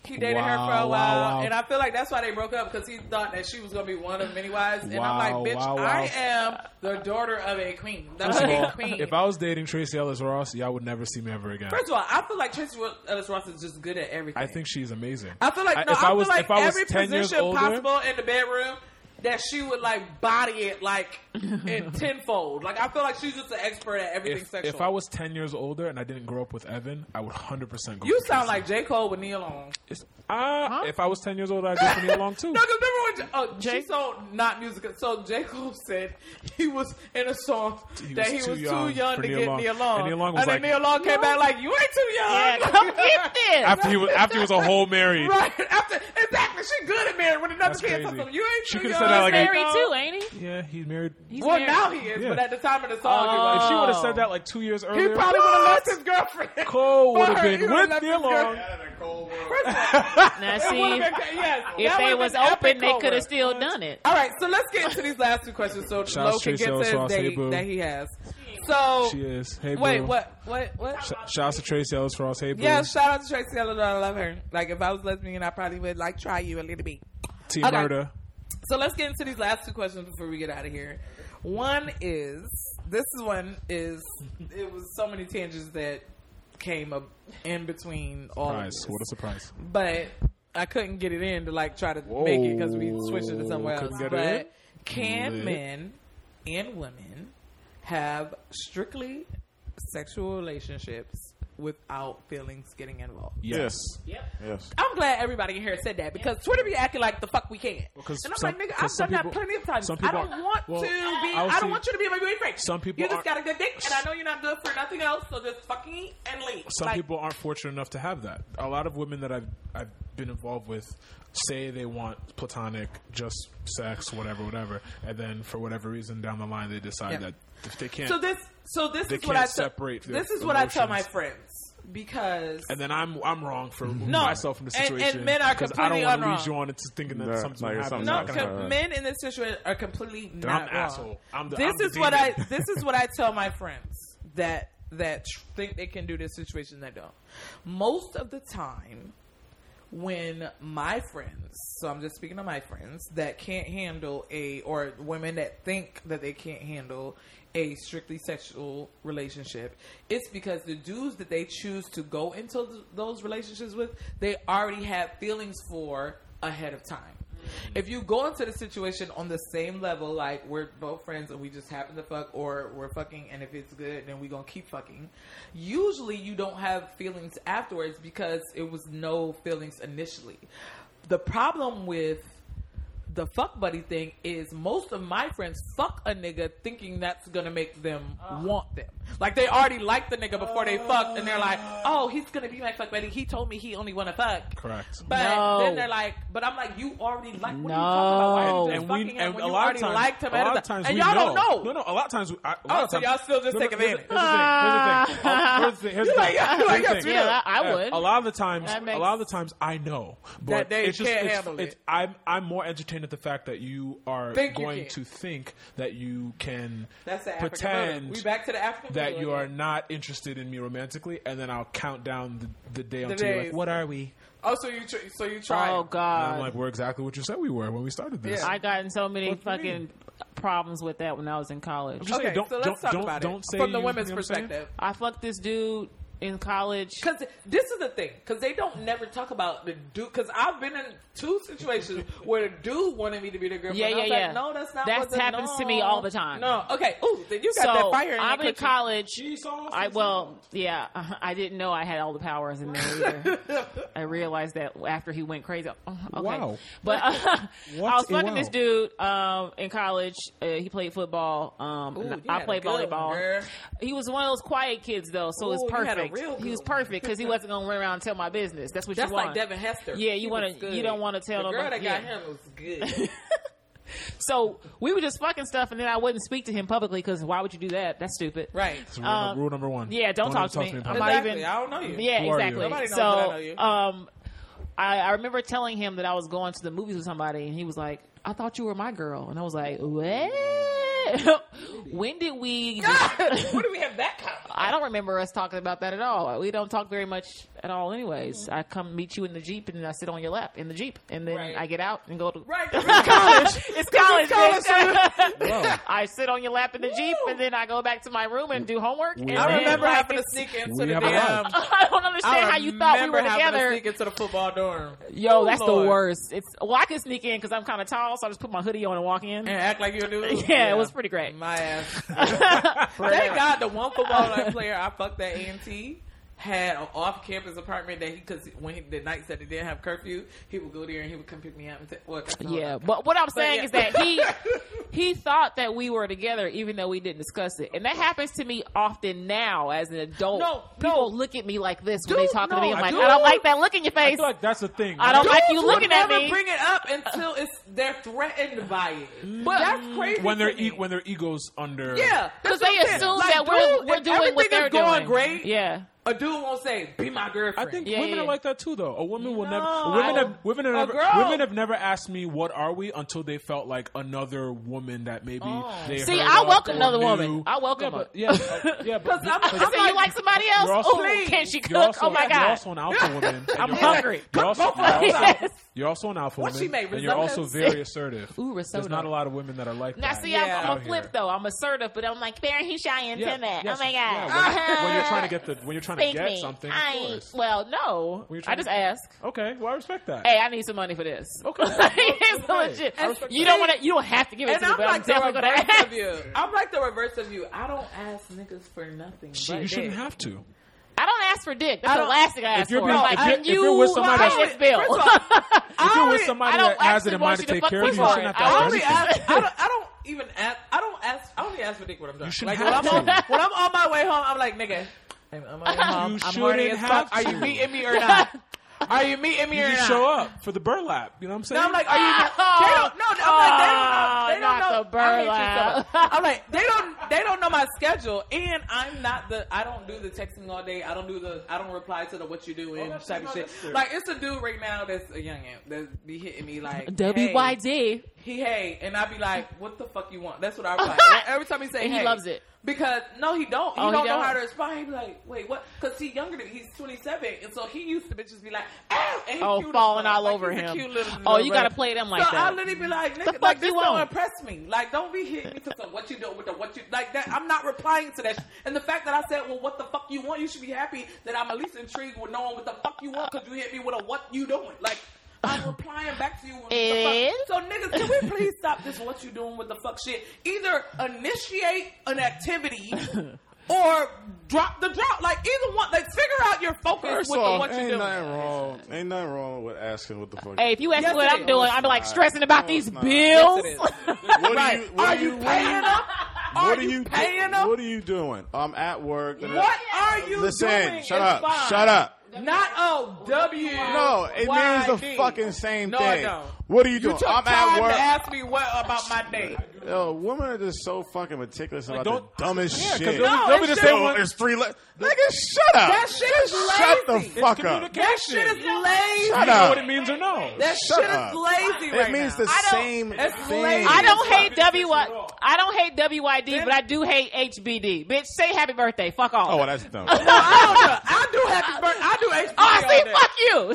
D: He dated her
G: Wow,
D: for a
G: wow,
D: while,
G: wow.
D: and I feel like that's why they broke up because he thought that she was gonna be one of many wives. And I'm
G: Wow,
D: like, bitch,
G: wow, wow.
D: I am the daughter of a queen. That was
G: First of
D: a
G: all,
D: queen.
G: if I was dating Tracy Ellis Ross, y'all would never see me ever again.
D: First of all, I feel like Tracy Ellis Ross is just good at everything.
G: I think she's amazing.
D: I feel like no, I,
G: if I
D: feel
G: was
D: like
G: if I was
D: every
G: ten years
D: position
G: older,
D: possible in the bedroom. that she would like body it like
G: *laughs*
D: in tenfold. Like I feel like she's just an expert at everything
G: If,
D: sexual.
G: if I was ten years older and I didn't grow up with Evan, I would hundred percent go.
D: you
G: for
D: sound
G: Casey.
D: like J Cole with Neil on.
G: It's- ah, if I was ten years older, I'd go for Neil Long
D: *laughs*
G: too.
D: No, because remember when oh, she sold not music. So J Cole said he was in a song
G: He
D: that
G: was
D: he
G: too
D: was
G: young
D: too young
G: for
D: to
G: Neil
D: get
G: Long.
D: Neil Long.
G: And Neil Long was
D: then
G: like-
D: Neil Long came back like, "You ain't too young." *laughs*
E: Yeah, come get this.
G: *laughs* After he was after he was a whole married.
D: Right after, exactly. She good at marriage when another
G: That's
D: kid says
G: crazy.
D: something. You ain't
G: She
D: too
G: could've
D: young.
G: said that like a-
E: married too, ain't he?
G: Yeah, he's married.
E: He's
D: well,
E: married.
D: now he is,
G: Yeah. Uh,
D: but at the time of the song, he was-
E: Oh.
G: If she would have said that like two years
D: he
G: earlier,
D: probably would have left his
G: *laughs*
D: girlfriend. *laughs*
G: Cole
D: for
G: would have
D: her. He
G: been
D: would've
G: with
D: left
G: Neil
D: his girl-
G: Long.
E: *laughs* Now
D: It
E: see,
D: would've been- yes,
E: if
D: that
E: they
D: would've
E: was
D: been an
E: open,
D: epic
E: they
D: cover.
E: could have still done it.
D: All right, so let's get into these last two questions so
G: Shout
D: Lo
G: out
D: can
G: Straight
D: get to
G: Sales
D: his
G: Sauce, hey,
D: date
G: boo.
D: that he has. So
G: She is. Hey,
D: Oh, wait,
G: boo.
D: what? What? What?
G: Sh- Shouts to Trace Ellis for us. Hey, boo.
D: yeah, shout out to Tracy Ellis. I love her. Like if I was lesbian, I probably would like try you a little bit.
G: Team
D: okay.
G: Murder.
D: So let's get into these last two questions before we get out of here. One is this one is it was so many tangents that came up in between all of
G: Surprise.
D: this,
G: What a surprise.
D: but I couldn't get it in to like try to make it because we switched it to somewhere else.
G: Couldn't get
D: but
G: it
D: can
G: Lit.
D: men and women have strictly sexual relationships without feelings getting involved?
F: Yes.
E: Yep.
F: Yes.
D: I'm glad everybody in here said that because Twitter be acting like the fuck we can.
G: 'cause
D: and I'm
G: some-
D: like, nigga,
G: 'cause
D: I've
G: some
D: done that
G: people-
D: plenty of times.
G: some
D: I
G: people
D: don't
G: are-
D: want
G: well,
D: to be.
G: I
D: I,
G: was
D: don't
G: seeing-
D: want you to be my boyfriend.
G: Some people
D: You just
G: aren't-
D: got a good dick, and I know you're not good for nothing else. So just fuck me and leave.
G: Some
D: Like,
G: people aren't fortunate enough to have that. A lot of women that I've I've been involved with say they want platonic, just sex, whatever, whatever, and then for whatever reason down the line they decide
D: Yeah.
G: that if they can't,
D: So this, so this
G: They
D: is what
G: can't
D: I te-
G: separate their
D: This is what I tell my
G: emotions.
D: friends because
G: and then I'm I'm wrong for removing
D: No.
G: myself from the
D: And- and
G: situation.
D: men are
G: 'cause
D: completely
G: I don't
D: unwrong.
G: want to lead you on into thinking that
F: No,
G: something's
F: like,
G: gonna happen.
F: something's
G: It's
D: no,
F: not
G: not gonna
F: gonna
D: co-
F: happen.
D: men in this situation are completely not
G: Then I'm an
D: wrong.
G: asshole. I'm the-
D: this
G: I'm the
D: is what I.
G: demon.
D: This is what I
G: *laughs*
D: tell my friends that that tr- think they can do this situation. They don't. Most of the time, when my friends, so I'm just speaking to my friends that can't handle a or women that think that they can't handle a strictly sexual relationship, it's because the dudes that they choose to go into th- those relationships with, they already have feelings for ahead of time. If you go into the situation on the same level, like we're both friends and we just happen to fuck, or we're fucking and if it's good, then we gonna keep fucking. Usually, you don't have feelings afterwards because it was no feelings initially. The problem with the fuck buddy thing is most of my friends fuck a nigga thinking that's gonna make them want them. Like they already like the nigga before they fucked, and they're like, "Oh, he's gonna be my fuck buddy." He told me he only wanna fuck.
G: Correct.
D: But
E: No.
D: then they're like, but I'm like, you already like. What are you talking about? Why are you just
G: and we
D: fucking him
G: and
D: when
G: a
D: you
G: lot
D: already
G: of times,
D: liked him
G: a
D: at
G: lot
D: the
G: of times
D: and
G: we
D: y'all
G: know.
D: don't know.
G: No, no, a lot of times. We, I, a lot
D: Oh,
G: of
D: so
G: times,
D: y'all still just
G: no,
D: take
G: no, here's the-
D: advantage. *laughs*
G: Here's the thing. Here's the thing. Here's the thing. Here's the
D: like,
G: thing.
D: yeah,
G: Here's
D: like,
G: the
D: yes,
G: thing.
E: yeah, I- I would.
G: A lot of the times,
E: That makes-
G: a lot of the times, I know, but
D: That they
G: it's just,
D: can't
G: it's,
D: handle it.
G: it's- I'm I'm more entertained at the fact that you are
D: Think you
G: going
D: can.
G: to think that you can
D: That's the African
G: pretend
D: murder. We back to the African
G: that
D: murder
G: you are
D: again.
G: not interested in me romantically, and then I'll count down the, the day until you're
D: days.
G: like, "What are we?"
D: Oh, so you tr- so you try.
E: Oh
D: it.
G: And I'm
E: God,
G: like, "We're exactly what you said we were when we started this."
D: Yeah.
E: I got in so many
G: What do you
E: fucking problems with that when I was in college.
G: just
D: Okay,
G: saying, don't-
D: so let's
G: don't-
D: talk
G: don't-
D: about
G: don't
D: it
G: say
D: from the
G: you-
D: women's
G: you know what I'm saying?
D: perspective.
E: I fucked this dude in college.
D: Because this is the thing. Because they don't never talk about the dude. Because I've been in two situations
G: *laughs*
D: where the dude wanted me to be the girlfriend.
E: Yeah,
D: I was
E: yeah,
D: like,
E: yeah.
D: No, that's not.
E: That
D: what the-
E: happens to me
D: no,
E: all the time.
D: No, okay. Ooh, then you got that
E: So
D: fire. In
E: I'm
D: your
E: in
D: coochie.
E: college.
G: sauce,
E: I
G: cheese
E: well, yeah, *laughs* I didn't know I had all the powers in there. Either.
D: *laughs*
E: I realized that after he went crazy. Oh, Okay.
G: Wow.
E: But uh, *laughs* I was
G: a
E: fucking this
G: wow.
E: dude um, in college. Uh, he played football. Um,
D: Ooh, you
E: and
D: had
E: I
D: a
E: played
D: good one,
E: volleyball.
D: girl.
E: he was one of those quiet kids though, so
D: Ooh,
E: it's
D: you had a
E: perfect.
D: real
E: he was
D: good one.
E: perfect because he wasn't gonna run around and tell my business. That's what
D: That's
E: you want.
D: like Devin Hester.
E: Yeah, you
D: He
E: wanna-
D: was good.
E: you don't wanna tell
D: the girl
E: nobody-
D: that got
E: yeah.
D: him was
E: *laughs*
D: good.
E: So we were just fucking stuff, and then I wouldn't speak to him publicly because why would you do that? That's stupid.
D: right.
G: It's rule,
E: Um,
G: rule number one.
E: yeah, don't
G: ever
E: talk to me.
G: in
E: I'm
G: public.
E: not
D: Exactly.
E: even-
D: I don't know you.
E: Yeah,
G: Who are you?
E: exactly.
D: Nobody knows
E: so,
D: that I know you.
E: um, I, I remember telling him that I was going to the movies with somebody, and he was like, "I thought you were my girl," and I was like, "What? *laughs* when did
D: *laughs*
E: we?"
D: Where do we have that kind?
E: I don't remember us talking about that at all. We don't talk very much at all, anyways.
D: Mm-hmm.
E: I come meet you in the jeep, and then I sit on your lap in the jeep, and then
D: Right.
E: I get out and go to *laughs*
D: Right. *laughs*
E: It's college.
D: college,
E: *laughs* bitch. I sit on your lap in the jeep, and then I go back to my room and do homework. and
G: I
D: I
E: then,
D: remember
E: like,
D: having to
E: it's-
D: sneak
G: we
D: into the
G: have a
D: damn.
G: lot.
E: *laughs* I don't understand how you thought we
D: remember
E: were
D: having to
E: together.
D: Sneak into the football dorm.
E: Yo,
D: Ooh,
E: that's
D: Oh, Lord.
E: the worst. It's well, I can sneak in because I'm kind of tall, so I just put my hoodie on and walk in.
D: And act like you knew.
E: *laughs* Yeah, it was pretty great.
D: My
E: *laughs*
D: ass. *laughs* Thank God the one football night player I fucked that ENT had an off-campus apartment that he because when he, the nights that they didn't have curfew, he would go there and he would come pick me up and take. Well, that's all.
E: Yeah, but what I'm saying
D: yeah.
E: is that
D: *laughs*
E: he he thought that we were together even though we didn't discuss it, and that happens to me often now as an adult.
D: No,
E: people look at me like this when they
D: Dude,
E: talking to
D: no,
E: me. I'm like,
D: dude.
E: I don't like that look in your
G: I
E: face.
G: feel like that's the thing.
E: I don't like you
D: Dudes
E: looking
D: would
E: at
D: never
E: me.
D: bring it up until it's they're threatened by it. But that's crazy.
G: when their
D: to me.
G: e- when their egos under.
D: yeah,
E: Mm. Because
D: that's
E: they
D: what I'm saying.
E: assume
D: Like,
E: that we're
D: dude,
E: we're
D: if
E: doing what
D: everything
E: they're
D: is going
E: doing.
D: great.
E: Yeah,
D: A dude won't say, "Be my
G: I
D: girlfriend."
G: think
E: Yeah,
G: women
E: yeah.
G: are like that too, though. A woman will
D: No,
G: never. Women
D: I-
G: have women have
D: a
G: never,
D: girl-
G: women have never asked me what are we until they felt like another woman that maybe. They
E: Oh. See,
G: heard
E: I
G: of
E: welcome
G: or
E: another
G: knew.
E: woman. I welcome her.
G: yeah, but,
E: *laughs*
G: yeah, uh, yeah, but
D: 'Cause I'm-
E: I
G: because
E: see you
D: like-
E: like somebody
G: you're
E: else.
G: also-
E: Oh, can she
G: you're
E: cook?
G: also-
E: Oh my
G: You're
E: god!
G: also
E: *laughs*
G: an alpha woman. and
E: I'm
G: you're-
E: hungry.
G: You're also,
D: Cook both
G: you're also-
E: *laughs* Yes.
G: you're also an alpha
D: What
G: woman,
D: she made,
G: and you're also
D: risotto?
G: very assertive.
E: Ooh,
G: There's
E: risotto.
G: not a lot of women that are like
E: Now,
G: that.
E: see,
D: Yeah.
E: I'm, I'm
G: Out
E: a
G: here.
E: flip though. I'm assertive, but I'm like very he's shy and
G: Yeah,
E: timid.
G: yes,
E: oh my god!
G: yeah, when, when you're trying to get the when you're trying to
E: Thank
G: get
E: me.
G: something,
E: I
G: of
E: ain't,
G: course.
E: well, no.
G: Were you trying
E: I just
G: to-
E: ask.
G: Okay, well I respect that.
E: Hey, I need some money for this.
G: Oh, Okay.
E: *laughs* it's
G: Okay.
E: legit.
G: I respect
E: You
G: that.
E: don't want to. You don't have to give it
D: And
E: to me,
D: I'm
E: but I'm
D: like the
E: definitely gonna
D: reverse
E: ask.
D: of you. I'm like the reverse of you. I don't ask niggas for nothing. but
G: you shouldn't
D: that.
G: have to.
E: I don't ask for dick. That's
D: I
E: the
D: don't-
E: last thing I ask
G: you're
E: for.
G: being-
E: like,
G: if you're-
E: can
G: if
E: you
G: you're with somebody
E: pay
G: that's-
E: this bill?
D: First of
E: *laughs*
D: all,
G: *laughs* If
D: I
G: you're with
D: only-
G: somebody
E: I don't
G: that has it
E: actually
G: in
E: want
G: mind to
E: you to
G: take
E: fuck
G: care of you,
E: with
G: you
E: me.
G: shouldn't have to
E: I
D: I
G: ask
E: That's
D: only
G: anything.
D: ask. I don't, I don't even ask. I don't ask. I only ask for dick when I'm drunk.
G: shouldn't
D: Like when
G: have
D: I'm, on,
G: to.
D: when I'm on my way home, I'm like, nigga, I'm on my way home.
G: You
D: I'm horny
G: shouldn't
D: as fuck.
G: have
D: Are you
G: to.
D: meeting me or not? Are you meeting me
G: You
D: or
G: just
D: not?
G: show up for the burlap. You know what I'm saying?
D: No, I'm like, are you? They don't, no, I'm like, they don't know. They don't
E: Oh,
D: know.
E: not the
D: I hate you
E: burlap.
D: so much. I'm like, they don't. They don't know my schedule, and I'm not the. I don't do the texting all day. I don't do the. I don't reply to the what you doing type of shit. Like it's a dude right now that's a young amp that be hitting me like hey.
E: WYD.
D: He hey, and I'd be
E: *laughs*
D: like, "What the fuck you want?" That's what I was like. Every time he say,
E: And he
D: hey,
E: loves it.
D: because no, he don't. He
E: Oh, he
D: don't know
E: don't.
D: how to respond. He'd be like, "Wait, what?" Because he's younger than he's twenty seven, and so he used to bitches be like, "Ow!" and he
E: Oh,
D: cute as
E: falling
D: fuck.
E: all
D: Like,
E: over
D: he's a
E: him.
D: cute little-
E: Oh,
D: little
E: you gotta
D: brother.
E: play them like
D: so I
E: that.
D: literally be like,
E: The
D: "Nigga,
E: fuck
D: like
E: you
D: this
E: want?
D: don't impress me. Like, don't be hitting me to some what you doing with the what you like that. I'm not replying to that. sh- And the fact that I said, "Well, what the fuck you want?" You should be happy that I'm at least intrigued with knowing what the fuck you want because you hit me with a what you doing like.
F: *sighs*
D: I'm replying back to you. with the fuck-
E: It is?
D: so niggas, can we please stop this what you doing with the fuck shit? Either initiate an
F: *laughs*
D: activity or drop the drop. Like either one, like figure out your focus
F: First
D: with the
F: off,
D: what you
F: ain't
D: doing.
F: nothing wrong. Ain't nothing wrong with asking what the fuck.
E: Hey, if you ask
D: Yes,
E: me what
D: it
E: I'm
D: is.
E: doing, I'm like stressing about these
F: not.
E: bills.
F: what
D: Right.
F: do you? What
D: are
F: do
D: you
F: what do
D: paying them? Are
F: What are
D: you,
F: you
D: paying
F: do-
D: them?
F: What are you doing? I'm at work.
D: What are you
F: Listen,
D: doing?
F: shut
D: is
F: up.
D: fine.
F: Shut up.
D: Not O W.
F: No, it
D: Y,
F: means the
D: D.
F: fucking same
D: No,
F: thing.
D: I don't.
F: What are you
D: You
F: doing?
D: took
F: I'm
D: time
F: at work.
D: to ask me what about my day.
F: Yo, women are just so fucking meticulous about
G: don't-
F: the dumbest
G: Yeah, 'cause
F: shit.
G: they'll be- No, they'll be it's the same just- one-
F: It's three. Le- Nigga, shut up.
D: That shit is
F: Shut the
D: lazy.
F: fuck up.
G: communication.
D: That shit is lazy.
G: You
F: Shut
G: know
F: up.
G: what it means or no?
D: That
F: Shut
D: shit
F: up.
D: is *laughs* lazy
F: It
D: right
F: means
D: now.
F: the
E: I don't-
F: same
D: It's
F: thing.
D: lazy.
E: I don't hate
G: It's not
E: W.
G: business at all.
E: I don't hate WYD, but I do hate HBD. Bitch, say happy birthday. Fuck off.
F: Oh, well,
D: *laughs*
F: that's dumb. Yo,
D: I
F: *laughs*
D: don't know. I do happy birthday. I do HBD.
E: Oh, I
D: all
E: see. *laughs*
D: day.
E: Fuck you.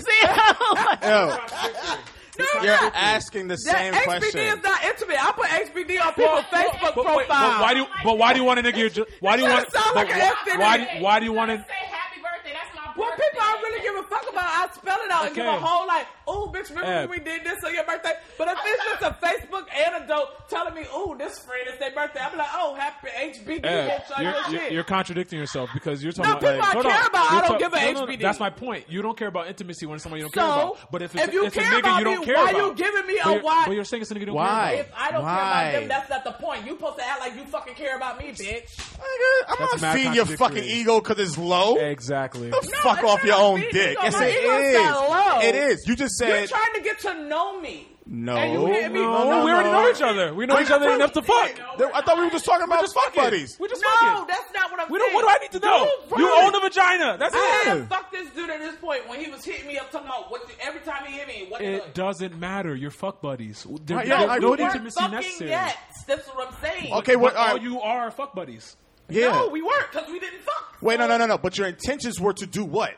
E: See,
D: No,
F: you're
D: no.
F: asking the
D: That
F: same
D: HBD
F: question.
D: is not intimate. I put HBD on people's Facebook
G: But,
D: profile.
G: wait, but why do you, but why do you want a nigga? Your, jo- why do you want?
D: That sounds
G: But
D: like
G: why,
D: an
G: why,
D: infinite.
G: do- why do you want to?
E: happy birthday. That's my
D: Well, people I really give a fuck about, I spell it out and give a
G: Okay.
D: whole like, oh, bitch, remember
G: Yeah.
D: when we did this on your birthday? But if it's just a Facebook anecdote telling me, oh, this friend is their birthday, I'm like, oh, happy HBD, bitch, on
G: you're,
D: your
G: you're,
D: shit.
G: you're contradicting yourself because you're talking
D: No,
G: about
D: people I
G: Hold
D: care
G: on.
D: about, I
G: You're
D: don't
G: talk-
D: give a
G: no, no, no,
D: HBD.
G: That's my point. You don't care about intimacy when it's somebody you don't
D: So,
G: care about. But if it's,
D: if you
G: it's a
D: care
G: nigga
D: about
G: you don't
D: me,
G: care
D: why
G: about,
D: you giving me a
G: but you're-
D: why-
G: But you're saying it's a nigga you don't
F: Why?
G: care
D: if I don't
F: Why?
D: care about them, that's not the point. You supposed to act like you fucking care about me, bitch.
F: I'm
G: That's
F: not
G: mad
F: feeding your
G: contradictory.
F: fucking ego because it's low.
G: about. Exactly.
F: Fuck
D: it's
F: off
D: not
F: your own
D: feeding
F: dick.
D: ego.
F: Yes,
D: My ego's not low.
F: it is. It is. You just
D: You're
F: said
D: trying to get to know me.
F: no.
D: and you hit me-
G: No, we already know each other. We know each other enough to fuck.
F: There- I thought we were just talking about
G: just
F: fuck
G: fucking.
F: buddies.
G: We're just
D: No,
G: fucking.
D: that's not what I'm
G: We
D: saying.
G: don't. What do I need to know?
D: Dude,
G: You
D: right.
G: own a vagina. That's
D: I
G: it.
D: had fucked this dude at this point when he was hitting me up talking about what you, every time he hit me, what you
G: It doesn't matter. You're fuck buddies. There,
F: Right, yeah,
G: there-
F: like,
G: no
F: what do you-
G: intimacy
D: fucking
G: necessary.
D: yet. That's what I'm saying.
F: Okay, what?
G: But
F: All
G: all
F: right.
G: you are are fuck buddies.
F: yeah.
D: No, we weren't because we didn't fuck.
F: Wait, no, no, no, no. But your intentions were to do what?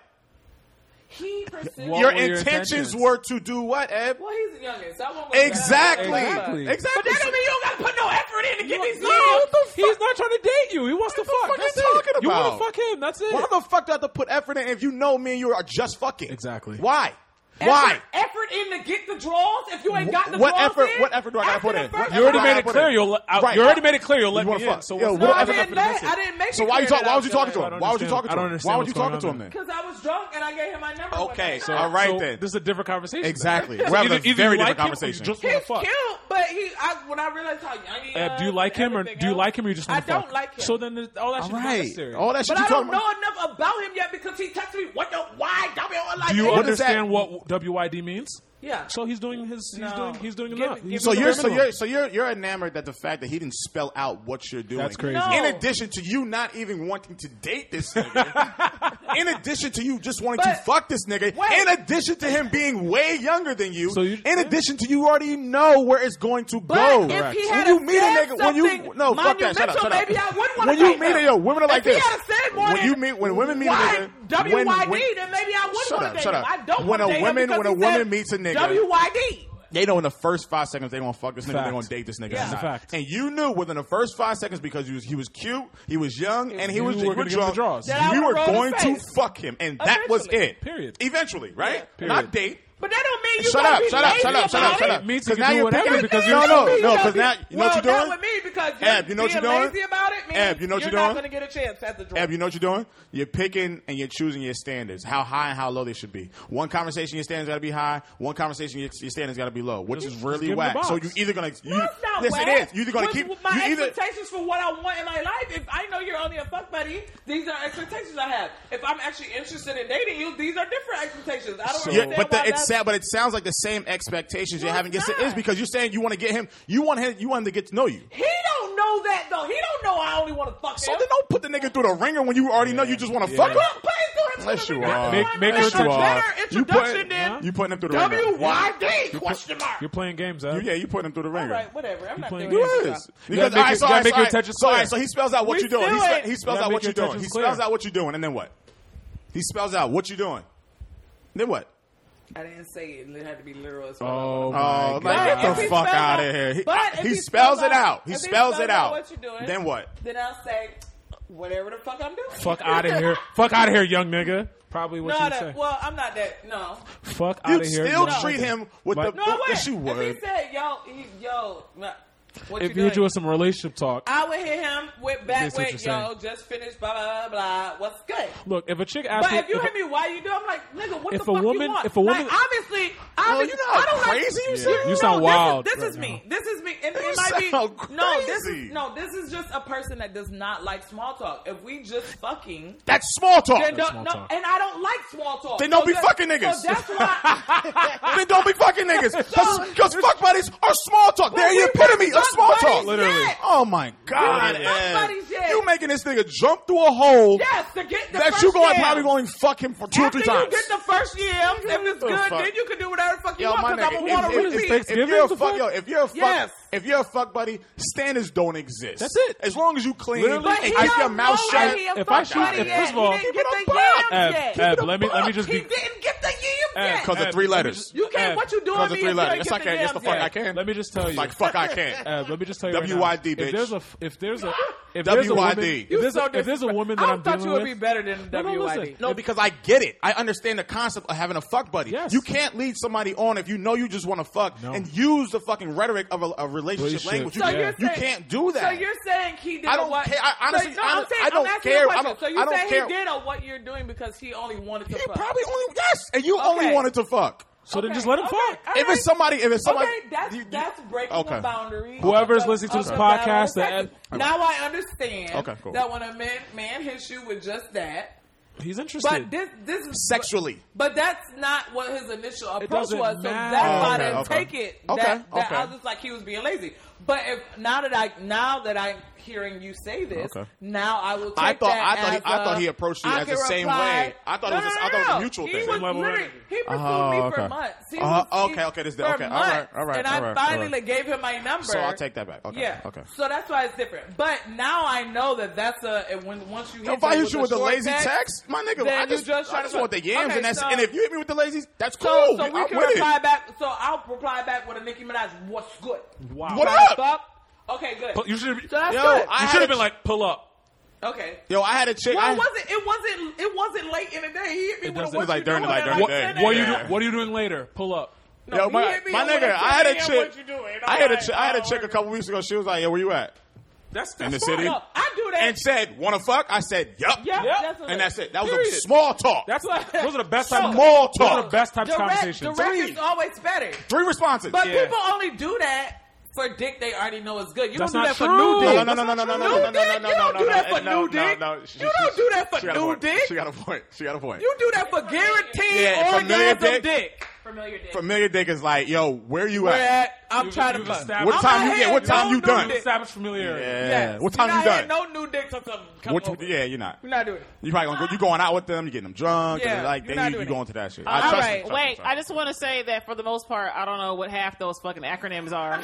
D: He pursued.
G: What
F: your
G: were your
F: intentions
G: intentions?
F: were to do what, Ed?
D: well, he's the youngest. I won't go back.
F: Exactly.
G: Exactly.
F: Exactly.
D: But that don't mean you don't got to put no effort in to get these.
G: No,
D: niggas.
G: he's not trying to date you. He wants to fuck.
F: fuck
G: That's
F: you
G: it.
F: talking
G: You want
F: about?
G: to fuck him? That's it.
F: Why the fuck do I have to put effort in if you know me and you are just fucking?
G: Exactly.
F: Why?
D: Effort-
F: Why?
D: Effort in to get the draws if you ain't got the
F: What
D: draws
F: effort?
D: in?
F: What effort do I gotta
D: After
F: put
D: the
F: in?
D: first-
F: What
G: You already made it
F: Right.
G: clear. You'll let, I-
F: Right.
G: you already made it clear. You'll let
F: You
G: me
F: wanna
G: in.
F: fuck.
G: So
F: Yo, what
G: what's
D: No,
G: the
D: I
F: effort-
G: effort
D: didn't
G: in
D: make.
G: this?
D: I didn't make.
F: So
D: it
F: why you
D: clear
F: talk?
D: that I
F: Why was you
D: was
F: talking to
D: young.
G: I
F: him?
G: don't
F: Why was you
G: understand.
F: talking
G: I
F: to
G: don't
F: him? Why was you
G: understand what's
F: talking to
G: going
F: him then?
D: Because I was drunk and I gave him my number. one
F: Okay,
D: night.
F: so all right
G: So
F: then.
G: This is a different conversation.
F: Exactly.
G: So
F: We're having
G: either-
F: a
G: either you
F: very
G: like
F: different
G: him or you
F: conversation.
G: just wanna
D: He's
G: fuck.
D: cute, but he. I, when I realized how young he is,
G: Uh, do you like him or
D: everything
G: do you
D: else,
G: like him or you just
D: I
G: want to fuck?
D: don't like him.
G: So then there's- all that shit is not necessary.
F: Right. All that shit
D: but I
F: you
D: don't
F: talking
D: know
F: about.
D: enough about him yet because he texted me. What the? Why? W O L I.
G: Do you
F: What does that-
G: understand what WYD means?
D: Yeah.
G: So he's doing his. He's
D: No.
G: doing. He's doing
D: Give
G: enough.
D: me-
G: He's
F: So
G: doing
F: you're so
G: the minimum.
F: you're so you're you're enamored that the fact that he didn't spell out what you're doing.
G: That's crazy.
D: No.
F: In addition to you not even wanting to date this nigga,
D: *laughs*
F: in addition to you just wanting to
D: But-
F: fuck this nigga,
D: Wait.
F: in addition to him being way younger than you,
G: So you-
F: in addition to you already know where it's going to
D: But
F: go.
D: if he
F: when
D: had
F: you
D: a
F: meet a
D: said
F: nigga, when you
D: something
F: no fuck that, shut
D: monumental,
F: up, shut up.
D: maybe I would wanna
F: when you
D: date
F: meet
D: him.
F: a yo, women are like
D: If he
F: this.
D: had a said more
F: when
D: than
F: you meet when women meet
D: Why
F: a nigga,
D: W
F: when-
D: Y
F: when-
D: D? Then maybe I would
F: Shut
D: want
F: up,
D: to date
F: shut
D: him.
F: up.
D: I don't
F: When
D: wanna
F: a
D: date
F: woman-
D: him because
F: when a
D: he
F: woman
D: said
F: meets a nigga-
D: W Y D.
F: they know in the first five seconds they gonna fuck this nigga,
G: Fact.
F: they gonna date this nigga.
D: Yeah.
F: or not.
G: It's a fact.
F: And you knew within the first five seconds because he was he was cute, he was young, and he
G: You
F: was
G: were
F: you
G: gonna
F: were
G: give him the
F: drunk.
G: draws.
D: That I
F: You
D: would
F: were
D: roll his
F: going to
D: face.
F: fuck him, and that was
D: Eventually.
F: it.
G: Period.
F: Eventually, right?
G: Yeah,
F: Not
G: period.
F: date.
D: But that don't mean you
F: Shut
D: gotta
F: up!
D: be
F: Shut up!
D: lazy
F: Shut up! Shut up!
D: about
F: Shut
D: it.
F: up!
G: It means
F: Because
G: you can
F: now
G: do
F: you're
G: whatever
F: picking-
G: because you-
F: no, no,
D: Maybe you
F: no.
D: gotta
F: Because
D: be-
F: now you know
D: well,
F: what you're
D: not
F: doing.
D: with me because you're
F: Ab, you know what
D: being
F: you're doing?
D: lazy about it. means
F: Ab, you know what
D: you're
F: you're
D: not
F: doing?
D: gonna get a chance at the draw.
F: Ab, you know what you're doing? You're picking and you're choosing your standards, how high and how low they should be. One conversation, your standards got to be high. One conversation, your, your standards got to be low, which
G: Just-
F: is
G: just give
F: really
G: 'em the
F: whack.
G: box.
F: So you're either gonna you,
D: That's not
F: yes,
D: whack.
F: it is. You're either gonna
D: With
F: keep
D: my
F: you either
D: expectations for what I want in my life. If I know you're only a fuck buddy, these are expectations I have. If I'm actually interested in dating you, these are different expectations. I don't
G: So-
F: Yeah,
D: understand
F: but
D: why
F: the, it's
D: that's-
F: sad, but it sounds like the same expectations
D: No,
F: you're having.
D: it's
F: Yes, it
D: not.
F: is because you're saying you want to get him. You want him. You want him to get to know you.
D: He don't know that though. He don't know I only want to fuck
F: So
D: him.
F: then don't put the nigga through the ringer when you already know you just want to
G: Yeah.
F: fuck him.
D: Well, please do it.
F: Yes, you
D: That's
F: are.
D: a
G: Make- make
D: better
G: sure you are.
F: You
D: Introduction
F: put,
D: then.
F: you putting him through the
D: W
F: ringer.
D: Y D question mark.
G: You're playing games,
F: You,
G: Ab.
F: yeah, you putting him through the
D: All
F: ringer.
D: right, whatever. I'm not
G: playing
D: doing
G: games.
D: this.
G: You
F: Yes.
G: You gotta
F: Because
G: make
F: all
G: your-
F: right,
G: you
F: so,
G: gotta
F: all
G: make your
F: right,
G: intentions
F: so, all right,
G: clear.
F: so he spells out what
D: We
F: you're doing.
D: do
F: He, spe-
D: it.
F: he spells
G: You gotta
F: out
G: make
F: what
G: your
F: you're doing. He
G: intentions
F: spells
G: clear.
F: out what you're doing, and then what? He spells out what you're doing. Then what?
D: I didn't say it. It had to be literal as well.
G: Oh, my
F: Oh,
G: God.
F: like, get
D: If he
F: the
D: spells
F: fuck out
D: out-
F: of here. He,
D: but if
F: he
D: he
F: spells
D: spells
F: it
D: out-
F: out. He
D: if he
F: spells
D: spells
F: it
D: out
F: out.
D: what you're doing-
F: Then what?
D: Then I'll say whatever the fuck I'm doing.
G: Fuck out of
D: *laughs*
G: here. Fuck out of here, young nigga. Probably what
D: No,
G: you would
D: that-
G: say.
D: well, I'm not that. No,
G: Fuck out
F: You'd
G: of here.
F: still
G: young
F: treat
G: nigga.
F: him with
G: Like-
F: the-
D: no, I wouldn't.
F: Yes, you
D: If
F: would.
D: he said, "Yo, he, yo, nah, what
G: If
D: you
G: you
D: doing?"
G: were doing some relationship talk,
D: I would hit him with
G: I
D: back
G: guess what
D: with,
G: you're
D: "Yo,
G: saying.
D: just finished, blah blah blah. What's good?"
G: look, if a chick
D: But
G: asks,
D: if you
G: if a-
D: hit me, why you do? I'm like, nigga, what
G: if
D: the
G: a
D: fuck
G: woman-
D: you want?
G: if a woman-
D: like, obviously, obviously,
F: Oh, you know how
D: I don't like-
F: crazy you
D: Yeah.
F: sound?
G: You sound
D: this is-
G: wild
D: This is,
G: right
D: me. This is me, and
F: You
D: it might be
F: sound
D: no. This
F: crazy.
D: is no. This is just a person that does not like small talk. If we just fucking.
F: That's small talk.
D: Then don't,
G: small
D: no,
G: talk.
D: and I don't like small talk.
F: Then don't be
D: that-
F: fucking niggas.
D: So that's
F: *laughs*
D: why.
F: then don't
D: *laughs*
F: be fucking niggas. Because fuck buddies are small talk.
D: But we
F: They're the epitome of
D: fuck
F: small talk.
D: buddies Literally. yet.
F: Oh my God.
D: We fuck
F: Ed.
D: buddies yet.
F: You making this nigga jump through a hole
D: yes, to get the
F: that
D: first
F: you going
D: yam.
F: probably going to fuck him for two
D: After
F: or three times.
D: you get the first yams, if it's
F: Oh,
D: good,
F: fuck.
D: then you can do whatever the fuck you
F: Yo,
D: want
F: my
D: because I'm
F: nigga,
D: gonna want
F: if,
D: to
F: if- if-
D: repeat.
F: if
G: Thanksgiving
F: you're a
G: to
F: fuck,
G: fuck?
F: yo, if you're a fuck,
D: Yes.
F: if you're a fuck buddy, standards don't exist.
G: That's it.
F: As long as you clean
G: Literally,
F: and
D: But he
G: I-
F: keep your
D: don't
F: mouth
D: know
F: shut.
D: that he a
G: If I
D: fuck
G: shoot-
D: buddy
G: if-
D: yet.
G: first of all-
D: he didn't get the
F: Keep it
D: yams
F: on
G: Ab,
D: yet.
G: Ab, let me let me just
D: he
G: be.
D: didn't get the yams
G: Ab,
D: yet.
F: Because of
G: Ab,
F: three
G: let me
F: letters.
G: just-
D: You can't.
G: Ab,
D: What you doing?
F: Because of
D: me
F: three
D: if you ain't
F: letters. Yes,
D: get
F: I
D: the
F: can. Yes, the
D: yams
F: fuck
D: yet?
F: I can.
G: Let me just tell you.
F: Like, fuck,
D: *laughs*
F: I can't.
G: Ab, let me just tell you. right now,
F: WYD,
G: If
F: bitch.
G: there's a if there's a if there's a woman,
F: WYD.
G: if there's a, if there's a woman that
D: I
G: I'm
D: thought
G: dealing
D: you would be
G: with,
D: better than
G: No, no, listen.
D: WYD.
F: No, because I get it. I understand the concept of having a fuck buddy.
G: Yes.
F: You can't lead somebody on if you know you just want to fuck
G: No.
F: and use the fucking rhetoric of a, a relationship
G: Relationship.
F: language. You,
D: So
G: Yeah.
D: you're
F: you
D: saying-
F: can't do that.
D: So you're saying he did
F: I don't
D: a what?
F: care. I- honestly,
D: so, no, I'm
F: honest-
D: saying,
F: I don't
D: I'm asking you
F: care.
D: a
F: I
D: question.
F: don't-
D: so you
F: I don't
D: saying
F: care.
D: he did a what you're doing because he only wanted to
F: He
D: fuck.
F: probably only yes, and you
D: Okay.
F: only wanted to fuck.
G: so then
D: Okay,
G: just let him
D: okay,
G: fuck.
D: all
F: If it's
D: right.
F: somebody, if it's somebody,
D: okay, that's
F: you- you-
D: that's breaking
F: Okay.
D: the boundary.
G: Whoever's
D: of-
G: listever to
D: of
G: this
D: the dialogue
G: podcast, that-
D: session.
G: Okay.
D: now I understand
F: Okay, cool.
D: that when a man man hits you with just that,
G: He's interested.
D: but this this is
F: sexually.
D: But that's not what his initial approach
G: doesn't
D: was, so
G: matter.
D: that's why I
F: Okay,
D: didn't
F: okay.
D: take it.
F: Okay,
D: that, that I
F: okay.
D: was just like he was being lazy. But if, now that I now that I'm hearing you say this,
F: Okay.
D: now I will. Take
F: I thought-
D: that
F: I thought he-
D: as
F: I thought
D: a-
F: he approached you
D: I
F: as the
D: can
F: same
D: reply-
F: way. I thought it
D: No,
F: was a-
D: no,
F: I thought it was a
D: no, no.
F: mutual
D: he
F: thing.
D: Was
F: Same level of
D: literally-
F: energy.
D: he pursued
F: Oh,
D: me for
F: okay.
D: months. He
F: Uh,
D: was- he-
F: okay, okay, this-
D: for
F: okay, all right,
D: months,
F: all right,
D: And
F: all
D: I
F: right,
D: finally
F: all right.
D: gave him my number.
F: So I'll take that back. Okay,
D: yeah.
F: okay.
D: So that's why it's different. But now I know that that's a. And when once you hit
F: If I
D: them
F: hit you with a
D: short
F: lazy text, my nigga,
D: then
F: I
D: you
F: just,
D: just
F: I just
D: try-
F: want the yams,
D: Okay,
F: and that's
D: so-
F: and if you hit me with the lazies, that's cool.
D: So, so we
F: I'm
D: can
F: with
D: reply
F: it.
D: back. So I'll reply back with a Nicki Minaj. What's good?
G: Wow.
F: What
D: What's
F: up?
D: up? Okay, good.
G: But you should
D: so that's
F: Yo,
D: good.
F: I
G: you
F: had
G: should
F: a-
G: have been like pull up.
D: okay.
F: Yo, I had a chick.
D: Well,
F: I-
D: it wasn't. It wasn't. It wasn't late in the day. He hit me
G: It
D: with a
G: doesn't-
D: what
G: it's
F: like
D: you
F: during the-
D: doing
F: like
D: at
F: during the
D: ten
F: day.
D: a.m.
G: What are you
F: Yeah.
G: doing? What are you doing later? Pull up.
D: No,
F: Yo,
D: he
F: my,
D: hit me
F: my
D: with
F: nigga,
D: a
F: I had a
D: 10
F: chick.
D: what you doing?
F: I had a
D: Alright,
F: chick. I had a
D: oh,
F: chick a couple weeks ago. She was like, "Yo, where you at?"
G: That's
F: In the
G: that's
F: city.
G: fine.
D: No, I do that.
F: And said, "Wanna fuck?" I said, "Yup."
D: Yep,
G: Yep.
D: definitely.
F: And that's it. That was
G: Period.
F: a small talk.
G: That's like those are the best
D: So-
G: types.
F: Small
G: Those are
F: talk.
G: the best types of
D: direct,
G: conversations.
D: Direct
F: Three.
D: is always better.
F: Three responses.
D: But
G: Yeah.
D: people only do that for dick they already know is good. You
G: That's
D: don't do that
G: not
D: for
G: true.
D: new dick.
F: No, no, no, no, no, no, no, no, no, no,
D: New dick?
F: no, no,
D: You
F: no,
D: don't
F: no,
D: do
F: no,
D: that for
F: no,
D: new
F: no,
D: dick.
F: no, she-
D: You
F: she-
D: don't do that for
F: she got a
D: new
F: point.
D: dick.
F: She got a point. She got a point.
D: You do that for guaranteed
F: Yeah, familiar
D: orgasm dick.
F: dick.
E: Familiar dick.
F: Familiar dick is like, "Yo, where you
D: Where
F: at?"
D: at? I'm
G: You've-
D: trying
G: you've
D: to fuck.
G: established-
F: What time
D: I'm
F: you-
D: not
F: yeah, what
D: hitting
F: time
D: no
F: you
D: new
F: done?
D: dick.
G: Established familiarity.
F: Yeah.
D: Yes.
F: What time
D: You're
F: you
D: not hitting
F: done?
D: No new dick till come, come
F: What you-
D: over.
F: Yeah, you're not.
D: We're not doing it.
F: You probably gonna go, you going out with them, you getting them drunk,
D: Yeah,
F: and like
D: you're
F: then
D: not
F: you, you
D: doing
F: going
D: it.
F: to that shit.
E: All
F: I trust
E: right,
F: you, trust you,
E: wait.
F: trust you.
E: I just want to say that for the most part, I don't know what half those fucking acronyms
F: *laughs*
E: are.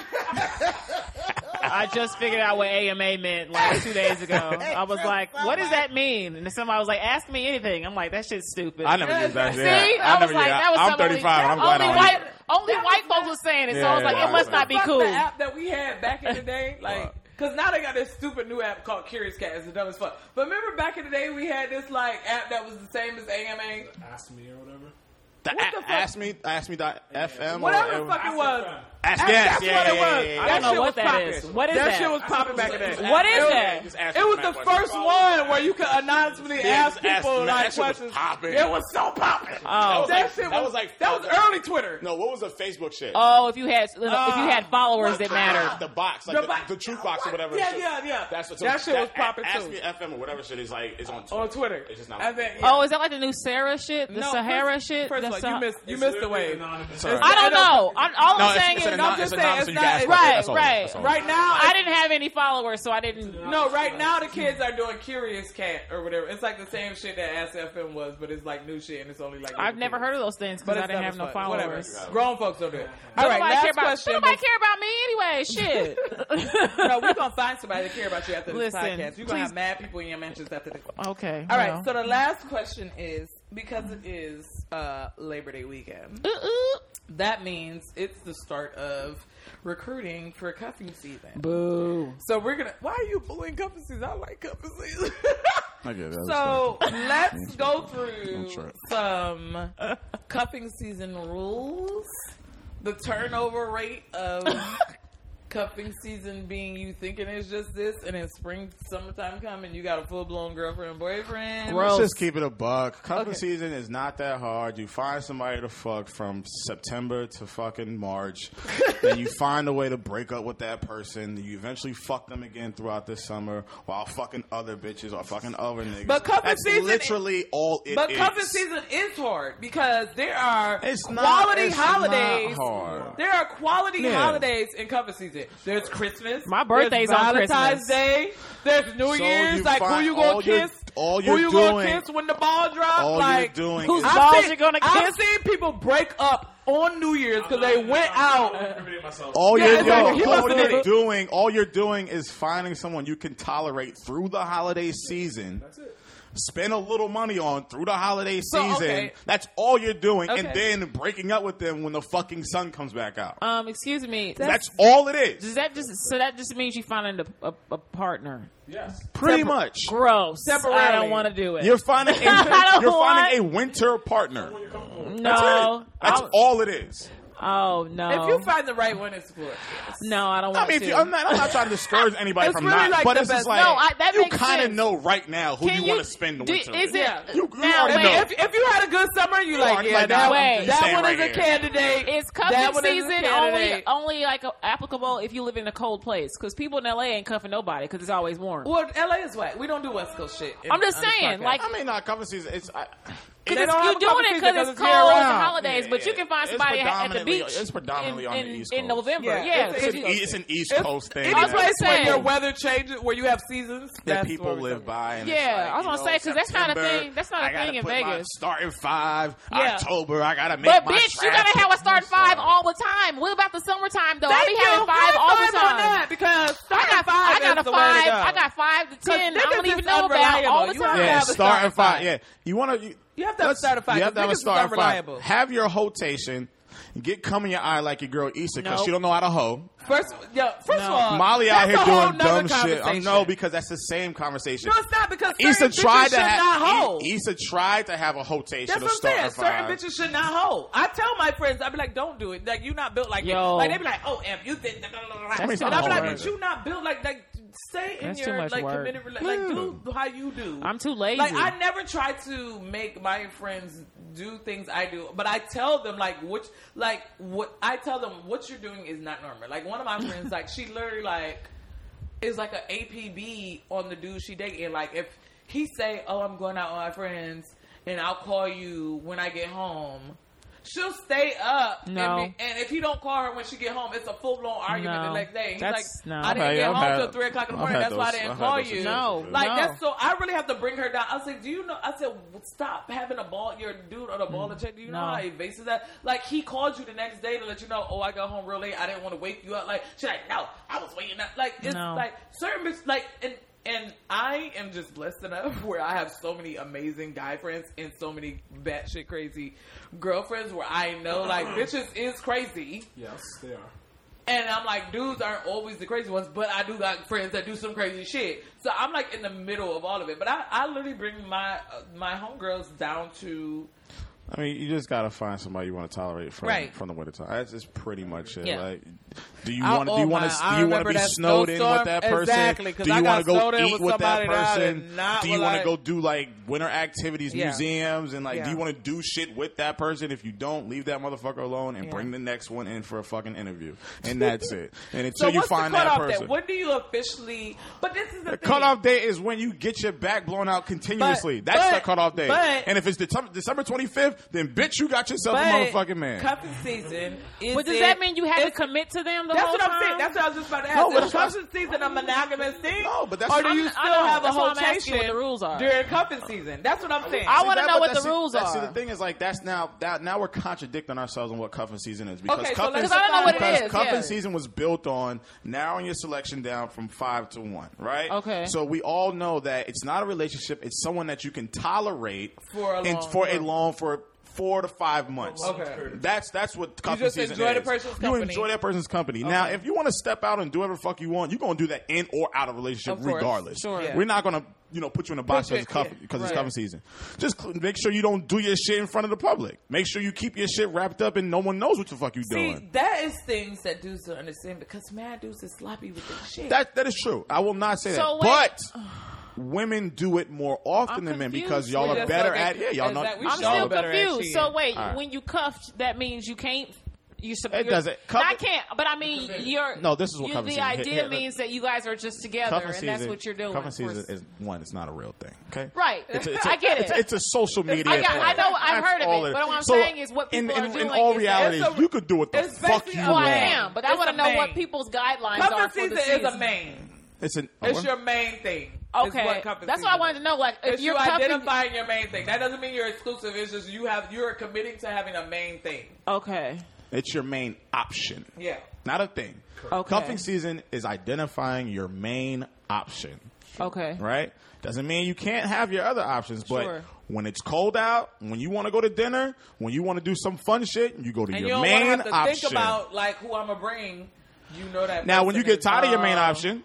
E: I just figured out what AMA meant like two days ago.
F: *laughs*
E: I was like, "What does that mean?" And somebody was like, "Ask me anything." I'm like, "That shit's stupid."
F: I never use that.
D: See?
E: See,
F: Yeah,
E: I,
F: never
E: was
F: use
E: like, "That was
F: I'm
E: something
F: 35. and I'm glad
E: only, only
F: I don't use
E: white, only white folks was saying it." So I was
F: Yeah,
E: like,
F: yeah,
E: "It must
F: yeah.
E: not be
D: Fuck
E: cool."
D: the app that we had back in the
F: *laughs*
D: day, like,
F: What?
D: because now they got this stupid new app called Curious Cat. It's the dumbest fuck. But remember back in the day, we had this like app that was the same as AMA,
F: Oh,
G: Ask me or whatever.
F: The
D: What the
F: a-
D: fuck?
F: ask me, ask me. Dot FM.
D: whatever
F: or,
D: the fuck it was.
F: Ask
D: That's,
F: yes.
D: that's
F: yeah,
D: what
F: yeah,
D: it was.
F: yeah, yeah,
D: That
F: yeah.
E: I don't know
D: shit
E: what
D: was
E: that
D: popping.
E: is. What is
D: that?
E: that?
D: shit was popping back in the day.
E: What is
D: it was-
E: that? Just
F: ask
D: It
F: them
D: was
F: that
D: the
F: question.
D: first one where you could anonymously
F: Yeah,
D: ask
F: just ask
D: people
F: them. That
D: like
F: shit was
D: questions.
F: popping.
D: It was so popping.
E: Oh.
D: that shit was,
F: That was like-
D: that was early Twitter.
F: No, what was the Facebook shit?
E: Oh, if you had if you had followers, it mattered.
F: Uh, The box, like
D: The
F: the,
D: box.
F: the truth box or whatever.
D: Yeah,
F: shit.
D: yeah, yeah.
F: That's what
D: That shit was popping
F: Ask
D: too.
F: me FM or whatever shit is like is on Twitter.
D: on Twitter.
F: It's just not.
D: I think, yeah.
E: Oh, is that like the new Sarah shit? The
D: No,
E: Sahara
D: first-
E: shit?
D: First
E: the
D: of all,
E: Sa-
D: you missed you missed the wave.
F: Sorry.
E: I don't know. I'm, all
F: no,
E: I'm
F: it's,
E: saying
F: it's
E: is,
F: an
D: no, I'm
F: anon-
D: just saying,
F: it's anonymous.
D: it's
F: you can ask
D: not-
F: questions.
E: right,
F: That's all.
E: right,
F: That's all.
D: Right now,
E: I didn't have any followers, so I didn't.
D: No, right now the kids are doing Curious Cat or whatever. It's like the same shit that SFM was, but it's like new shit and it's only like.
E: I've never heard of those things
D: But
E: because I
D: it's
E: didn't
D: dumb
E: have
D: as
E: no
D: fuck.
E: followers.
D: Whatever. Grown folks don't do it. All
E: Don't
D: right,
E: nobody
D: last
E: care about,
D: question.
E: don't nobody care about me anyway. Shit.
D: *laughs* No, we're gonna find somebody to care about you after this
E: Listen,
D: podcast. You're gonna
E: please-
D: have mad people in your mentions after this.
E: okay.
D: All right. So the last question is because it is uh, Labor Day weekend.
E: Uh,
D: That means it's the start of recruiting for cuffing season.
E: boo.
D: So we're gonna. Why are you booing cuffing season? I like cuffing season. *laughs*
F: I get that.
D: So let's go through
F: That's right.
D: some cuffing season rules. The turnover rate
F: *laughs*
D: of cuffing season being you thinking it's just this, and then spring, summertime coming, you got a full blown girlfriend, boyfriend.
E: Gross.
F: Let's just keep it a buck. Cuffing
D: Okay.
F: season is not that hard. You find somebody to fuck from September to
D: *laughs*
F: fucking March. then you find a way to break up with that person. You eventually fuck them again throughout the summer while fucking other bitches or fucking other niggas.
D: But cuffing
F: That's
D: season-
F: literally all it
D: But
F: is.
D: cuffing season is hard because there are
F: It's not-
D: quality
F: it's
D: holidays.
F: not hard.
D: There are quality
F: Yeah.
D: holidays in cuffing season. There's Christmas.
E: My birthday's
D: there's
E: on
D: Valentine's
E: Christmas.
D: Day. There's New
F: So
D: Year's.
F: you
D: Like who
F: find
D: you gonna
F: all you're-
D: kiss?
F: all
D: who
F: you're
D: you gonna
F: doing-
D: kiss when the ball drops?
F: all
D: like
F: you're doing
E: who's
F: is
E: boss-
D: I've
E: Balls
D: seen,
E: you gonna
D: I've
E: kiss?
D: seen people break up on New Year's because they went
F: Oh,
D: out.
F: all
D: Yeah,
F: you're,
D: exactly. He
F: yo,
D: must
F: all
D: have
F: you're
D: did it.
F: doing, all you're doing is finding someone you can tolerate through the holiday season. That's it. Spend a little money on through the holiday
D: So,
F: season.
D: okay.
F: That's all you're doing,
D: Okay.
F: and then breaking up with them when the fucking sun comes back out.
E: Um, excuse me.
F: That's, all it is.
E: does that just so that just means you finding a, a, a partner?
G: Yes.
F: Pretty much.
E: Gross. I
D: Temporarily.
E: don't want to do it.
F: You're
E: *laughs*
F: finding a,
E: I don't
F: you're finding a
E: want-
F: winter partner.
E: no.
F: That's
E: I'll-
F: all it is.
E: Oh no.
D: If you find the right one, it's good.
E: no, I don't
F: I
E: want
F: mean, if
E: to.
F: you, I'm not I'm not trying
E: *laughs*
F: to discourage anybody
D: It's
F: from
D: really
F: not,
D: like
F: but
D: the
F: it's just
D: best-
F: like
E: No, I- that
F: you
E: makes
F: kind of
E: sense.
F: know right now who
E: Can
F: you, want to spend the
E: do-
F: winter
E: Is
F: with.
E: it
D: Yeah.
F: You- you
E: now?
F: already
E: Wait,
F: know.
E: if-
D: If, if you had a good summer, you like,
F: already
D: yeah,
F: Oh, like,
D: that,
F: nah,
E: I'm
D: one,
E: just
D: that
F: staying
D: one
F: right
D: is a
F: here.
D: candidate.
E: It's
D: That
E: cuffing
D: one is a
E: season only
D: candidate.
E: only like applicable if you live in a cold place because people in LA ain't cuffing nobody because it's always warm.
D: Well, LA is whack. We don't do West Coast shit. in-
E: I'm just
D: on this
E: saying,
D: podcast.
E: like-
F: I mean, not cover season. It's I,
E: Because
D: They don't
E: you're
D: have a couple
E: doing it
D: seasons
E: because
D: 'cause
E: it's
D: it's
E: cold and
D: year-round.
E: holidays, but you can find
F: It's
E: somebody at the
F: predominantly-
E: beach.
F: It's predominantly
E: in,
F: on the
E: in-
F: East
E: In
F: Coast.
E: November,
D: Yeah,
E: yeah.
D: it's-
E: because
D: it's-
E: you-
F: It's an East
D: It's-
F: Coast thing.
D: Any
E: was gonna
D: place where
E: say.
D: your weather changes, where you have seasons,
F: that
D: that's where
F: people
D: we're
F: live
D: talking.
F: by. And
E: Yeah,
F: it's like,
E: I was gonna
F: you
E: say,
F: know,
E: 'cause that's not a
F: September,
E: thing- that's not a
F: I gotta
E: thing in
F: put my
E: Vegas.
F: Starting five,
E: Yeah.
F: October. I gotta make
E: But
F: my
E: bitch, you
F: trash.
E: gotta have a start five
F: Sorry.
E: all the time. What about the summertime though?
D: Thank
E: I be
D: you.
E: having five
D: High
E: all the
D: five on
E: time.
D: that because
E: I
D: starting
E: got
D: five
E: I got
D: is
E: a
D: the way to
E: five.
D: go.
E: I got five to ten. I
D: niggas
E: don't even
D: is
E: know about all the
D: unreliable. You
E: time.
D: have
F: Yeah,
D: to have a
F: start and
D: starting five.
F: five. Yeah, you want to. You,
D: You have to have
F: let's-
D: a starting five,
F: You have
D: 'cause
F: to have a
D: niggas is
F: starting five.
D: unreliable.
F: Have your hotation. Get cum in your eye like your girl Issa because
E: Nope.
F: she don't know how to hoe.
D: First, yo, first of
E: No.
D: all,
F: Molly
D: that's
F: out here
D: a whole
F: doing dumb
D: nother
F: shit. I
D: conversation.
F: know because that's the same conversation.
D: no, it's not because
F: Issa
D: certain bitches
F: tried to e-
D: should not
F: have.
D: hold.
F: Issa tried to have a hotation
D: That's
F: of
D: what I'm saying. Certain
F: starting five.
D: bitches should not hold. I tell my friends, I be like, don't do it. Like you not built like
E: Yo.
D: that. Like they be like, oh, F, you did. Blah, blah, blah, blah.
E: That's
D: And
E: not
D: I be like,
E: hard.
D: but you not built like like stay in
E: That's too
D: your
E: much
D: like
E: work.
D: committed rela- like do how you do.
E: I'm too lazy.
D: Like I never try to make my friends do things I do, but I tell them like which like what I tell them what you're doing is not normal. Like one of my
F: *laughs*
D: friends, like she literally like is like an APB on the dude she dating. And like if he say, "Oh, I'm going out with my friends," and I'll call you when I get home. She'll stay up,
E: No.
D: and, be- and if you don't call her when she get home, it's a full blown argument
E: No.
D: the next day. And he's
E: That's-
D: like,
E: no.
D: "I didn't
F: I've had-
D: get
F: I've
D: home
F: had-
D: till three o'clock in the
F: I've
D: morning.
F: had
D: That's why I
F: those-
D: didn't
F: I've had
D: call
F: those
D: you."
E: No,
D: like
E: no.
D: that's so. I really have to bring her down. I was like, "Do you know?" I said, well, "Stop having a ball, your dude on a ball and check. Do you know
E: Mm, No.
D: how evasive that? Like he called you the next day to let you know, oh, I got home real late. I didn't want to wake you up. Like she's like, no, I was waiting up. Like it's
E: No.
D: like certain bitch, like and and I am just blessed enough *laughs* where I have so many amazing guy friends and so many batshit crazy girlfriends where I know
E: *clears throat*
D: like bitches is crazy.
G: Yes, they are.
D: And I'm like, dudes aren't always the crazy ones, but I do got friends that do some crazy shit. So I'm like in the middle of all of it. But I, I literally bring my uh, my homegirls down to
F: I mean, you just gotta find somebody you want to tolerate from
D: Right.
F: from the winter time. That's just pretty much it.
D: Yeah.
F: Like, do you
D: I-
F: want to
D: oh
F: do you want
D: my,
F: to
D: I
F: do you want to
D: remember
F: be
D: that
F: snowed in with
D: snowstorm.
F: that person?
D: Exactly, 'cause
F: do
D: I
F: you
D: got
F: wanna
D: snowed
F: go
D: in
F: eat
D: with
F: with that
D: somebody that I did
F: person?
D: not
F: Do you
D: was
F: want to
D: like-
F: go do like winter activities,
D: Yeah.
F: museums, and like do
D: Yeah.
F: you want to do shit with that person? If you don't, leave that motherfucker alone and
D: Yeah.
F: bring the next one in for a fucking interview,
D: *laughs*
F: and that's it. And
D: So
F: until you
D: what's
F: find
D: the
F: that
D: cutoff
F: person,
D: That? When do you officially? But this is the,
F: the
D: thing.
F: cutoff date is when you get your back blown out continuously. That's
D: but-
F: the cutoff date.
D: but-
F: and if it's Decem- December 25th, then bitch, you got yourself
D: But
F: a motherfucking man.
D: Cuffing season. Is
E: but does
D: it-
E: that mean you have to
D: it's-
E: commit to them the
D: That's
E: whole
D: what I'm saying.
E: time?
D: That's what I was just about to ask.
F: No, but
D: is
F: it's not-
D: cuffing season a monogamous thing?
F: No, but that's-
D: or do you
E: I'm-
D: still
E: I know.
D: have a
E: That's why I'm asking
D: rotation
E: what the rules are.
D: during cuffing season? That's what I'm saying.
E: I wanna
F: See,
E: know
F: but
E: what
F: that's
E: the rules
F: that's- see,
E: are.
F: the thing is, like, that's now that now we're contradicting ourselves on what cuffing season is because
D: Okay, so
F: cuffing,
D: let's Because I don't know what it
F: because
E: is,
F: cuffing
E: yeah.
F: season was built on narrowing your selection down from five to one, right?
E: Okay.
F: So we all know that it's not a relationship; it's someone that you can tolerate
D: For a
F: and
D: long-
F: for a long for. Four to five months.
D: Okay.
F: that's that's what cuffing
D: just
F: season
D: enjoy the
F: is.
D: person's
F: you
D: company.
F: enjoy that person's company. Now,
D: Okay.
F: if you want to step out and do whatever the fuck you want, you're gonna do that in or out of relationship,
D: Of course.
F: regardless.
D: Sure. Yeah.
F: We're not gonna you know put you in a box
D: Put
F: because
D: you-
F: it's cuffing
D: yeah,
F: because it's
D: right.
F: cuffing season. Just cl- make sure you don't do your shit in front of the public. Make sure you keep your shit wrapped up and no one knows what the fuck you
D: See,
F: doing.
D: that is things that dudes don't understand because mad dudes is sloppy with this shit.
F: That that is true. I will not say
E: So
F: that,
E: *sighs*
F: but women do it more often
E: I'm
F: than men
E: confused.
F: because y'all
E: We
F: are
E: just
F: better
D: don't
F: at yeah
D: get-
F: y'all know
D: exactly. We
E: I'm
D: Y'all
E: still
D: are better at
E: confused.
D: cheating.
E: So wait,
F: All right.
E: when you cuffed, that means you can't. You sup-
F: It
E: you're-
F: doesn't-
E: Not
F: cuffing-
E: can't, but I mean, you're
F: No, this is what
E: you-
F: cuffing
E: the
F: season-
E: idea
F: here- here-
E: means that you guys are just together,
F: Cuffing
E: and
F: season,
E: that's what you're doing.
F: Cuffing
E: We're-
F: season is one. It's not a real thing. Okay,
E: Right. *laughs*
F: It's a- it's
E: I
F: a-
E: get it.
F: It's, it's a social media.
E: I got- I
F: thing.
E: know- I've
F: That's
E: heard of
F: all
E: it, but what I'm
F: So,
E: saying is what
F: in,
E: people
F: in,
E: are
F: in
E: doing
F: all
E: is-
F: reality,
D: It's a-
F: you could do what the
D: it's
F: fuck
D: basically
F: you
D: a
E: Oh,
F: want.
E: I am, but I
D: It's
E: want
D: a
E: to know what
D: main.
E: people's guidelines are
D: cuffing
E: for the
D: season
E: season.
D: is a main.
F: It's an. uh, a
D: It's
F: what?
D: your main thing. is
E: Okay,
D: what cuffing
E: that's
D: season
E: what I wanted
D: is.
E: to know. Like, if
D: It's you
E: you're cuffing,
D: identifying your main thing. That doesn't mean you're exclusive. It's just you have you are committing to having a main thing.
E: okay,
F: It's your main option.
D: Yeah.
F: Not a thing.
E: Okay.
F: Cuffing season is identifying your main option,
E: okay,
F: right? Doesn't mean you can't have your other options, but
E: Sure.
F: when it's cold out, when you want to go to dinner, when you want to do some fun shit, you go to
D: And
F: your
D: you don't
F: main
D: want to have to
F: option.
D: think about like who I'm gonna bring. You know that.
F: now, when you
D: person
F: get
D: is-
F: tired of your main
D: Uh,
F: option,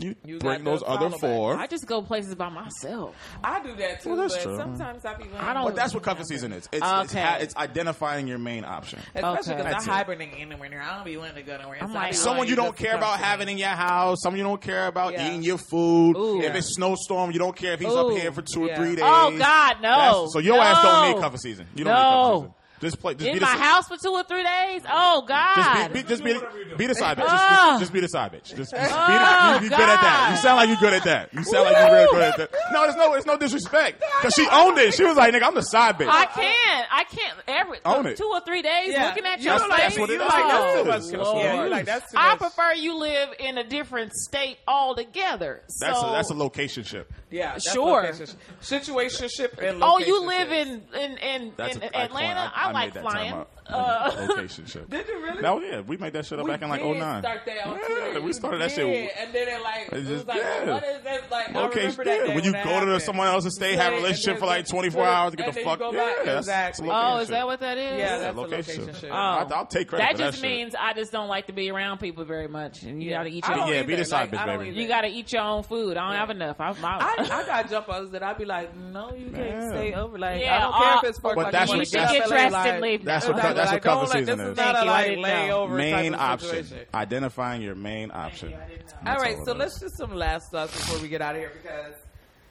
F: you,
D: You got
F: bring those
D: the
F: other
D: follow back.
F: four.
E: I just go places by myself.
D: uh, I do that too.
F: Well, that's
D: but
F: true.
D: sometimes I be. Like,
E: I don't-
F: but that's what cuffing season is. It's, it's,
E: Okay.
F: ha- it's identifying your main option.
D: Especially
E: Okay.
D: because
F: That's it.
D: I hibernate anywhere near. I don't be wanting to go nowhere. So
E: I'm
D: I
E: like,
D: be
E: someone
F: Someone
D: like,
F: you don't
D: just
F: care about
D: cuffing.
F: having in your house. Someone you don't care about
D: Yeah.
F: eating your food.
E: Ooh.
F: If it's snowstorm, you don't care if he's
E: Ooh.
F: up here for two
D: Yeah.
F: or three days.
E: Oh, God, no.
F: That's- so your ass
E: No.
F: don't need cover season. You don't need cover
E: No,
F: season. Just play. Just
E: in
F: be
E: my
F: the,
E: house for two or three days. Oh
F: Just
E: God.
F: be, be, just be, be the side bitch. Just,
E: Oh.
F: just, just be the side bitch. Just, just be the,
E: Ah,
F: you, you good at that. You sound like you're good at that. You sound like you're really good at that. No, there's no, there's no disrespect. Cause she owned it. She was like, nigga, I'm the side bitch.
E: I can't. I can't. Every
F: Own it.
E: two or three days
D: Yeah.
E: looking at
D: You
E: your
D: don't
E: face. oh,
D: like it.
F: what it-
D: You
F: that's
D: like,
F: what it
D: that's too
F: is.
D: much.
F: That's
D: Lord.
F: what it
D: Yeah, you
F: is.
D: like, that's too
E: I
D: much.
E: prefer you live in a different state altogether. So,
F: That's a, that's a location ship.
D: Yeah, that's
E: Sure.
D: locationship. Situationship and
E: oh, you
D: locationship.
E: live in in in,
F: That's
E: in
F: a, I
E: Atlanta.
F: coined-
E: I,
F: made
E: like
F: that
E: flying.
F: term up.
E: Uh, *laughs*
F: location ship.
D: Did you really?
F: No, yeah, we made that shit up
D: We
F: back in like
D: did
F: 09.
D: Start that on
F: Yeah,
D: Twitter.
F: we started that
D: You
F: shit.
D: did, And then it like, it
F: It's
D: was
F: just-
D: like,
F: yeah.
D: what is this? Like, I
F: Location.
D: remember that day
F: when you
D: that
F: go to
D: happened.
F: someone else's state, have a
D: Say,
F: relationship
D: and
F: for
D: then
F: like
D: just
F: 24
D: put it-
F: hours, get
D: and
F: the
D: then
F: fuck.
D: you go
F: yeah,
D: back.
F: that's- that's a
D: Exactly.
E: oh, is
F: location ship.
E: that what that is?
D: Yeah, that's um, a
F: location.
D: location ship.
F: Oh. I'll, I'll take credit
E: that
F: for
E: just
F: that
E: means I just don't like to be around people very much, and you gotta eat
D: I
E: your.
D: don't
E: Own.
F: Yeah, be
D: either.
F: the side
D: Like,
F: bitch,
D: I don't
F: baby.
D: either.
E: You gotta eat your own food. I don't have enough. I'm. I'm
D: I,
E: *laughs*
D: I got jump ups that I'd be like, no, you can't
F: Yeah.
D: stay over. Like,
E: Yeah,
D: I don't care
E: uh,
D: if it's four
F: But
D: o'clock.
F: that's
D: you
E: you
F: what-
D: should
E: should
F: that's-
E: get dressed and leave.
F: That's
E: now.
D: Exactly.
F: what- that's
D: like,
F: cover
D: don't let-
F: season
D: This is
F: is.
D: not
E: Thank
D: a
E: you, I
D: like
E: didn't know.
D: layover
F: main
D: type of
F: option.
D: situation.
F: Identifying your main option.
D: All
F: That's
D: right,
F: all
D: so
F: it
D: let's do some last thoughts before we get out of here because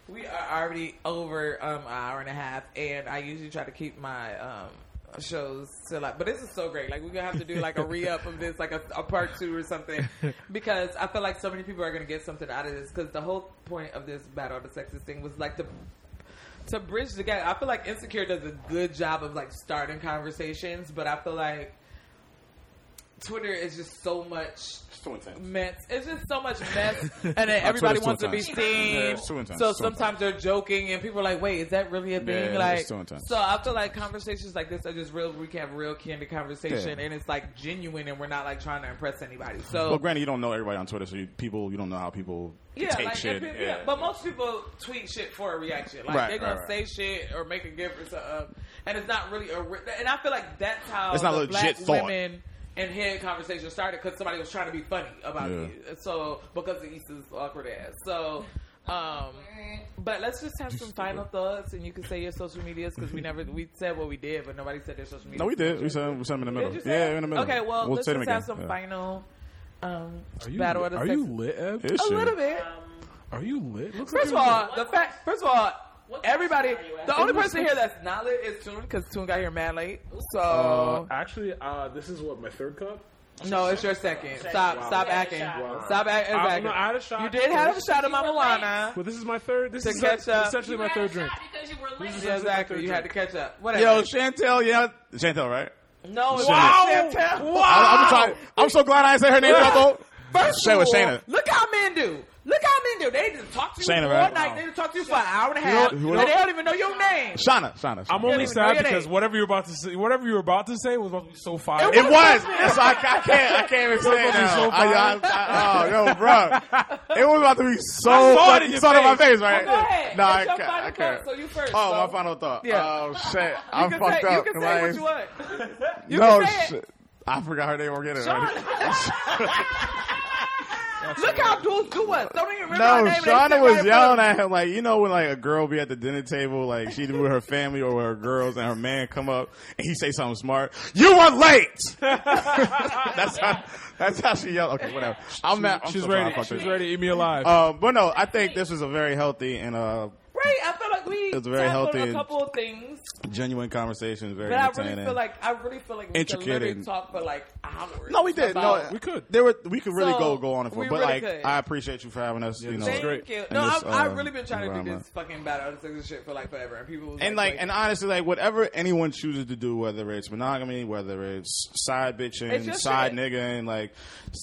D: we are already over um, an hour and a half, and I usually try to keep my um, shows to like, but this is so great. Like we're gonna have to do
F: *laughs*
D: like a re up of this, like a, a part two or something, because I feel like so many people are gonna get something out of this. Because the whole point of this battle of the sexes thing was like the to bridge the gap. I feel like Insecure does a good job of like starting conversations, but I feel like Twitter is just so much
F: too intense.
D: mess. It's just so much mess, and then everybody
F: too
D: wants to be
F: intense. Yeah,
D: seen.
F: it's too intense.
D: So
F: It's too
D: sometimes they're joking, and people are like, "Wait, is that really a thing?"
F: Yeah,
D: like,
F: it's too intense.
D: so I feel like conversations like this are just real. We can have real candid conversation,
F: Yeah.
D: and it's like genuine, and we're not like trying to impress anybody. So
F: Well, granted, you don't know everybody on Twitter, so you, people you don't know how people
D: yeah,
F: take
D: like,
F: shit.
D: and people- *laughs* yeah, But most people tweet shit for a reaction. Like
F: Right,
D: they're gonna
F: right,
D: say
F: right.
D: shit or make a gif or something, and it's not really a. Re- and I feel like that's how
F: It's not
D: the
F: legit
D: black
F: thought.
D: women and head conversation started because somebody was trying to be funny about
F: Yeah.
D: it. So because of Issa's awkward ass. So. Um, but let's just have some final thoughts, and you can say your social medias because we never we said what we did, but nobody said their social media.
F: no, we did. We said we said them in the middle.
D: Did you say
F: Yeah,
D: that?
F: in the middle.
D: Okay, well,
F: We'll
D: let's
F: say
D: just
F: them
D: have
F: again.
D: some
F: Yeah.
D: final um,
G: Are you,
D: battle of the
G: are
D: sexes.
G: you lit, Ev?
F: It's
D: A
F: shit.
D: little bit.
G: Are you lit? Looks
D: First of
G: like
D: all, the fact. First of all, everybody.
E: What question are you
D: The only person here that's not lit is Tune because Tune got here mad late. So
G: actually, uh, this is what my third cup.
D: Oh. no, it's your second. Stop. Stop
E: You had a
D: acting.
E: shot.
D: Stop acting.
G: I-
D: Exactly.
G: no, I had a shot.
D: You did have a shot of Mama
E: were
D: Wana.
G: But this is my third. This
D: To
G: is
D: catch up.
G: essentially my third drink.
E: because you were late.
D: Yeah, exactly. You had to catch up. Whatever.
F: Yo, Chantel, yeah, Chantel, right?
D: no. it's
F: Wow.
D: not Chantel.
F: I, am sorry. I'm so glad I didn't say her name.
D: Yeah.
F: Chantel.
D: First
F: Shayla,
D: of all,
F: Shayna.
D: look how men do. Look how men do. They just talk to you
F: Shayna,
D: all
F: right?
D: night. They just talk to you for an hour and a half,
F: who
D: and
F: else?
D: they don't even know your name.
F: Shauna, Shauna.
G: I'm
F: Shauna.
G: only
D: even know
G: sad
D: your
G: because
D: name.
G: whatever you were about to say, whatever you were about to say, was about to be so fire.
F: It was. That's why I, I can't. I can't even say it
G: gonna be
F: now.
G: so
F: I, I, I, oh, yo,
D: *laughs*
F: bro, it was about to be so.
G: I saw it in
F: fucking-
G: your
F: you saw it in my face, right?
D: Go ahead.
F: No,
D: What's
F: I
D: your
F: can't.
D: final
F: I can't.
D: thought? So you first.
F: Oh,
D: so-
F: my final thought.
D: Yeah.
F: Oh shit, I'm
D: You can
F: fucked
D: say,
F: up.
D: You can
F: Am I-
D: say what you want. You
F: no,
D: can say it.
F: shit. I forgot her name. We're getting it ready.
D: Look how dudes do us. Don't even remember her name.
F: No,
D: and they sit
F: Shauna
D: right
F: was
D: in front
F: yelling
D: of
F: at him like you know when like a girl be at the dinner table like she with her family or with her girls and her man come up and he say something smart. You were late.
D: *laughs*
F: that's how. That's how she yelled. Okay, whatever. I'm not. I'm
G: She's
F: so
G: ready.
F: sorry, I fucked
G: She's
F: it.
G: ready to eat me alive.
F: Uh, but no, I think this was a very healthy and uh,
D: Right. I feel like we
F: It's very
D: tackled
F: healthy
D: a
F: and-
D: couple of things,
F: genuine conversation. Very
D: but I
F: entertaining.
D: really feel like I really feel like we could
F: Intricate
D: literally
F: and-
D: talk for like hours.
F: no, we did. No,
D: about-
G: We could.
F: There were we could really
D: So,
F: go go on and for,
D: we
F: but
D: really
F: like
D: could.
F: I appreciate you for having us. you know,
D: Thank
G: great.
D: you.
F: in
D: No,
F: this,
D: I've, I've
F: uh,
D: really been trying to do
F: environment.
D: this fucking battle of sex shit for like forever, and people was
F: And like, and honestly, like whatever anyone chooses to do, whether it's monogamy, whether it's side
D: It's
F: bitching,
D: your
F: side
D: shit.
F: nigga, and like,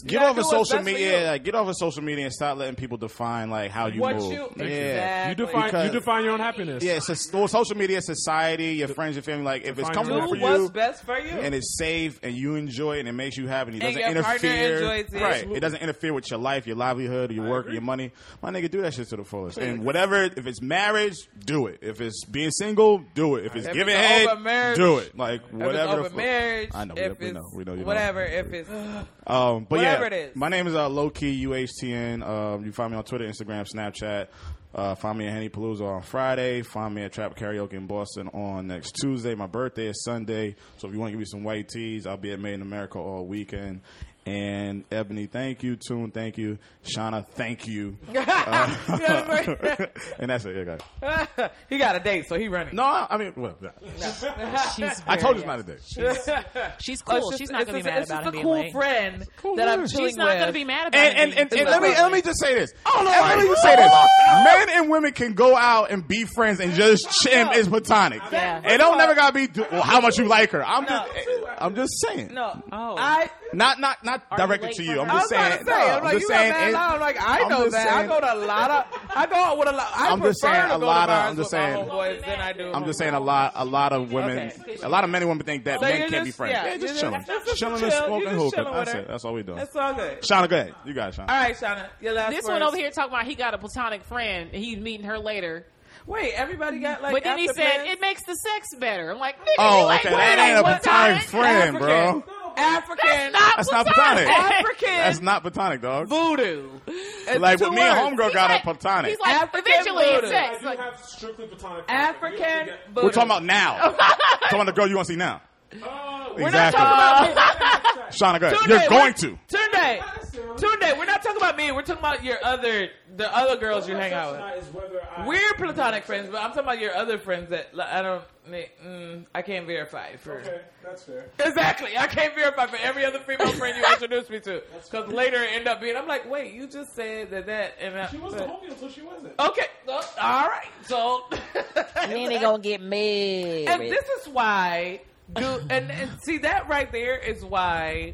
F: get
D: gotta
F: off
D: do
F: of
D: what's
F: social
D: best for you.
F: media, like get off of social media, and stop letting people define like how you
D: what
F: move.
D: you
F: yeah.
G: you
D: exactly.
G: define
F: Because-
G: you define your own happiness.
F: Yeah, it's just, well, social media, society, your friends, your family. Like, if it's
G: Define
F: comfortable
G: your
F: for
D: do
G: happiness.
D: what's best
F: you
D: for you.
F: and it's safe and you enjoy it and it makes you happy, and it
D: And
F: doesn't
D: your partner
F: interfere.
D: enjoys it.
F: Right,
D: Absolutely.
F: it doesn't interfere with your life, your livelihood, your work, your money. My nigga, do that shit to the fullest. And whatever, if it's marriage, do it. If it's being single, do it. If it's
D: If
F: giving
D: it's
F: head,
D: over marriage,
F: do it. Like
D: if it's
F: whatever. the
D: over
F: fuck-
D: marriage,
F: I know.
D: if
F: we, we
D: it's
F: know. We know. You know.
D: whatever, if it's *laughs*
F: Um, but
D: Whatever
F: yeah,
D: it is.
F: my name is uh, low key uhtn. Um, you find me on Twitter, Instagram, Snapchat. Uh, find me at Henny Palooza on Friday. Find me at Trap Karaoke in Boston on next Tuesday. My birthday is Sunday, so if you want to give me some white teas, I'll be at Made in America all weekend. And Ebony, thank you. Tune, thank you. Shauna,
D: *laughs*
F: thank you. Uh, *laughs* and that's it. Yeah, guys.
D: he got a date, so he running. *laughs*
F: No, I I mean, well, yeah.
E: She's
F: I
E: very-
F: told you it's not a dick.
E: She's
D: Oh,
E: cool.
D: it's just-
E: she's not
D: it's
E: gonna be
D: just-
E: mad
D: it's
E: about
D: just
E: it
D: a
E: being
D: cool
E: late.
D: friend that I'm chilling
E: She's not
D: with.
E: gonna be mad about
F: And
E: it.
F: and,
E: being
F: and,
E: late.
F: and let me
D: lovely.
F: let me just say this.
D: don't know
F: And
D: why.
F: let me just say this. Men and women can go out and be friends and just ch- and it's platonic.
E: Yeah.
F: It don't never gotta be do- well, how much you like her. I'm just eh, I'm just saying.
D: No,
E: Oh.
D: I.
F: Not not not
E: you
F: directed
E: late
F: to
E: for
F: you. I'm
E: her?
D: I
F: just
D: was about
F: saying.
D: to say,
F: no,
D: I'm like,
F: just
D: you
F: saying
D: know that.
F: it-
D: I'm like, I
F: I'm
D: know
F: just
D: that. I
F: saying-
D: go to a lot of. I go out with a lot. I
F: I'm
D: prefer
F: just saying
D: to
F: a
D: go
F: lot
D: to
F: of- I'm
D: bars
F: just
D: with
F: saying-
D: my homeboys than I do.
F: I'm just saying a lot a lot of women
D: Okay.
F: a lot of men and women think that
D: So
F: men
D: you're
F: can't be
D: just-
F: friends.
D: yeah,
F: Yeah, just
D: you're
F: chilling.
D: just- that's just
F: Chilling
D: chill.
F: and
D: You're
F: smoking
D: just
F: hookah.
D: chilling with
F: That's
D: her.
F: it. That's all we doing.
D: That's all good.
F: Shauna, go ahead. You got it, Shauna.
D: All right, Shauna, your last.
E: this
D: words.
E: one over here talking about he got a platonic friend. and He's meeting her later.
D: Wait, everybody got like.
E: but then he
D: after
E: said
D: plans?
E: it makes the sex better. I'm like, nigga,
F: Oh,
E: you ain't
F: okay.
E: wearing
F: That ain't a
E: what
F: platonic
E: time?
F: friend, bro.
D: African. African.
E: That's
F: That's
E: not
F: not
E: platonic.
F: platonic.
D: African.
F: That's not platonic, dog.
D: voodoo. It's
F: Like
D: two
F: with me and
D: words.
F: homegirl
E: He's
F: got
E: like-
F: a platonic.
E: He's like,
D: African
E: eventually it's
D: voodoo.
E: sex.
H: You
E: Like,
H: have strictly platonic.
D: African.
F: We're talking
D: *laughs*
F: about now. We're talking about the girl you want to see now.
H: Oh,
D: We're not talking about me. *laughs*
F: Shauna, go ahead.
D: Tunde,
F: You're going
D: we're-
F: to.
D: Tunde, Tunde, we're not talking about me. We're talking about your other, the other girls you hang out with.
H: Is whether I
D: We're platonic friends, but I'm talking about your other friends that like, I don't. Mm, I can't verify for
H: Okay, that's fair.
D: exactly. I can't verify for every other female friend
H: *laughs*
D: you introduced me to, because later it end up being. I'm like, wait, you just said that that and I,
H: She was the homie until she wasn't.
D: okay. well, all right, so *laughs*
E: then they gonna get mad.
D: and this is why do and, and see that right there is why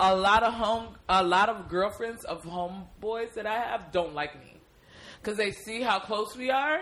D: a lot of home a lot of girlfriends of homeboys that I have don't like me because they see how close we are.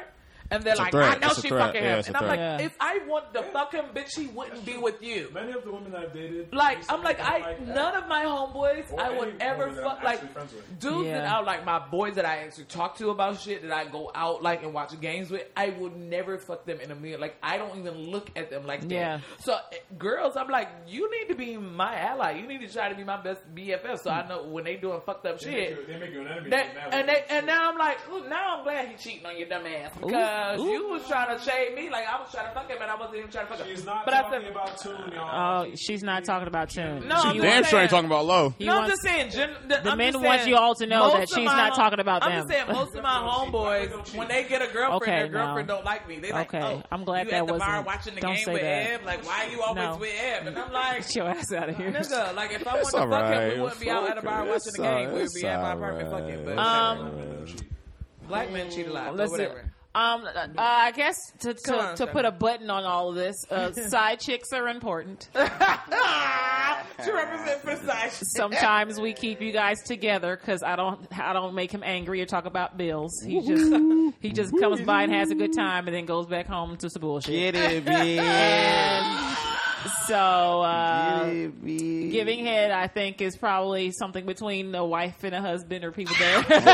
D: And they're
F: a
D: like,
F: threat.
D: I know
F: It's a
D: she
F: threat.
D: fucking
F: Yeah,
D: him.
F: it's a
D: And I'm like,
F: threat.
E: Yeah.
D: if I want the fucking bitch, she wouldn't be with you.
H: Many of the women I've dated,
D: Like,
H: used to
D: I'm like,
H: be
D: I,
H: that.
D: none of my homeboys,
H: Or
D: I
H: any
D: would
H: woman
D: ever
H: that I'm
D: fuck,
H: actually
D: like,
H: friends with.
D: dudes that
E: Yeah.
D: I like, my boys that I actually talk to about shit, that I go out, like, and watch games with, I would never fuck them in a million. Like, I don't even look at them like that.
E: Yeah.
D: So, eh, girls, I'm like, you need to be my ally. You need to try to be my best BFF so
E: Hmm.
D: I know when they doing fucked up
H: They make
D: shit.
H: you- They make you an enemy.
D: That,
H: from that
D: and
H: way.
D: they, and now I'm like, ooh, now I'm glad he cheating on your dumb ass because
E: ooh.
D: you was trying to shade me like I was trying to fuck him and I wasn't even trying to fuck him.
H: She's not
D: but I
H: talking
D: said, uh,
H: about tune, y'all.
E: Oh, she's not talking about Tune.
D: No, I'm
E: she
D: just
E: wants-
F: Damn sure
D: saying-
F: ain't talking about low.
E: he
D: no,
E: wants-
D: I'm just saying. Gen- the I'm
E: men
D: just
E: want
D: saying,
E: you all to know
D: most
E: that
D: of
E: she's
D: my
E: not
D: hom-
E: talking about
D: I'm
E: them.
D: just saying most
F: *laughs*
D: of my homeboys when they get a girlfriend,
E: Okay,
D: their girlfriend
E: no.
D: don't like me. They like,
E: Okay,
D: oh,
E: I'm glad
D: you
E: that
D: at the bar
E: wasn't-
D: watching the
E: don't
D: game
E: say
D: with
E: that.
D: Eb. Like, why are
E: *laughs*
D: you always
E: No.
D: with Eb? And
E: *laughs*
D: I'm like.
E: Get your ass out of here.
D: Nigga, like if I
F: It's
D: wanted to fuck him,
F: alright.
D: we wouldn't be out at a bar
F: Fuck it.
D: watching the
F: It's
D: game. We'd
F: alright.
D: be at my apartment
F: It's alright.
D: fucking. But
E: Um,
D: whatever. black men cheat a lot, but
E: Let's see.
D: whatever.
E: Um, uh, I guess to to,
D: on,
E: to
D: Stephanie.
E: put a button on all of this,
D: *laughs*
E: uh, side chicks are important.
D: Ah, to represent precise.
E: Sometimes we keep you guys together because I don't I don't make him angry or talk about bills. He just he just comes by and has a good time and then goes back home to some bullshit. *laughs* So uh, giving head, I think, is probably something between a wife and a husband or people
D: *laughs*
E: there.
D: First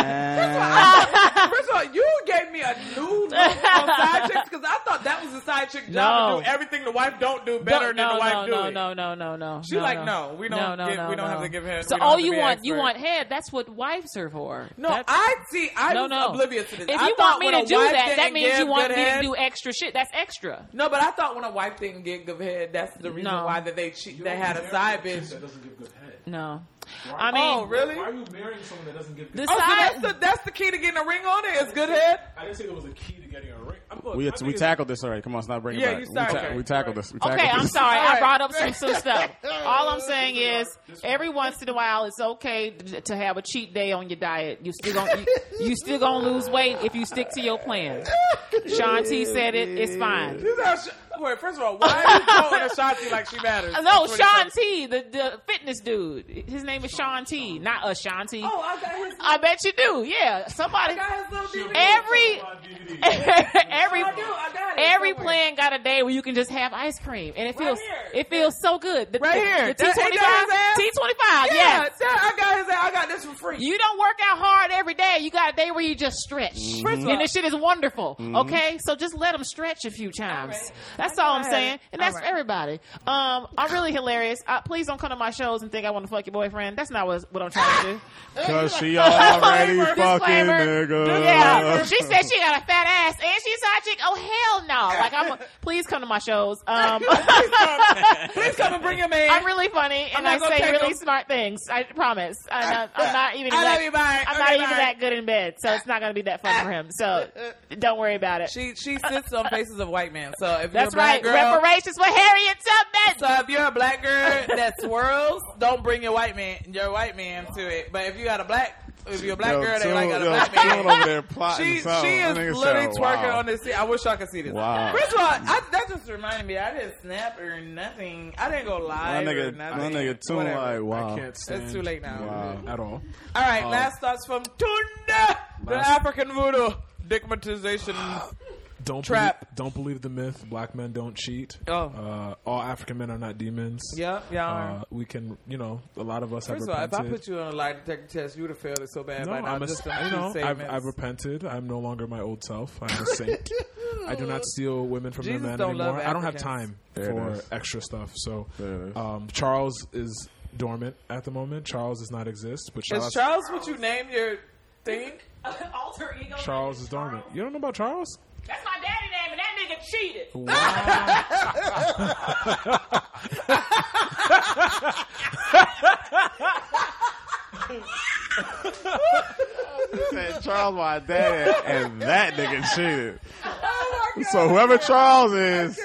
D: of all, you gave me a new look
E: *laughs*
D: on side chicks because I thought that was a side chick job
E: No.
D: to do everything the wife don't do better than the
E: no,
D: wife
E: no,
D: do.
E: no,
D: it.
E: no, no, no, no.
D: She like, no, we don't give- we don't have to give head. We
E: So
D: don't
E: all
D: have to
E: you
D: be
E: want, you
D: expert.
E: want head. That's what wives are for.
D: No,
E: That's-
D: I see. I
E: no,
D: was
E: no.
D: oblivious to this.
E: If
D: I
E: you
D: thought
E: want me
D: when a
E: to do
D: wife
E: that,
D: didn't
E: that means
D: give
E: you want
D: good
E: me to
D: head-
E: do extra shit. That's extra.
D: No, but I thought when a wife didn't get good head, that's the reason
E: No.
D: why that they cheat. They had a side bitch.
H: That doesn't give good head.
E: No, I
D: Oh,
E: mean
D: really?
H: Why are you marrying someone that doesn't give good
E: the
H: head?
D: Oh, so
E: side.
D: that's the that's the key to getting a ring on it. Is good head.
H: I didn't say there was a key to getting a ring. I'm, look,
F: We,
H: my thing
F: we
H: is-
F: tackled this already. Come on, stop bringing
D: Yeah,
F: back.
D: you
F: We,
D: started.
F: ta- we tackled this. We tackled
E: *laughs* Okay, I'm
F: this.
E: sorry. I
D: Alright.
E: brought up some,
D: *laughs*
E: some stuff. All I'm saying is, every once in a while, it's okay to to have a cheat day on your diet. You still gonna you, you still gonna lose weight if you stick to your plan. Sean T said it. It's fine.
D: You know, sh- Wait, first of all, why are you
E: *laughs*
D: quoting Ashanti like she matters?
E: No,
D: That's what he
E: Sean
D: said.
E: T, the, the fitness dude. His name is Sean T, not Ashanti.
D: Oh, I got his.
E: I bet you do. Yeah, somebody.
D: I got his little DVD.
E: Every
H: My
E: *laughs*
H: DVD.
D: Eh.
E: every
D: I do. I got it.
E: every
D: somewhere.
E: plan got a day where you can just have ice cream, and it
D: Right
E: feels
D: here.
E: it feels so good. The,
D: Right
E: the-
D: here.
E: the
D: That- ain't
E: T25,
D: that his ass?
E: T25.
D: Yeah,
E: Yes.
D: that- I got his. I got this for free.
E: You don't work out hard every day. You got a day where you just stretch,
D: Mm-hmm. First of all- Mm-hmm.
E: and this shit is wonderful. Okay, so just let them stretch a few times. That's all I'm saying, and that's for everybody. Um, I'm really hilarious. Uh please don't come to my shows and think I want to fuck your boyfriend. That's not what, what I'm trying
D: *laughs*
E: to do.
F: Cause she already
E: Disclaimer,
F: fucking
E: disclaimer.
D: Uh.
F: nigga.
E: Yeah, she said she got a fat ass and she's a hot chick. Oh hell no! Like I'm. Please come to my shows.
D: *laughs*
E: Um,
D: Please come and bring your man.
E: I'm really funny and
D: not
E: I
D: gonna
E: say
D: take
E: really
D: him.
E: smart things. I promise. I'm not, I'm not even.
D: I love
E: that-
D: you, bye.
E: I'm
D: Okay,
E: not even
D: bye.
E: that good in bed, so it's not going to be that fun for him.
D: *laughs*
E: So don't worry about it.
D: She she sits on faces of white men. So if
E: That's
D: you're a black
E: right.
D: girl,
E: Reparations for Harriet Tubman.
D: so if you're a black girl that swirls, don't bring your white man your white man to it. But if you got a black if you're a black
F: Yo,
D: girl that
F: Tune-
D: like got a
F: yo,
D: black
F: Tune
D: man, *laughs*
F: over there plotting
D: She, she
F: something. That
D: is
F: nigga said,
D: literally twerking
F: wow.
D: on this. seat. I wish y'all could see this.
F: Wow.
D: First of all, I, that just reminded me. I didn't snap or nothing. I didn't go
F: My
D: live or
F: nigga,
D: nothing.
F: my nigga, tune
D: Whatever.
F: like wow.
G: I can't stand
D: It's too late now.
F: Wow. Oh.
G: at all.
D: All right, last thoughts from Tunda, the African voodoo digmatization.
G: Don't
D: Trap.
G: Believe, don't believe the myth. Black men don't cheat.
D: Oh.
G: Uh, all African men are not demons.
D: yeah, yeah.
F: Oh.
G: Uh, we can, you know, a lot of us have
D: First of all,
G: repented.
D: if I put you on a lie detector test, you would have failed it so bad
G: no,
D: by now.
G: I'm a,
D: just
G: I- you know, I've, I've
D: repented.
G: repented. I'm no longer my old self. I'm
D: *laughs*
G: a saint. I do not steal women from
D: Jesus
G: their men
D: don't love
G: anymore. I don't have
D: Africans.
G: time
F: There it
G: for
F: is.
G: extra stuff. So,
F: There it is.
G: um, Charles is dormant at the moment. Charles does not exist, but
D: Is
G: Charles,
D: Charles what you name your thing?
E: Alter ego.
G: Charles is dormant. You don't know about Charles?
E: That's my daddy name, and that nigga cheated.
D: *laughs*
F: said Charles my dad, and that
D: Oh
F: nigga cheated. So whoever Charles is,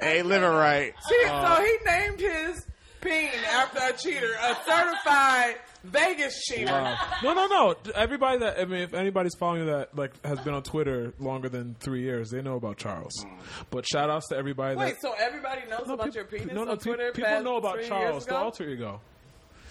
F: ain't living right.
D: He- *laughs*
G: Uh,
D: so he named his peen after a cheater, a certified Vegas cheater.
G: Uh, No, no, no. Everybody that I mean, if anybody's following that like has been on Twitter longer than three years, they know about Charles. But shout outs to everybody
D: Mm. Wait,
G: that.
D: so everybody knows
G: No,
D: about
G: peop-
D: your penis
G: no, no,
D: on
G: peop-
D: Twitter?
G: people
D: past
G: know about
D: three years
G: Charles, the
D: ago?
G: alter ego.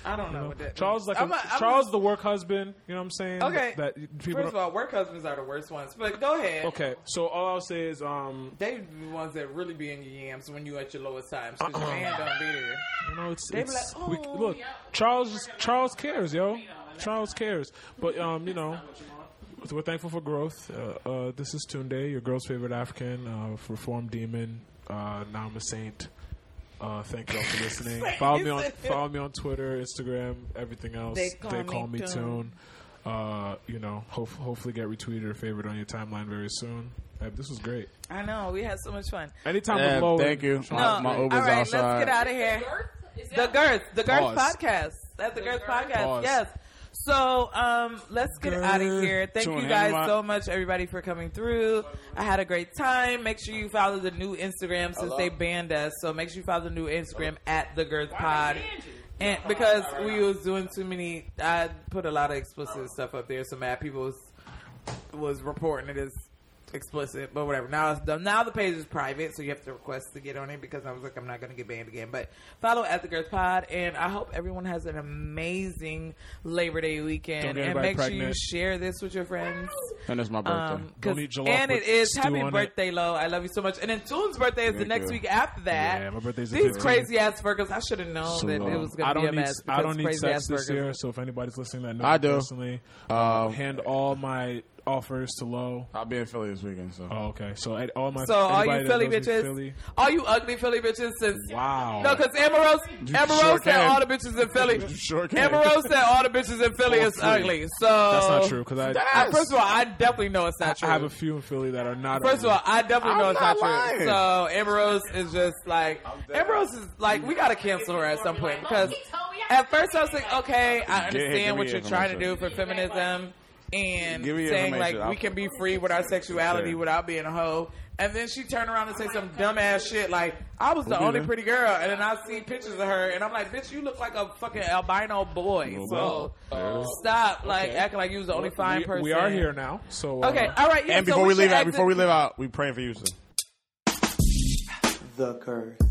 D: I don't know what that
G: Charles
D: means.
G: like
D: I'm
G: a,
D: a- I'm
G: Charles,
D: a-
G: the work husband. You know what I'm saying?
D: Okay.
G: That people.
D: First of
G: don't-
D: all, work husbands are the worst ones. But go ahead.
G: okay. So all I'll say is, um,
D: They be the ones that really be in your yams when you at your lowest times because your
G: *clears throat*
D: man don't be there.
G: you know, it's,
D: be
G: it's
D: like,
G: we,
D: "Oh,
G: look, Charles, is- Charles cares, yo. Charles cares, but um, you know. We're thankful for growth. Uh, uh, this is Tunde, your girl's favorite African, uh, reformed demon. Uh, now I'm a saint. Uh, thank y'all
D: *laughs*
G: for listening. follow me on follow me on Twitter, Instagram, everything else.
D: They call me Tune.
G: Tune. Uh, you know, hope, hopefully get retweeted or favored on your timeline very soon. Uh, this was great.
D: I know we had so much fun.
G: Anytime
F: Yeah,
G: I'm low,
F: thank you.
D: No,
F: My, my
D: all
F: Uber's
D: right,
F: outside.
D: let's get out of here. The Girth, the Girth podcast. That's the Girth podcast.
F: Pause.
D: Yes. So um, let's get out of here. Thank
F: Tune
D: you
F: in,
D: guys
F: my-
D: so much, everybody, for coming through. I had a great time. Make sure you follow the new Instagram since they banned us. So make sure you follow the new Instagram at the Girth Pod. And because we was doing too many, I put a lot of explicit stuff up there. So mad people was was reporting it as explicit, but whatever. Now it's done. Now the page is private, so you have to request to get on it because I was like, I'm not going to get banned again. But follow at the Girth Pod, and I hope everyone has an amazing Labor Day
G: Don't
D: weekend.
G: get
D: And
G: anybody
D: make sure you
G: pregnant.
D: share this with your friends.
F: And it's my birthday.
D: Um, 'cause-
G: Don't eat jollof
D: and it
G: with
D: is
G: stew
D: happy
G: on it.
D: birthday, Lo. I love you so much. And then Toon's birthday is the
F: Thank
D: next
F: you.
D: week after that.
G: Yeah, my birthday's the
D: These
G: 15th.
D: crazy ass Virgos. I should have known
F: So
D: that it
F: long.
D: was going
G: I
D: to be a
G: don't need
D: mess.
G: I don't
D: because
G: need
D: crazy
G: sex
D: ass
G: this
D: Virgos.
G: year. So if anybody's listening, that knows
F: I
G: me
F: do.
G: personally.
F: Um,
G: hand all my offers to Low.
F: I'll be in Philly this weekend. So
G: Oh, okay. So I- all my
D: So all you
G: anybody that
D: Philly
G: knows me
D: bitches,
G: Philly-
D: all you ugly Philly bitches, since
G: wow.
D: No, because Amber
F: You
D: Amberose
F: sure
D: said
F: can.
D: all the bitches in Philly.
F: You sure can.
D: Amberose said all the bitches in Philly is
F: free.
D: ugly. So
G: that's not true. Because I, I,
D: I- first of all, I definitely know it's not true.
G: have a few in Philly that are not.
D: First of all, I definitely know
F: I'm
D: it's not
F: not
D: true.
F: lying.
D: So Amberose is just like Amberose is like we gotta cancel her at some point because at first I was like, okay, I
F: Get- give
D: understand
F: me
D: what you're trying to do for
F: information.
D: feminism and
F: Give me your
D: saying like
F: information.
D: we
F: I'll-
D: can be free with our sexuality
F: Okay.
D: without being a hoe. And then she turned around and say some dumbass shit like, I was the
F: Okay,
D: only
F: then.
D: pretty girl and then I see pictures of her and I'm like, bitch, you look like a fucking albino boy. So
F: Well,
D: stop like acting like you was the only fine
G: we,
D: person.
G: we are here now. So uh,
D: Okay, all right, yeah,
F: and
D: so
F: before we
D: should
F: leave out,
D: exit-
F: before we leave out, we praying for you. Sir.
A: The Girth.